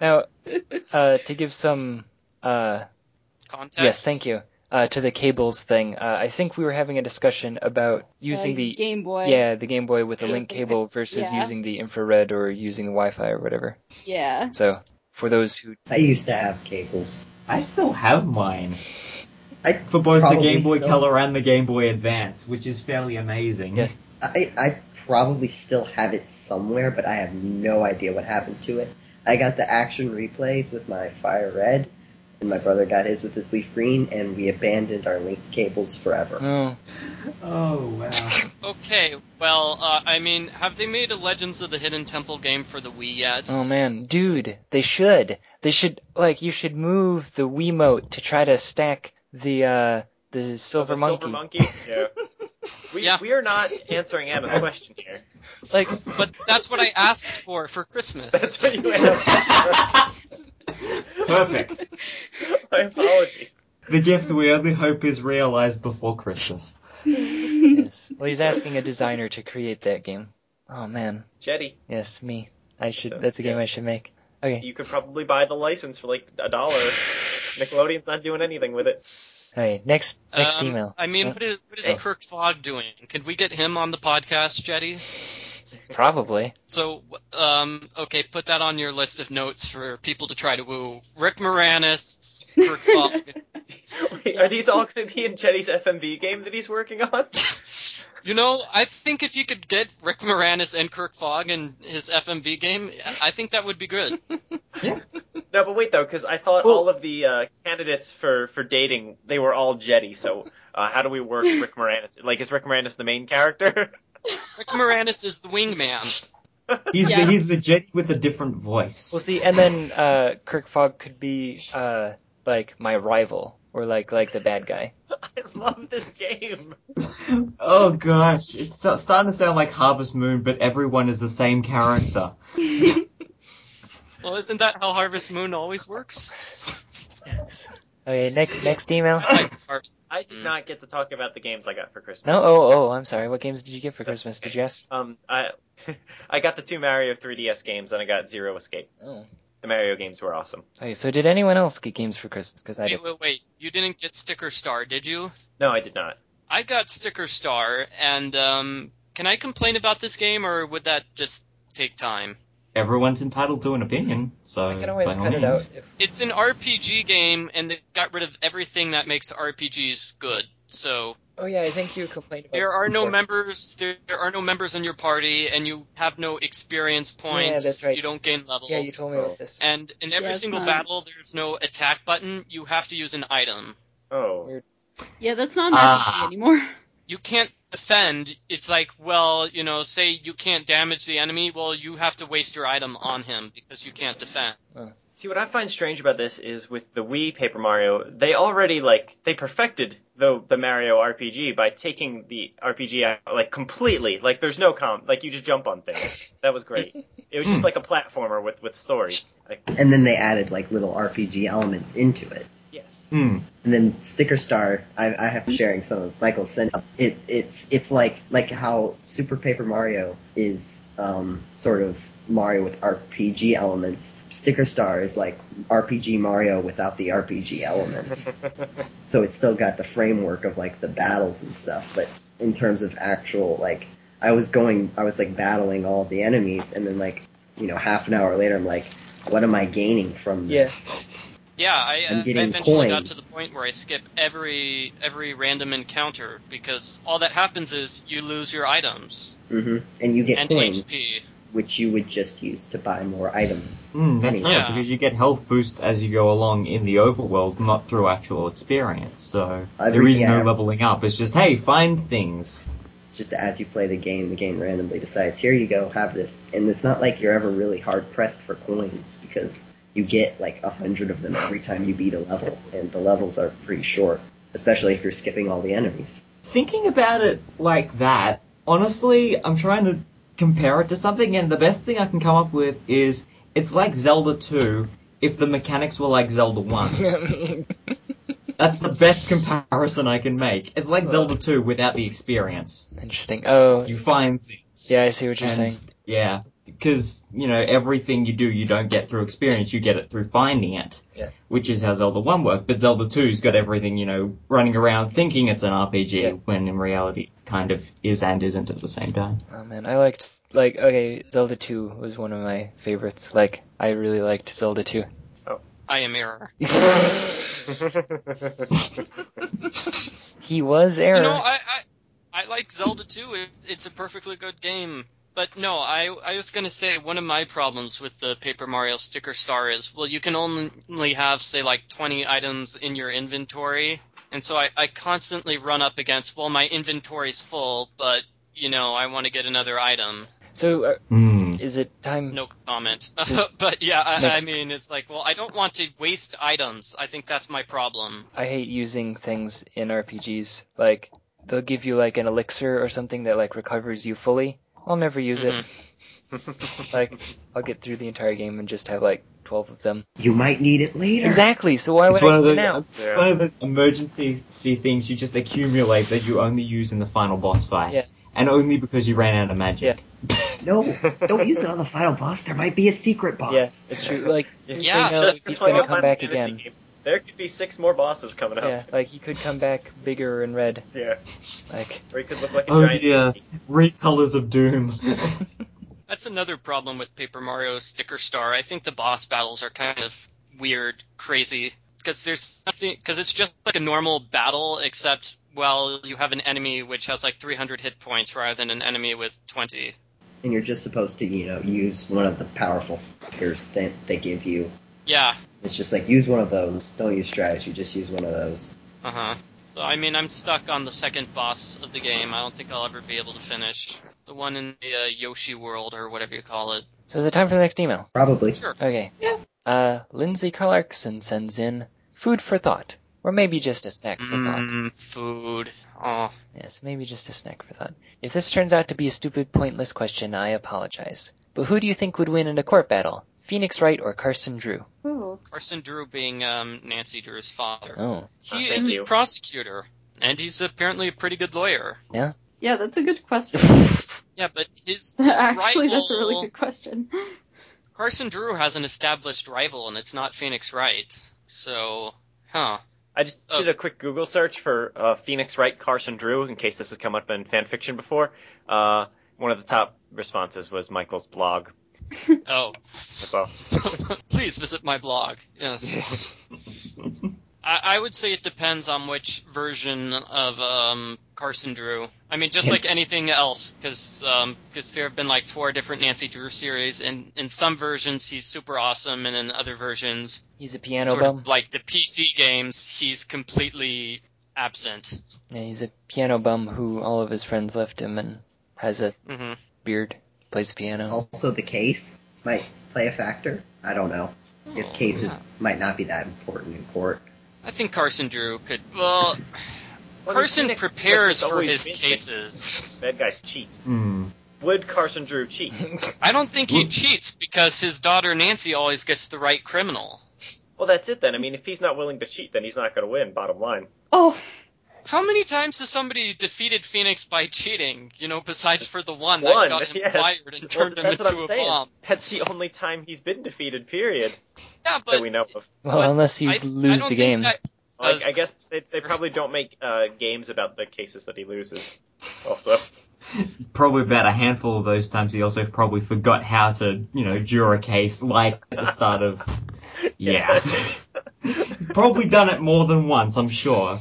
Speaker 1: now uh, to give some uh,
Speaker 3: Context.
Speaker 1: yes, thank you uh, to the cables thing. Uh, I think we were having a discussion about using
Speaker 4: Uh,
Speaker 1: the
Speaker 4: Game Boy.
Speaker 1: Yeah, the Game Boy with the
Speaker 4: Yeah,
Speaker 1: link
Speaker 4: the-
Speaker 1: cable versus
Speaker 4: yeah.
Speaker 1: using the infrared or using the Wi-Fi or whatever.
Speaker 4: Yeah.
Speaker 1: So for those who,
Speaker 5: I used to have cables.
Speaker 6: I still have mine
Speaker 5: I
Speaker 6: for both
Speaker 5: probably
Speaker 6: the Game Boy
Speaker 5: still-
Speaker 6: Color and the Game Boy Advance, which is fairly amazing.
Speaker 1: Yeah.
Speaker 5: I, I probably still have it somewhere, but I have no idea what happened to it. I got the action replays with my Fire Red, and my brother got his with his Leaf Green, and we abandoned our link cables forever.
Speaker 1: oh,
Speaker 6: Oh wow.
Speaker 3: Okay, well, uh, I mean, have they made a Legends of the Hidden Temple game for the Wii yet?
Speaker 2: Um,
Speaker 1: oh man, dude, they should, they should like you should move the Wiimote to try to stack the uh the silver
Speaker 2: the
Speaker 1: monkey.
Speaker 2: Silver monkey. Yeah. We
Speaker 3: Yeah.
Speaker 2: we are not answering Anna's question here.
Speaker 1: Like,
Speaker 3: But that's what I asked for for Christmas.
Speaker 2: That's what you asked.
Speaker 6: Perfect.
Speaker 2: My apologies.
Speaker 6: The gift we only hope is realized before Christmas.
Speaker 1: yes. Well, he's asking a designer to create that game. Oh man.
Speaker 2: Jetty,
Speaker 1: Yes, me. I should.
Speaker 2: Okay.
Speaker 1: That's a game I should make. Okay.
Speaker 2: you could probably buy the license for like a dollar. Nickelodeon's not doing anything with it.
Speaker 1: All right. Next. Next
Speaker 3: Um,
Speaker 1: email.
Speaker 3: I mean,
Speaker 1: Uh,
Speaker 3: what is, what is
Speaker 1: Yeah.
Speaker 3: Kirk Fogg doing? Could we get him on the podcast, Jetty?
Speaker 1: Probably.
Speaker 3: So, um, okay, put that on your list of notes for people to try to woo. Rick Moranis, Kirk Fogg.
Speaker 2: Wait, Are these all going to be in Jetty's FMV game that he's working on?
Speaker 3: You know, I think if you could get Rick Moranis and Kirk Fogg in his FMV game, I think that would be good.
Speaker 2: No, but wait though, because I thought
Speaker 1: Well-
Speaker 2: all of the uh, candidates for for dating they were all Jetty. So uh, how do we work Rick Moranis? Like, is Rick Moranis the main character?
Speaker 3: Rick Moranis is the wingman.
Speaker 6: He's
Speaker 4: Yeah.
Speaker 6: the he's the Jedi with a different voice.
Speaker 1: We'll see. And then uh, Kirk Fogg could be uh, like my rival or like like the bad guy.
Speaker 2: I love this game.
Speaker 6: Oh gosh, it's so- starting to sound like Harvest Moon, but everyone is the same character.
Speaker 3: Well, isn't that how Harvest Moon always works?
Speaker 1: Yes. Okay. Next. Next email.
Speaker 3: Like, or-
Speaker 2: I did not get to talk about the games I got for Christmas.
Speaker 1: Mm. No. Oh. Oh. I'm sorry. What games did you get for Christmas? Did you ask?
Speaker 2: Um, I I got the two Mario 3DS games and I got Zero Escape.
Speaker 1: Oh.
Speaker 2: The Mario games were awesome.
Speaker 1: Okay. So did anyone else get games for Christmas? Because I did.
Speaker 3: wait, wait, wait. You didn't get Sticker Star, did you?
Speaker 2: No, I did not.
Speaker 3: I got Sticker Star, and um, can I complain about this game, or would that just take time?
Speaker 6: Everyone's entitled to an opinion, so
Speaker 1: I can always
Speaker 6: Uh, by all
Speaker 1: cut it
Speaker 6: means.
Speaker 1: out. If...
Speaker 3: It's an RPG game, and they got rid of everything that makes RPGs good. So
Speaker 1: Oh yeah. I think you complained about.
Speaker 3: there are no
Speaker 1: before.
Speaker 3: members. There, there are no members in your party, and you have no experience points.
Speaker 1: that's right.
Speaker 3: You don't gain levels.
Speaker 1: Yeah. You told me about this.
Speaker 3: and in every
Speaker 4: Yeah, it's
Speaker 3: single
Speaker 4: not-
Speaker 3: battle, there's no attack button. You have to use an item.
Speaker 2: Oh,
Speaker 4: Yeah, that's not an
Speaker 6: Ah.
Speaker 4: RPG anymore.
Speaker 3: you can't defend. It's like, well, you know, say you can't damage the enemy. Well, you have to waste your item on him because you can't defend.
Speaker 2: See, what I find strange about this is with the Wii Paper Mario, they already like they perfected the the Mario RPG by taking the RPG out like completely. Like there's no com, like you just jump on things. That was great. It was
Speaker 1: Hmm.
Speaker 2: just like a platformer with with story. Like
Speaker 5: And then they added like little RPG elements into it.
Speaker 2: yes,
Speaker 6: Hmm.
Speaker 5: And then Sticker Star, I, I have sharing some of Michael's sense. It, it's it's like like how Super Paper Mario is um, sort of Mario with RPG elements. Sticker Star is like RPG Mario without the RPG elements. so it's still got the framework of like the battles and stuff, but in terms of actual like, I was going, I was like battling all the enemies, and then like you know half an hour later, I'm like, what am I gaining from this?
Speaker 3: Yeah, I,
Speaker 5: I'm
Speaker 3: uh, I
Speaker 5: getting
Speaker 3: eventually got
Speaker 5: coins.
Speaker 3: to the point where I skip every every random encounter because all that happens is you lose your items
Speaker 5: hmm And you get
Speaker 3: and
Speaker 5: coins.
Speaker 3: HP.
Speaker 5: which you would just use to buy more items.
Speaker 6: Hmm, that's
Speaker 5: Anyway.
Speaker 6: right,
Speaker 3: Yeah.
Speaker 6: because you get health boost as you go along in the overworld, not through actual experience. So
Speaker 5: I've
Speaker 6: there
Speaker 5: re-
Speaker 6: is
Speaker 5: yeah.
Speaker 6: no leveling up. It's just hey, find things.
Speaker 5: It's just as you play the game, the game randomly decides, here you go, have this. And it's not like you're ever really hard pressed for coins because you get like a hundred of them every time you beat a level, and the levels are pretty short, especially if you're skipping all the enemies.
Speaker 6: Thinking about it like that, honestly, I'm trying to compare it to something, and the best thing I can come up with is it's like Zelda 2 if the mechanics were like Zelda 1. That's the best comparison I can make. It's like Zelda 2 without the experience.
Speaker 1: Interesting. Oh,
Speaker 6: You find things.
Speaker 1: yeah, I see what you're
Speaker 6: and,
Speaker 1: saying.
Speaker 6: Yeah. Because, you know, everything you do, you don't get through experience, you get it through finding it.
Speaker 1: Yeah.
Speaker 6: Which is how Zelda 1 worked. But Zelda 2's got everything, you know, running around thinking it's an RPG
Speaker 1: Yeah.
Speaker 6: when in reality it kind of is and isn't at the same time.
Speaker 1: Oh man, I liked like okay, Zelda 2 was one of my favorites. Like I really liked Zelda 2.
Speaker 3: I am error.
Speaker 1: He was error.
Speaker 3: You know, I, I I like Zelda too. It's it's a perfectly good game. But no, I I was gonna say one of my problems with the Paper Mario Sticker Star is well, you can only have say like 20 items in your inventory, and so I I constantly run up against well, my inventory's full, but you know I want to get another item.
Speaker 1: So uh,
Speaker 6: Hmm.
Speaker 1: is it time?
Speaker 3: No comment. but yeah, I, I
Speaker 1: Next.
Speaker 3: mean it's like well, I don't want to waste items. I think that's my problem.
Speaker 1: I hate using things in RPGs. Like they'll give you like an elixir or something that like recovers you fully, I'll never use
Speaker 3: Mhm.
Speaker 1: it. like, I'll get through the entire game and just have like 12 of them.
Speaker 5: You might need it later.
Speaker 1: Exactly. So why would
Speaker 6: it's one
Speaker 1: I
Speaker 6: of
Speaker 1: use it
Speaker 6: those
Speaker 1: now?
Speaker 2: Yeah.
Speaker 6: one of those emergency things you just accumulate that you only use in the final boss fight,
Speaker 1: Yeah.
Speaker 6: and only because you ran out of magic.
Speaker 5: No, don't use it on the final boss. There might be a secret boss.
Speaker 1: Yeah, it's true. Like,
Speaker 2: Yeah,
Speaker 1: yeah,
Speaker 3: just
Speaker 1: like,
Speaker 2: the
Speaker 1: he's
Speaker 2: final
Speaker 1: gonna come
Speaker 2: Final
Speaker 1: back
Speaker 2: Fantasy
Speaker 1: again.
Speaker 2: game. There could be six more bosses coming
Speaker 1: Yeah,
Speaker 2: up.
Speaker 1: like he could come back bigger and red.
Speaker 2: Yeah.
Speaker 1: Like,
Speaker 2: Or he could look like a
Speaker 6: Oh
Speaker 2: giant.
Speaker 6: dear, recolors of doom.
Speaker 3: That's another problem with Paper Mario Sticker Star. I think the boss battles are kind of weird, crazy, because there's nothing, because it's just like a normal battle, except well, you have an enemy which has like 300 hit points rather than an enemy with 20.
Speaker 5: And you're just supposed to, you know, use one of the powerful stickers that they give you.
Speaker 3: Yeah,
Speaker 5: It's just like use one of those. Don't use strategy. Just use one of those.
Speaker 3: uh huh. So I mean, I'm stuck on the second boss of the game. I don't think I'll ever be able to finish the one in the uh, Yoshi world or whatever you call it.
Speaker 1: so is it time for the next email?
Speaker 5: Probably.
Speaker 3: Sure.
Speaker 1: Okay.
Speaker 6: Yeah.
Speaker 1: Uh, Lindsay Clarkson sends in food for thought, or maybe just a snack for thought.
Speaker 3: Mm, food. Oh,
Speaker 1: Yes, maybe just a snack for thought. If this turns out to be a stupid, pointless question, I apologize. But who do you think would win in a court battle, Phoenix Wright or Carson Drew?
Speaker 4: Ooh.
Speaker 3: Carson Drew being um, Nancy Drew's father.
Speaker 1: Oh,
Speaker 3: He
Speaker 2: Uh, thank
Speaker 3: is
Speaker 2: you.
Speaker 3: a prosecutor, and he's apparently a pretty good lawyer.
Speaker 4: Yeah, that's a good question.
Speaker 3: Yeah, but his, his
Speaker 4: Actually,
Speaker 3: rival,
Speaker 4: that's a really good question.
Speaker 3: Carson Drew has an established rival, and it's not Phoenix Wright. So, huh?
Speaker 2: I just
Speaker 3: Oh.
Speaker 2: did a quick Google search for uh, Phoenix Wright Carson Drew in case this has come up in fan fiction before. Uh, one of the top responses was Michael's blog
Speaker 3: Oh,
Speaker 2: as well.
Speaker 3: please visit my blog. Yes, I, I would say it depends on which version of um, Carson Drew. I mean, just like anything else, because there have been like four different Nancy Drew series, and in some versions he's super awesome, and in other versions
Speaker 1: he's a piano
Speaker 3: sort
Speaker 1: bum.
Speaker 3: of like the PC games, he's completely absent.
Speaker 1: Yeah, he's a piano bum who all of his friends left him and has a
Speaker 3: hmm
Speaker 1: beard, plays piano.
Speaker 5: Also, the case might play a factor. I don't know. I guess cases might not be that important in court.
Speaker 3: I think Carson Drew could. Well,
Speaker 2: Well,
Speaker 3: Carson
Speaker 2: Phoenix-
Speaker 3: prepares
Speaker 2: Phoenix
Speaker 3: for
Speaker 2: always
Speaker 3: his
Speaker 2: been-
Speaker 3: cases.
Speaker 2: Bad guys cheat.
Speaker 6: Hmm.
Speaker 2: Would Carson Drew cheat?
Speaker 3: I don't think he cheats because his daughter Nancy always gets the right criminal.
Speaker 2: Well, that's it then. I mean, if he's not willing to cheat, then he's not going to win. Bottom line.
Speaker 4: Oh,
Speaker 3: How many times has somebody defeated Phoenix by cheating? You know, besides for the
Speaker 2: One,
Speaker 3: one, that got him
Speaker 2: yes.
Speaker 3: fired and turned
Speaker 2: Well,
Speaker 3: him
Speaker 2: that's what I'm
Speaker 3: into a
Speaker 2: saying.
Speaker 3: bomb.
Speaker 2: That's the only time he's been defeated. Period.
Speaker 3: Yeah,
Speaker 2: that we know
Speaker 3: but
Speaker 2: of.
Speaker 1: well,
Speaker 3: but
Speaker 1: unless you
Speaker 3: I, I
Speaker 1: lose
Speaker 3: don't
Speaker 1: the
Speaker 3: think
Speaker 1: game.
Speaker 3: that-
Speaker 2: Like,
Speaker 3: Does-
Speaker 2: I guess they, they probably don't make uh, games about the cases that he loses. Also,
Speaker 6: Probably about a handful of those times he also probably forgot how to, you know, jure a case like at the start of. Yeah. He's probably done it more than once, I'm sure.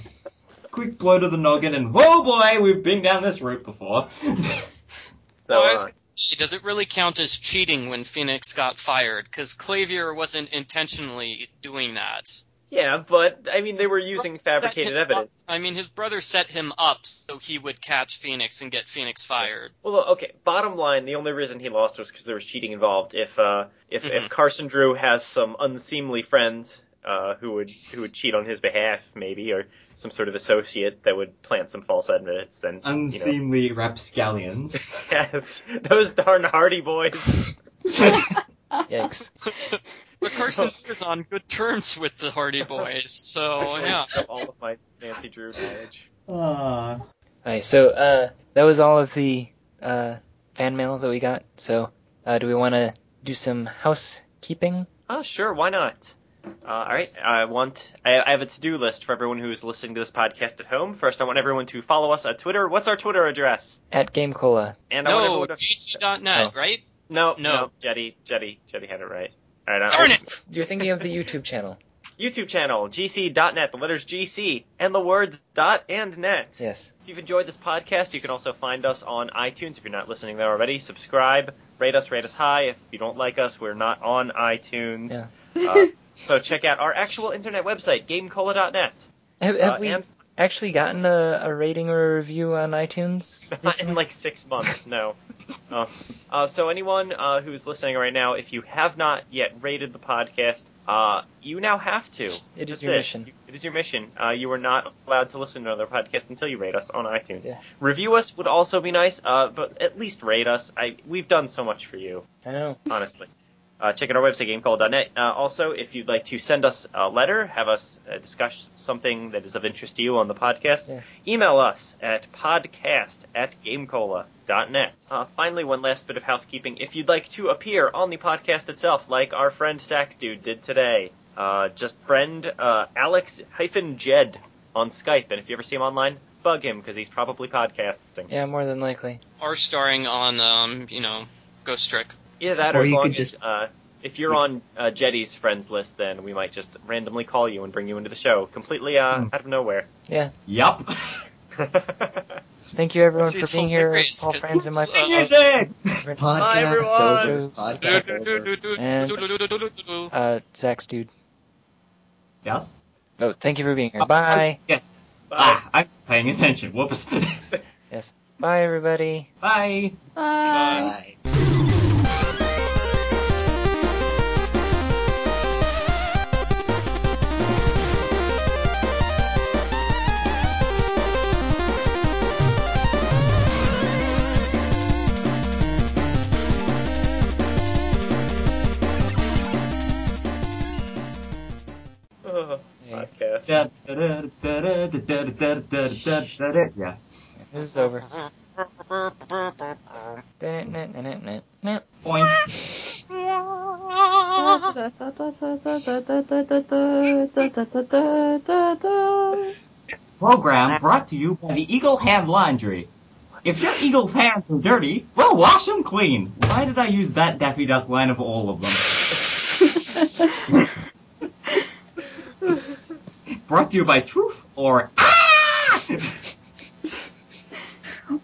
Speaker 6: Quick blow to the noggin and, whoa boy, we've been down this route before.
Speaker 2: So,
Speaker 3: Well, I was
Speaker 2: uh,
Speaker 3: gonna say, does it really count as cheating when Phoenix got fired? Because Clavier wasn't intentionally doing that.
Speaker 2: yeah, but I mean, they were using fabricated
Speaker 3: Set him
Speaker 2: evidence.
Speaker 3: up- I mean, his brother set him up so he would catch Phoenix and get Phoenix fired.
Speaker 2: Well, okay. Bottom line, the only reason he lost was because there was cheating involved. If uh, if
Speaker 3: Mm-hmm.
Speaker 2: if Carson Drew has some unseemly friends uh, who would who would cheat on his behalf, maybe, or some sort of associate that would plant some false evidence, and you know,
Speaker 6: Unseemly rapscallions.
Speaker 2: yes, those darn Hardy boys.
Speaker 4: 아.
Speaker 1: Yikes.
Speaker 3: But Carson was on good terms with the Hardy Boys, so Oh, yeah.
Speaker 2: all of my Nancy Drew knowledge.
Speaker 6: Ah.
Speaker 1: Alright, so uh, that was all of the uh, fan mail that we got. So, uh, do we want to do some housekeeping?
Speaker 2: Oh, sure. Why not? Uh, all right. I want. I, I have a to-do list for everyone who is listening to this podcast at home. First, I want everyone to follow us on Twitter. What's our Twitter address?
Speaker 1: At Game Cola.
Speaker 2: And I want
Speaker 3: No,
Speaker 2: everyone to
Speaker 3: GC.net, right?
Speaker 2: No,
Speaker 3: No.
Speaker 2: no, Jetty, Jetty, Jetty had it right. All right,
Speaker 3: Darn
Speaker 2: I-
Speaker 3: it!
Speaker 1: You're thinking of the YouTube channel.
Speaker 2: YouTube channel gc.net, the letters GC and the words dot and net.
Speaker 1: Yes.
Speaker 2: If you've enjoyed this podcast, you can also find us on iTunes. If you're not listening there already, subscribe, rate us, rate us high. If you don't like us, we're not on iTunes.
Speaker 1: Yeah.
Speaker 2: Uh, so check out our actual internet website, GameCola.net.
Speaker 1: Have,
Speaker 2: Uh,
Speaker 1: have we
Speaker 2: and
Speaker 1: actually gotten a, a rating or a review on iTunes?
Speaker 2: Not in like six months, no. Uh, uh, so anyone uh, who's listening right now, if you have not yet rated the podcast, uh, you now have
Speaker 1: It
Speaker 2: to.
Speaker 1: is
Speaker 2: That's
Speaker 1: your mission.
Speaker 2: It is your mission. Uh, you are not allowed to listen to another podcast until you rate us on iTunes.
Speaker 1: Yeah.
Speaker 2: Review us would also be nice, uh, but at least rate us. I we've done so much for you
Speaker 1: I know.
Speaker 2: honestly. Uh, check out our website, gamecall.net. Uh, also, if you'd like to send us a letter, have us uh, discuss something that is of interest to you on the podcast,
Speaker 1: Yeah.
Speaker 2: email us at podcast at gamecola.net. Uh, finally, one last bit of housekeeping. If you'd like to appear on the podcast itself, like our friend Sax Dude did today, uh, just friend uh, Alex-Jed on Skype. And if you ever see him online, bug him because he's probably podcasting.
Speaker 1: Yeah, more than likely.
Speaker 3: Or starring on, um, you know, Ghost Trick.
Speaker 2: Yeah, that or
Speaker 5: Or
Speaker 2: as
Speaker 5: you
Speaker 2: long
Speaker 5: could
Speaker 2: as,
Speaker 5: just-
Speaker 2: uh, if you're on uh, Jetty's friends list, then we might just randomly call you and bring you into the show completely uh,
Speaker 6: Hmm.
Speaker 2: out of nowhere. Uh,
Speaker 6: Yup.
Speaker 1: Thank you everyone
Speaker 3: This is
Speaker 1: for being here.
Speaker 3: hilarious,
Speaker 1: Paul
Speaker 3: 'cause
Speaker 1: friends and my
Speaker 3: this is, uh,
Speaker 1: favorite
Speaker 5: Podcast
Speaker 2: Hi,
Speaker 5: over.
Speaker 1: everyone.
Speaker 5: Podcast over.
Speaker 1: And-
Speaker 3: And-
Speaker 1: uh Zach's dude.
Speaker 6: yes. Ah,
Speaker 1: Oh, thank you for being here.
Speaker 6: Uh,
Speaker 1: Bye.
Speaker 6: Yes.
Speaker 2: Bye.
Speaker 6: Ah, I'm paying attention. Whoops.
Speaker 1: Yes. Bye everybody.
Speaker 6: Bye.
Speaker 4: Bye.
Speaker 5: Bye.
Speaker 2: Ugh,
Speaker 1: Yeah.
Speaker 2: podcast.
Speaker 6: Yeah.
Speaker 1: This is over. Dun-dun-dun-dun-dun-dun.
Speaker 6: Boing. program brought to you by the Eagle Hand Laundry. If your eagle's hands are dirty, well, wash them clean. Why did I use that Daffy Duck line of all of them?
Speaker 4: 아.
Speaker 6: brought to you by Truth or Ah!